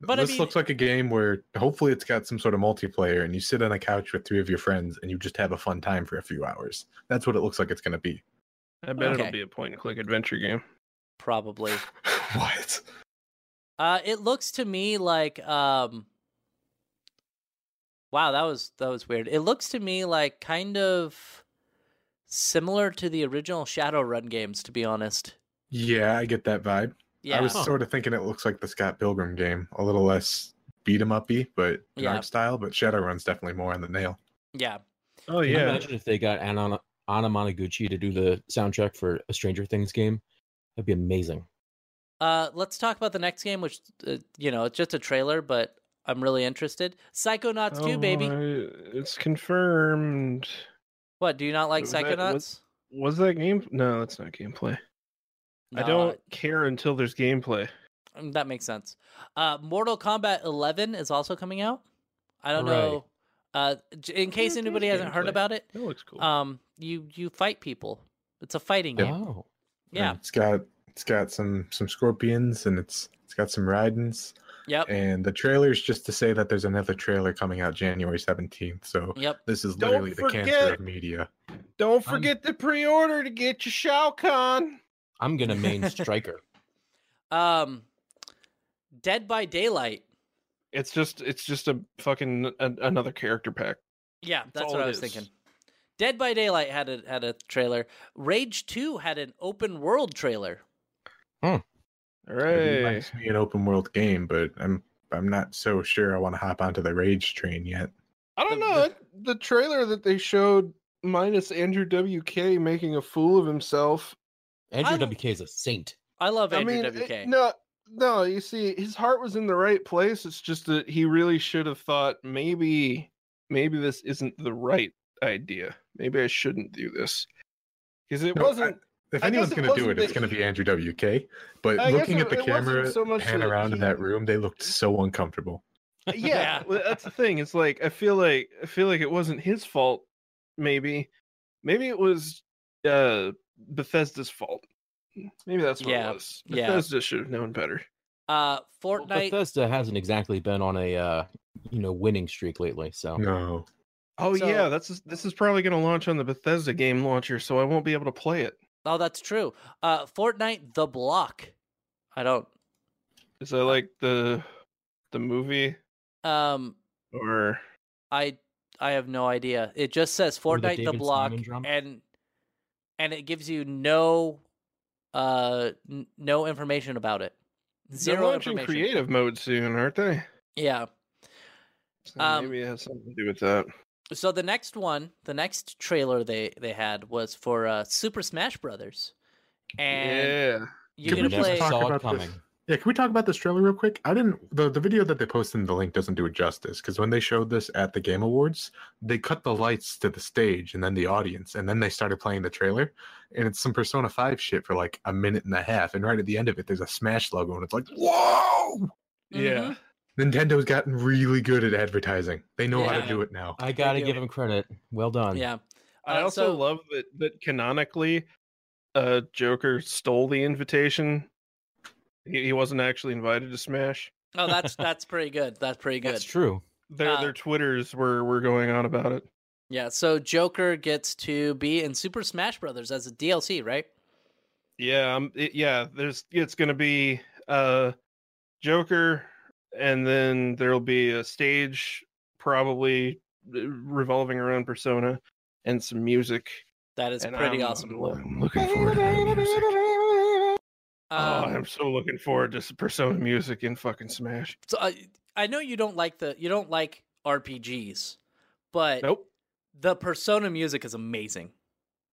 Speaker 1: But I
Speaker 5: this
Speaker 1: mean-
Speaker 5: looks like a game where hopefully it's got some sort of multiplayer and you sit on a couch with three of your friends and you just have a fun time for a few hours. That's what it looks like it's going to be. (laughs)
Speaker 2: I bet
Speaker 1: Okay.
Speaker 2: it'll be a point and click adventure game.
Speaker 1: probably.
Speaker 5: what?
Speaker 1: Uh, it looks to me like um. Wow, that was that was weird. It looks to me like kind of similar to the original Shadowrun games, to be honest.
Speaker 5: Yeah, I get that vibe.
Speaker 1: Yeah,
Speaker 5: I was
Speaker 3: Huh.
Speaker 5: sort of thinking it looks like the Scott Pilgrim game, a little less beat 'em uppy, but in
Speaker 1: Yeah.
Speaker 5: art style. But Shadowrun's definitely more on the nail.
Speaker 1: yeah.
Speaker 2: Oh
Speaker 3: Can you
Speaker 2: yeah.
Speaker 3: Imagine if they got Anna, Anna Monoguchi to do the soundtrack for a Stranger Things game. That'd be amazing.
Speaker 1: Uh, let's talk about the next game, which uh, you know it's just a trailer, but I'm really interested. Psychonauts 2, baby.
Speaker 2: Oh, I- It's confirmed.
Speaker 1: What do you not like
Speaker 2: Was that-
Speaker 1: Psychonauts?
Speaker 2: was- Was that game? No, that's not gameplay. I
Speaker 1: No,
Speaker 2: don't care until there's gameplay.
Speaker 1: Mm, That makes sense. Uh, Mortal Kombat 11 is also coming out. I don't
Speaker 3: Right.
Speaker 1: know. Uh, j- in case
Speaker 2: Yeah,
Speaker 1: anybody
Speaker 2: there's
Speaker 1: hasn't heard
Speaker 2: gameplay.
Speaker 1: about it,
Speaker 2: That looks cool.
Speaker 1: um, you you fight people. It's a fighting game.
Speaker 2: Oh,
Speaker 3: Wow.
Speaker 1: Yeah.
Speaker 5: It's got it's got some some scorpions and it's it's got some ridings
Speaker 1: Yep.
Speaker 5: and the trailer's just to say that there's another trailer coming out January 17th. So
Speaker 1: Yep.
Speaker 5: this is
Speaker 2: Don't
Speaker 5: literally the cancer
Speaker 2: forget-
Speaker 5: of media.
Speaker 2: Don't
Speaker 3: I'm-
Speaker 2: forget to pre-order to get your Shao Kahn.
Speaker 3: I'm gonna
Speaker 1: (laughs)
Speaker 3: main striker.
Speaker 1: Um, Dead by Daylight.
Speaker 2: It's just it's just a fucking a, another character pack.
Speaker 1: Yeah, that's,
Speaker 2: all
Speaker 1: what
Speaker 2: it
Speaker 1: I was
Speaker 2: is.
Speaker 1: thinking. Dead by Daylight had a had a trailer. Rage 2 had an open world trailer.
Speaker 2: All
Speaker 5: It
Speaker 2: right.
Speaker 5: reminds me an open world game, but I'm I'm not so sure I want to hop onto the rage train yet.
Speaker 2: I don't
Speaker 1: The-
Speaker 2: know. it- The, trailer that they showed minus Andrew WK making a fool of himself.
Speaker 3: Andrew
Speaker 1: I'm-
Speaker 3: WK is a saint.
Speaker 1: I love Andrew Uh,
Speaker 2: I mean,
Speaker 1: WK.
Speaker 2: it- no, no. You see, his heart was in the right place. It's just that he really should have thought maybe, maybe this isn't the right idea. Maybe I shouldn't do this because it
Speaker 5: No, I-
Speaker 2: wasn't.
Speaker 1: (laughs)
Speaker 5: If
Speaker 2: I guess
Speaker 5: anyone's
Speaker 2: it
Speaker 5: going to do
Speaker 2: wasn't
Speaker 5: it, it's
Speaker 2: that
Speaker 5: going to
Speaker 2: he-
Speaker 5: be Andrew WK. But
Speaker 2: I guess
Speaker 5: looking
Speaker 2: it-
Speaker 5: at the
Speaker 2: it wasn't
Speaker 5: camera
Speaker 2: so much
Speaker 5: pan
Speaker 2: that Hmm.
Speaker 5: around in
Speaker 2: he-
Speaker 5: that room, they looked so uncomfortable.
Speaker 2: yeah
Speaker 1: Yeah.
Speaker 2: well, that's the thing it's like i feel like i feel like it wasn't his fault maybe maybe it was uh bethesda's fault maybe that's what
Speaker 1: Yeah,
Speaker 2: it was
Speaker 1: yeah.
Speaker 2: bethesda should have known better
Speaker 1: uh,
Speaker 3: Well,
Speaker 1: Fortnite.
Speaker 3: Bethesda hasn't exactly been on a uh, you know winning streak lately. So
Speaker 5: No,
Speaker 2: oh
Speaker 1: So-
Speaker 2: yeah that's this is probably going to launch on the bethesda game launcher so i won't be able to play it
Speaker 1: oh, that's true. Uh, Fortnite The Block. I don't.
Speaker 2: is that like the the movie
Speaker 1: Um,
Speaker 2: or
Speaker 1: I I have no idea. It just says
Speaker 3: Or the
Speaker 1: Fortnite the,
Speaker 3: David
Speaker 1: block
Speaker 3: Simon drum?
Speaker 1: and and it gives you no uh n- no information about it.
Speaker 2: they're
Speaker 1: Zero
Speaker 2: launching
Speaker 1: information.
Speaker 2: creative mode soon aren't they
Speaker 1: Yeah.
Speaker 2: so
Speaker 1: Um,
Speaker 2: maybe it has something to do with that
Speaker 1: So the next one, the next trailer they they had was for uh Super Smash Brothers. And
Speaker 2: yeah
Speaker 1: you
Speaker 5: Can
Speaker 1: can
Speaker 5: we just
Speaker 1: play
Speaker 5: talk
Speaker 3: Saw it
Speaker 5: about this?
Speaker 3: coming.
Speaker 5: Yeah, can we talk about this trailer real quick? I didn't the, the video that they posted in the link doesn't do it justice because when they showed this at the Game Awards, they cut the lights to the stage and then the audience, and then they started playing the trailer, and it's some Persona Five shit for like a minute and a half, and right at the end of it, there's a Smash logo, and it's like, whoa!
Speaker 1: Mm-hmm.
Speaker 2: yeah
Speaker 5: Nintendo's gotten really good at advertising. They know how
Speaker 1: Yeah.
Speaker 5: to do it now.
Speaker 3: I gotta
Speaker 1: do.
Speaker 3: give him credit. Well done.
Speaker 1: Yeah.
Speaker 2: I
Speaker 1: Uh,
Speaker 2: also
Speaker 1: so-
Speaker 2: love that that canonically, uh, Joker stole the invitation. He, he wasn't actually invited to Smash.
Speaker 1: Oh, that's that's pretty good. That's pretty good.
Speaker 3: That's true.
Speaker 2: Their
Speaker 1: Uh,
Speaker 2: their twitters were were going on about it.
Speaker 1: Yeah, so Joker gets to be in Super Smash Brothers as a DLC, right?
Speaker 2: Yeah, um, it, yeah. There's it's gonna be uh, Joker, and then there'll be a uh, stage probably revolving around Persona and some music.
Speaker 1: That is
Speaker 2: and
Speaker 1: pretty
Speaker 2: I'm-
Speaker 1: awesome. Um,
Speaker 2: lo-
Speaker 6: I'm looking forward to that music.
Speaker 2: Oh,
Speaker 1: Um,
Speaker 2: I'm so looking forward to Persona music in fucking Smash.
Speaker 1: so I, I know you don't like the you don't like RPGs, but
Speaker 2: Nope,
Speaker 1: the Persona music is amazing.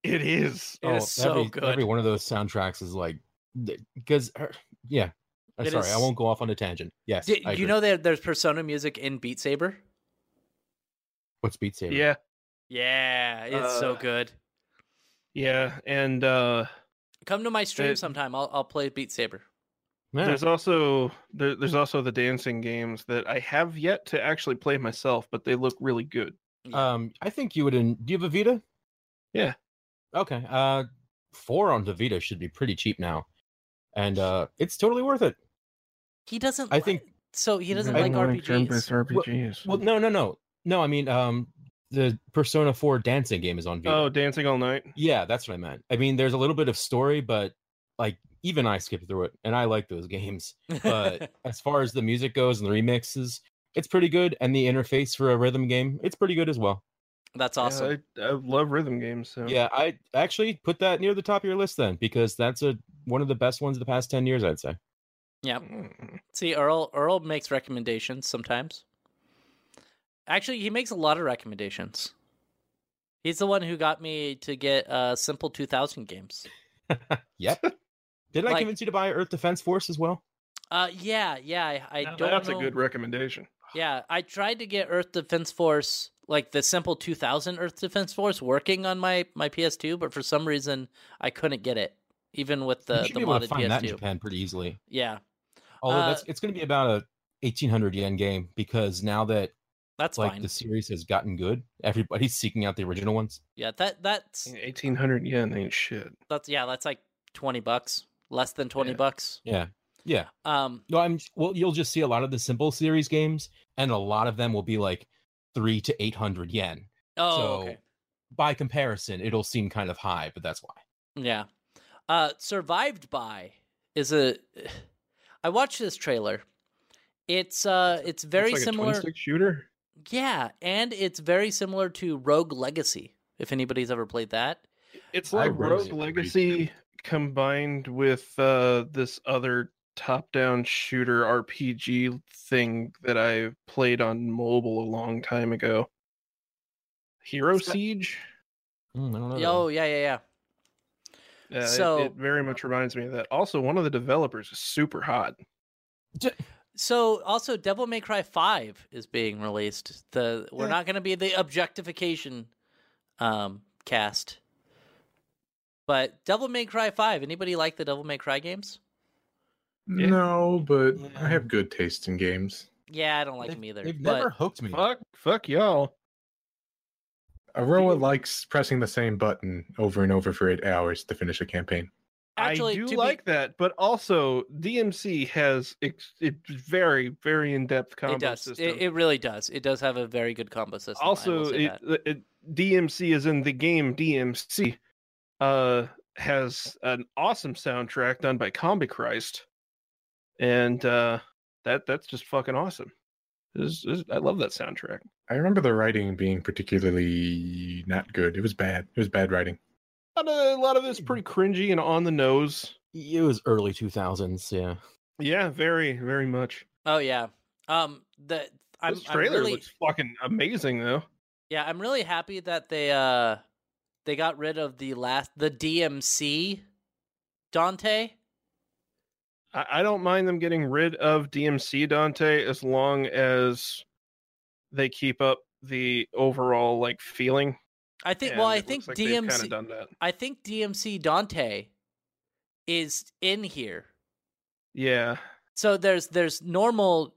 Speaker 2: it is.
Speaker 3: Oh,
Speaker 1: It is so
Speaker 3: every,
Speaker 1: good.
Speaker 3: Every one of those soundtracks is like, because yeah. Uh,
Speaker 1: It
Speaker 3: Sorry, I
Speaker 1: is-
Speaker 3: won't go off on a tangent. Yes,
Speaker 1: Did,
Speaker 3: I
Speaker 1: you
Speaker 3: agree.
Speaker 1: know that there's Persona music in Beat Saber?
Speaker 3: what's Beat Saber?
Speaker 2: Yeah,
Speaker 1: Yeah, it's so
Speaker 2: Uh,
Speaker 1: good.
Speaker 2: yeah, and uh,
Speaker 1: Come to my stream
Speaker 2: it-
Speaker 1: sometime. I'll I'll play Beat Saber.
Speaker 3: Yeah.
Speaker 2: there's also there, there's also the dancing games that I have yet to actually play myself, but they look really good.
Speaker 3: Um, I think you would. In, do you have a Vita?
Speaker 2: Yeah.
Speaker 3: Okay. Uh, four on the Vita should be pretty cheap now, and uh, it's totally worth it.
Speaker 1: He doesn't.
Speaker 3: I
Speaker 1: li-
Speaker 3: think-
Speaker 1: so. He doesn't
Speaker 3: I
Speaker 1: like RPGs. (laughs)
Speaker 2: RPGs.
Speaker 3: Well, no, no, no, no. I mean, um, the Persona Four dancing game is on Vita.
Speaker 2: oh, dancing all night.
Speaker 3: yeah, that's what I meant. I mean, there's a little bit of story, but like even I skipped through it, and I like those (laughs) games. But as far as the music goes and the remixes, it's pretty good, and the interface for a rhythm game, it's pretty good as well.
Speaker 1: That's
Speaker 2: Yeah,
Speaker 1: awesome.
Speaker 2: I, I love rhythm games. So
Speaker 3: Yeah, I actually put that near the top of your list then, because that's a one of the best ones of the past ten years, I'd say.
Speaker 2: Mm.
Speaker 1: See, Earl Earl makes recommendations sometimes. Actually, he makes a lot of recommendations. He's the one who got me to get uh, Simple 2000 games.
Speaker 3: Yep. Didn't
Speaker 1: Like-
Speaker 3: I convince you to buy Earth Defense Force as well?
Speaker 1: Uh, yeah, yeah, I, I
Speaker 2: Now
Speaker 1: don't.
Speaker 2: that's
Speaker 1: know-
Speaker 2: a good recommendation.
Speaker 1: Yeah, I tried to get Earth Defense Force, like the Simple 2000 Earth Defense Force, working on my my PS2, but for some reason I couldn't get it, even with
Speaker 3: you
Speaker 1: the
Speaker 3: should
Speaker 1: the
Speaker 3: be able to
Speaker 1: modded
Speaker 3: find that in
Speaker 1: PS2.
Speaker 3: Japan pretty easily.
Speaker 1: Yeah,
Speaker 3: Although
Speaker 1: Uh,
Speaker 3: that's it's going to be about a eighteen hundred yen game because now that
Speaker 1: that's
Speaker 3: like
Speaker 1: fine.
Speaker 3: the series has gotten good, everybody's seeking out the original ones.
Speaker 1: Yeah, that that's
Speaker 2: Eighteen hundred yen ain't shit.
Speaker 1: that's yeah, that's like 20 bucks, less than 20
Speaker 2: Yeah.
Speaker 1: bucks.
Speaker 3: Yeah, yeah.
Speaker 1: Um,
Speaker 3: No, I'm well. You'll just see a lot of the simple series games, and a lot of them will be like three to eight hundred yen.
Speaker 1: oh,
Speaker 3: so
Speaker 1: okay.
Speaker 3: by comparison, it'll seem kind of high, but that's why.
Speaker 1: Yeah. Uh Survived by is a (sighs) I watched this trailer. It's uh it's very
Speaker 2: Looks like A
Speaker 1: similar.
Speaker 2: twin stick shooter.
Speaker 1: Yeah, and it's very similar to Rogue Legacy if anybody's ever played that.
Speaker 2: It's
Speaker 5: I
Speaker 2: like
Speaker 5: really
Speaker 2: Rogue
Speaker 5: agree.
Speaker 2: Legacy combined with uh, this other top-down shooter RPG thing that I played on mobile a long time ago. Hero
Speaker 1: It's got-
Speaker 2: Siege.
Speaker 3: Mm, I don't know. that
Speaker 1: Oh,
Speaker 3: one.
Speaker 1: yeah, yeah, yeah.
Speaker 2: Uh, it-
Speaker 1: So-
Speaker 2: it, very much reminds me of that. Also, one of the developers is super hot.
Speaker 1: So also Devil May Cry 5 is being released. The we're
Speaker 3: Yeah.
Speaker 1: not going to be the objectification um cast. But Devil May Cry 5, anybody like the Devil May Cry games?
Speaker 2: Yeah.
Speaker 5: No, but
Speaker 3: Yeah.
Speaker 5: I have good taste in games.
Speaker 1: Yeah, I don't like
Speaker 3: They've-
Speaker 1: them either.
Speaker 3: They've
Speaker 1: but...
Speaker 3: never hooked me.
Speaker 2: Fuck, fuck y'all.
Speaker 5: Aroa likes pressing the same button over and over for eight hours to finish a campaign.
Speaker 1: Actually,
Speaker 2: I do
Speaker 1: to be-
Speaker 2: like that, but also DMC has ex- it very, very in-depth combat
Speaker 1: it does.
Speaker 2: system.
Speaker 1: It, it really does. It does have a very good combo system. I will
Speaker 2: also
Speaker 1: say
Speaker 2: it,
Speaker 1: that.
Speaker 2: it, dmc is in the game dmc uh has an awesome soundtrack done by combi christ and uh that that's just fucking awesome This- this- i love that soundtrack
Speaker 5: I remember the writing being particularly not good. It was bad. It was bad writing.
Speaker 2: a lot of, a lot of it's
Speaker 1: Hmm.
Speaker 2: pretty cringy and on the nose
Speaker 3: It was early two thousands. Yeah.
Speaker 2: yeah very very much
Speaker 1: oh yeah. Um, the I'm,
Speaker 2: this
Speaker 1: I'm
Speaker 2: trailer
Speaker 1: really
Speaker 2: looks fucking amazing though
Speaker 1: yeah. I'm really happy that they uh they got rid of the last the DMC Dante.
Speaker 2: I, I don't mind them getting rid of DMC Dante as long as they keep up the overall like feeling.
Speaker 1: I think. well,
Speaker 2: and
Speaker 1: I
Speaker 2: it
Speaker 1: think
Speaker 2: looks like they've kinda
Speaker 1: DMC.
Speaker 2: done that.
Speaker 1: I think DMC Dante is in here.
Speaker 2: Yeah,
Speaker 1: So there's there's normal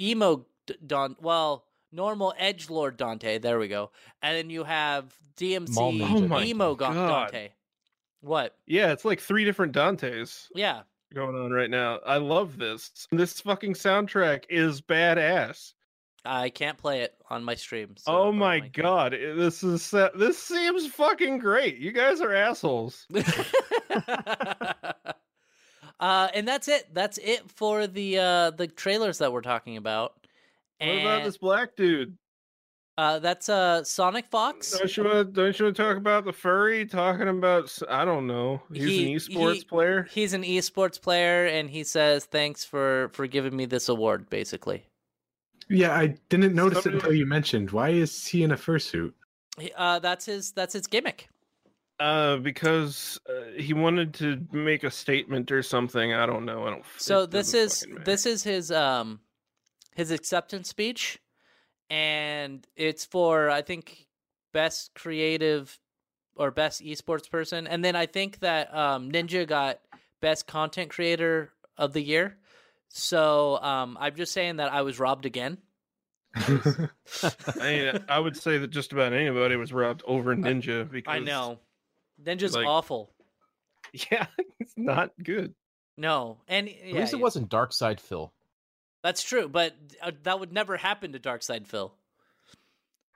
Speaker 1: emo D- Don. Well, normal edge lord Dante. There we go. And then you have
Speaker 3: Mall
Speaker 1: DMC
Speaker 3: Ninja Oh my
Speaker 1: emo go-
Speaker 2: God.
Speaker 1: Dante. What?
Speaker 2: yeah. It's like three different Dantes
Speaker 1: Yeah.
Speaker 2: going on right now. I love this. This fucking soundtrack is badass.
Speaker 1: I can't play it on my stream. so-
Speaker 2: oh
Speaker 1: or
Speaker 2: my god, it- this is sa- this seems fucking great. You guys are assholes.
Speaker 1: uh, and that's it. That's it for the uh, the trailers that we're talking about.
Speaker 2: What about
Speaker 1: And
Speaker 2: this black dude?
Speaker 1: Uh, that's uh, Sonic Fox.
Speaker 2: Don't you want, don't you want to talk about the furry? Talking about s- I don't know. He's
Speaker 1: He-
Speaker 2: an esports
Speaker 1: he-
Speaker 2: player.
Speaker 1: He's an esports player, and he says thanks for for giving me this award. Basically,
Speaker 5: Yeah, I didn't notice
Speaker 2: Somebody-
Speaker 5: it until you mentioned. Why is he in a (laughs) fursuit?
Speaker 1: He- uh, that's his that's his gimmick.
Speaker 2: Uh, because uh, he wanted to make a statement or something. I don't know. I don't.
Speaker 1: So
Speaker 2: it
Speaker 1: this
Speaker 2: doesn't
Speaker 1: is
Speaker 2: fucking matter.
Speaker 1: this is his um his acceptance speech, and it's for I think best creative or best esports person, and then I think that um, Ninja got best content creator of the year. So um, I'm just saying that I was robbed again.
Speaker 2: I, mean, uh, I would say that just about anybody was robbed over Ninja because
Speaker 1: I know Ninja's
Speaker 2: like-
Speaker 1: awful.
Speaker 2: (laughs) Yeah, it's not good.
Speaker 1: No, and yeah,
Speaker 3: At least it
Speaker 1: yeah.
Speaker 3: wasn't Dark Side Phil.
Speaker 1: That's true, but uh, that would never happen to Darkside Phil.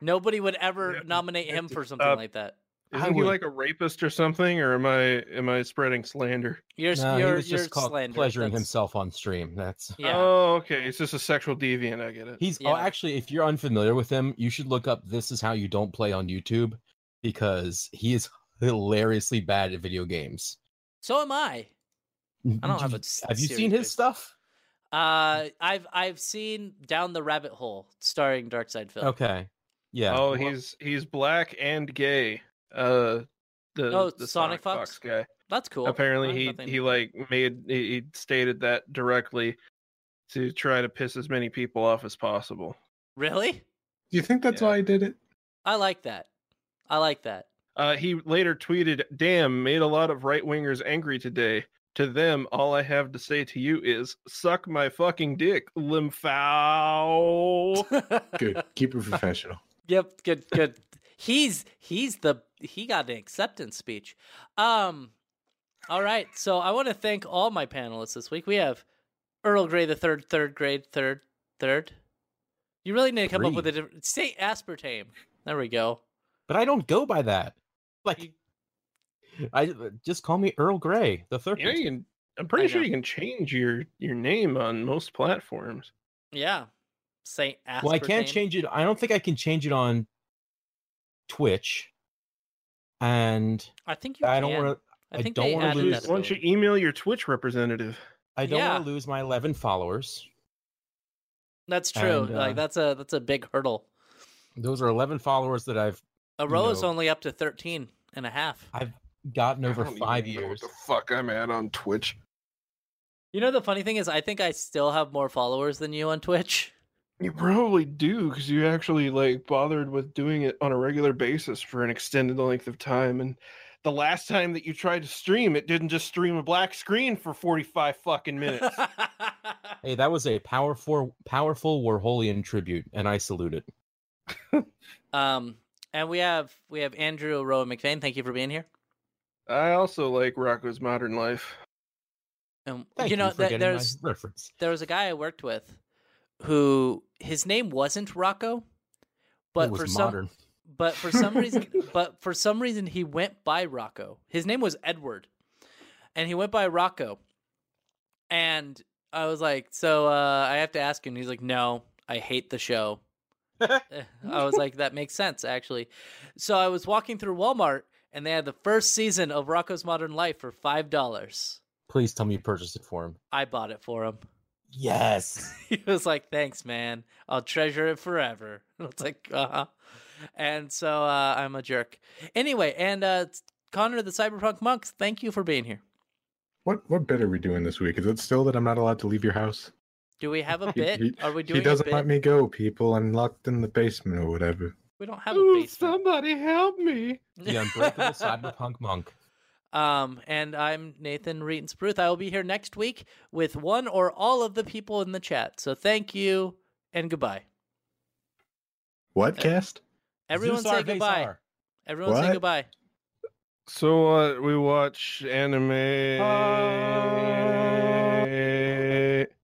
Speaker 1: Nobody would ever
Speaker 2: Yeah,
Speaker 1: nominate him
Speaker 2: it's-
Speaker 1: for something
Speaker 2: uh,
Speaker 1: like that.
Speaker 3: I
Speaker 2: Isn't he
Speaker 3: would-
Speaker 2: like a rapist or something? Or am I am I spreading slander?
Speaker 1: You're
Speaker 3: Nah,
Speaker 1: you're
Speaker 3: he was
Speaker 1: you're
Speaker 3: just called
Speaker 1: slander.
Speaker 3: pleasuring
Speaker 1: That's-
Speaker 3: himself on stream. That's
Speaker 1: Yeah.
Speaker 2: Oh, okay. It's just a sexual deviant. I get it.
Speaker 3: he's
Speaker 1: Yeah.
Speaker 3: oh, actually if you're unfamiliar with him, you should look up "This is how you don't play on YouTube" because he is hilariously bad at video games.
Speaker 1: so am I. I don't
Speaker 3: (laughs)
Speaker 1: have a. s-
Speaker 3: Have you
Speaker 1: serious
Speaker 3: seen his
Speaker 1: base.
Speaker 3: stuff?
Speaker 1: Uh, I've I've seen Down the Rabbit Hole starring Darkside Phil.
Speaker 3: Okay, yeah.
Speaker 2: Oh,
Speaker 3: Well,
Speaker 2: he's he's black and gay. Uh, the,
Speaker 1: Oh,
Speaker 2: the
Speaker 1: Sonic Fox?
Speaker 2: guy.
Speaker 1: that's cool.
Speaker 2: Apparently,
Speaker 1: Uh,
Speaker 2: he
Speaker 1: nothing-
Speaker 2: he like made he, he stated that directly to try to piss as many people off as possible.
Speaker 1: really.
Speaker 5: Do you think that's why I did it?
Speaker 1: I like that. I like that.
Speaker 2: Uh, he later tweeted, "Damn, made a lot of right wingers angry today. To them, all I have to say to you is suck my fucking dick,
Speaker 1: (laughs)
Speaker 2: lymphow."
Speaker 5: Good. Keep it professional.
Speaker 1: Yep, good, good. He's he's the he got an acceptance speech. Um, all right. So I want to thank all my panelists this week. We have Earl Grey the third, third grade, third, third. You really need to come up with a different say aspartame. There we go.
Speaker 3: but I don't go by that. Like, (laughs) I uh, just call me Earl Grey the third.
Speaker 2: you know, you can, I'm
Speaker 1: I
Speaker 2: pretty sure
Speaker 1: know.
Speaker 2: you can change your your name on most platforms.
Speaker 1: Yeah, Saint aspartame.
Speaker 3: well, I can't change it. I don't think I can change it on Twitch, and
Speaker 1: I think you.
Speaker 3: I don't
Speaker 1: can.
Speaker 3: want to. I
Speaker 1: think
Speaker 3: don't
Speaker 1: they
Speaker 3: wanna
Speaker 1: added
Speaker 3: lose-
Speaker 2: Why
Speaker 1: that
Speaker 2: don't you
Speaker 1: ability.
Speaker 2: email your Twitch representative?
Speaker 3: I don't want
Speaker 1: Yeah.
Speaker 3: to lose my 11 followers.
Speaker 1: That's true.
Speaker 3: and,
Speaker 1: like
Speaker 3: uh,
Speaker 1: that's a that's a big hurdle.
Speaker 3: Those are 11 followers that I've
Speaker 1: A row is
Speaker 3: know.
Speaker 1: only up to 13 and a half.
Speaker 3: gotten over
Speaker 2: I don't
Speaker 3: five
Speaker 2: even know
Speaker 3: years.
Speaker 2: what the fuck I'm at on Twitch?
Speaker 1: You know the funny thing is, I think I still have more followers than you on Twitch.
Speaker 2: You probably do because you actually like bothered with doing it on a regular basis for an extended length of time. And the last time that you tried to stream, it didn't just stream a black screen for forty-five fucking minutes.
Speaker 3: Hey, that was a powerful, powerful Warholian tribute, and I salute it.
Speaker 1: (laughs) um, and we have we have Andrew Rowan McVeigh. Thank you for being here.
Speaker 2: I also like Rocco's Modern Life.
Speaker 1: And
Speaker 3: Thank you,
Speaker 1: you know
Speaker 3: for
Speaker 1: th-
Speaker 3: getting my
Speaker 1: there's
Speaker 3: reference.
Speaker 1: there was a guy I worked with who his name wasn't Rocco, but
Speaker 3: it was
Speaker 1: for
Speaker 3: modern.
Speaker 1: some but for some reason but for some reason he went by Rocco. His name was Edward, and he went by Rocco. And I was like, so uh, I have to ask him. He's like, no, I hate the show. Eh, I was like, that makes sense, actually. So I was walking through Walmart and they had the first season of Rocco's Modern Life for $5.
Speaker 3: Please tell me you purchased it for him.
Speaker 1: I bought it for him.
Speaker 3: Yes.
Speaker 1: (laughs) He was like, thanks, man. I'll treasure it forever. (laughs) And I was like, uh huh. And so uh, I'm a jerk. Anyway, and uh, Connor the Cyberpunk Monks, thank you for being here.
Speaker 5: What what bit are we doing this week? Is it still that I'm not allowed to leave your house?
Speaker 1: Do we have a
Speaker 5: He-
Speaker 1: bit?
Speaker 5: he-
Speaker 1: Are we doing
Speaker 5: he doesn't
Speaker 1: a bit?
Speaker 5: let me go, people. I'm locked in the basement or whatever.
Speaker 1: We don't have a
Speaker 2: Ooh,
Speaker 1: basement.
Speaker 2: somebody help me!
Speaker 3: The unbreakable cyberpunk monk.
Speaker 1: Um, and I'm Nathan Reitens Bruth. I will be here next week with one or all of the people in the chat. So thank you and goodbye.
Speaker 5: What
Speaker 1: Uh,
Speaker 5: cast?
Speaker 1: Everyone
Speaker 3: Zusar
Speaker 1: say goodbye.
Speaker 3: Vesar.
Speaker 1: Everyone say
Speaker 5: What?
Speaker 1: goodbye.
Speaker 2: So uh, we watch anime.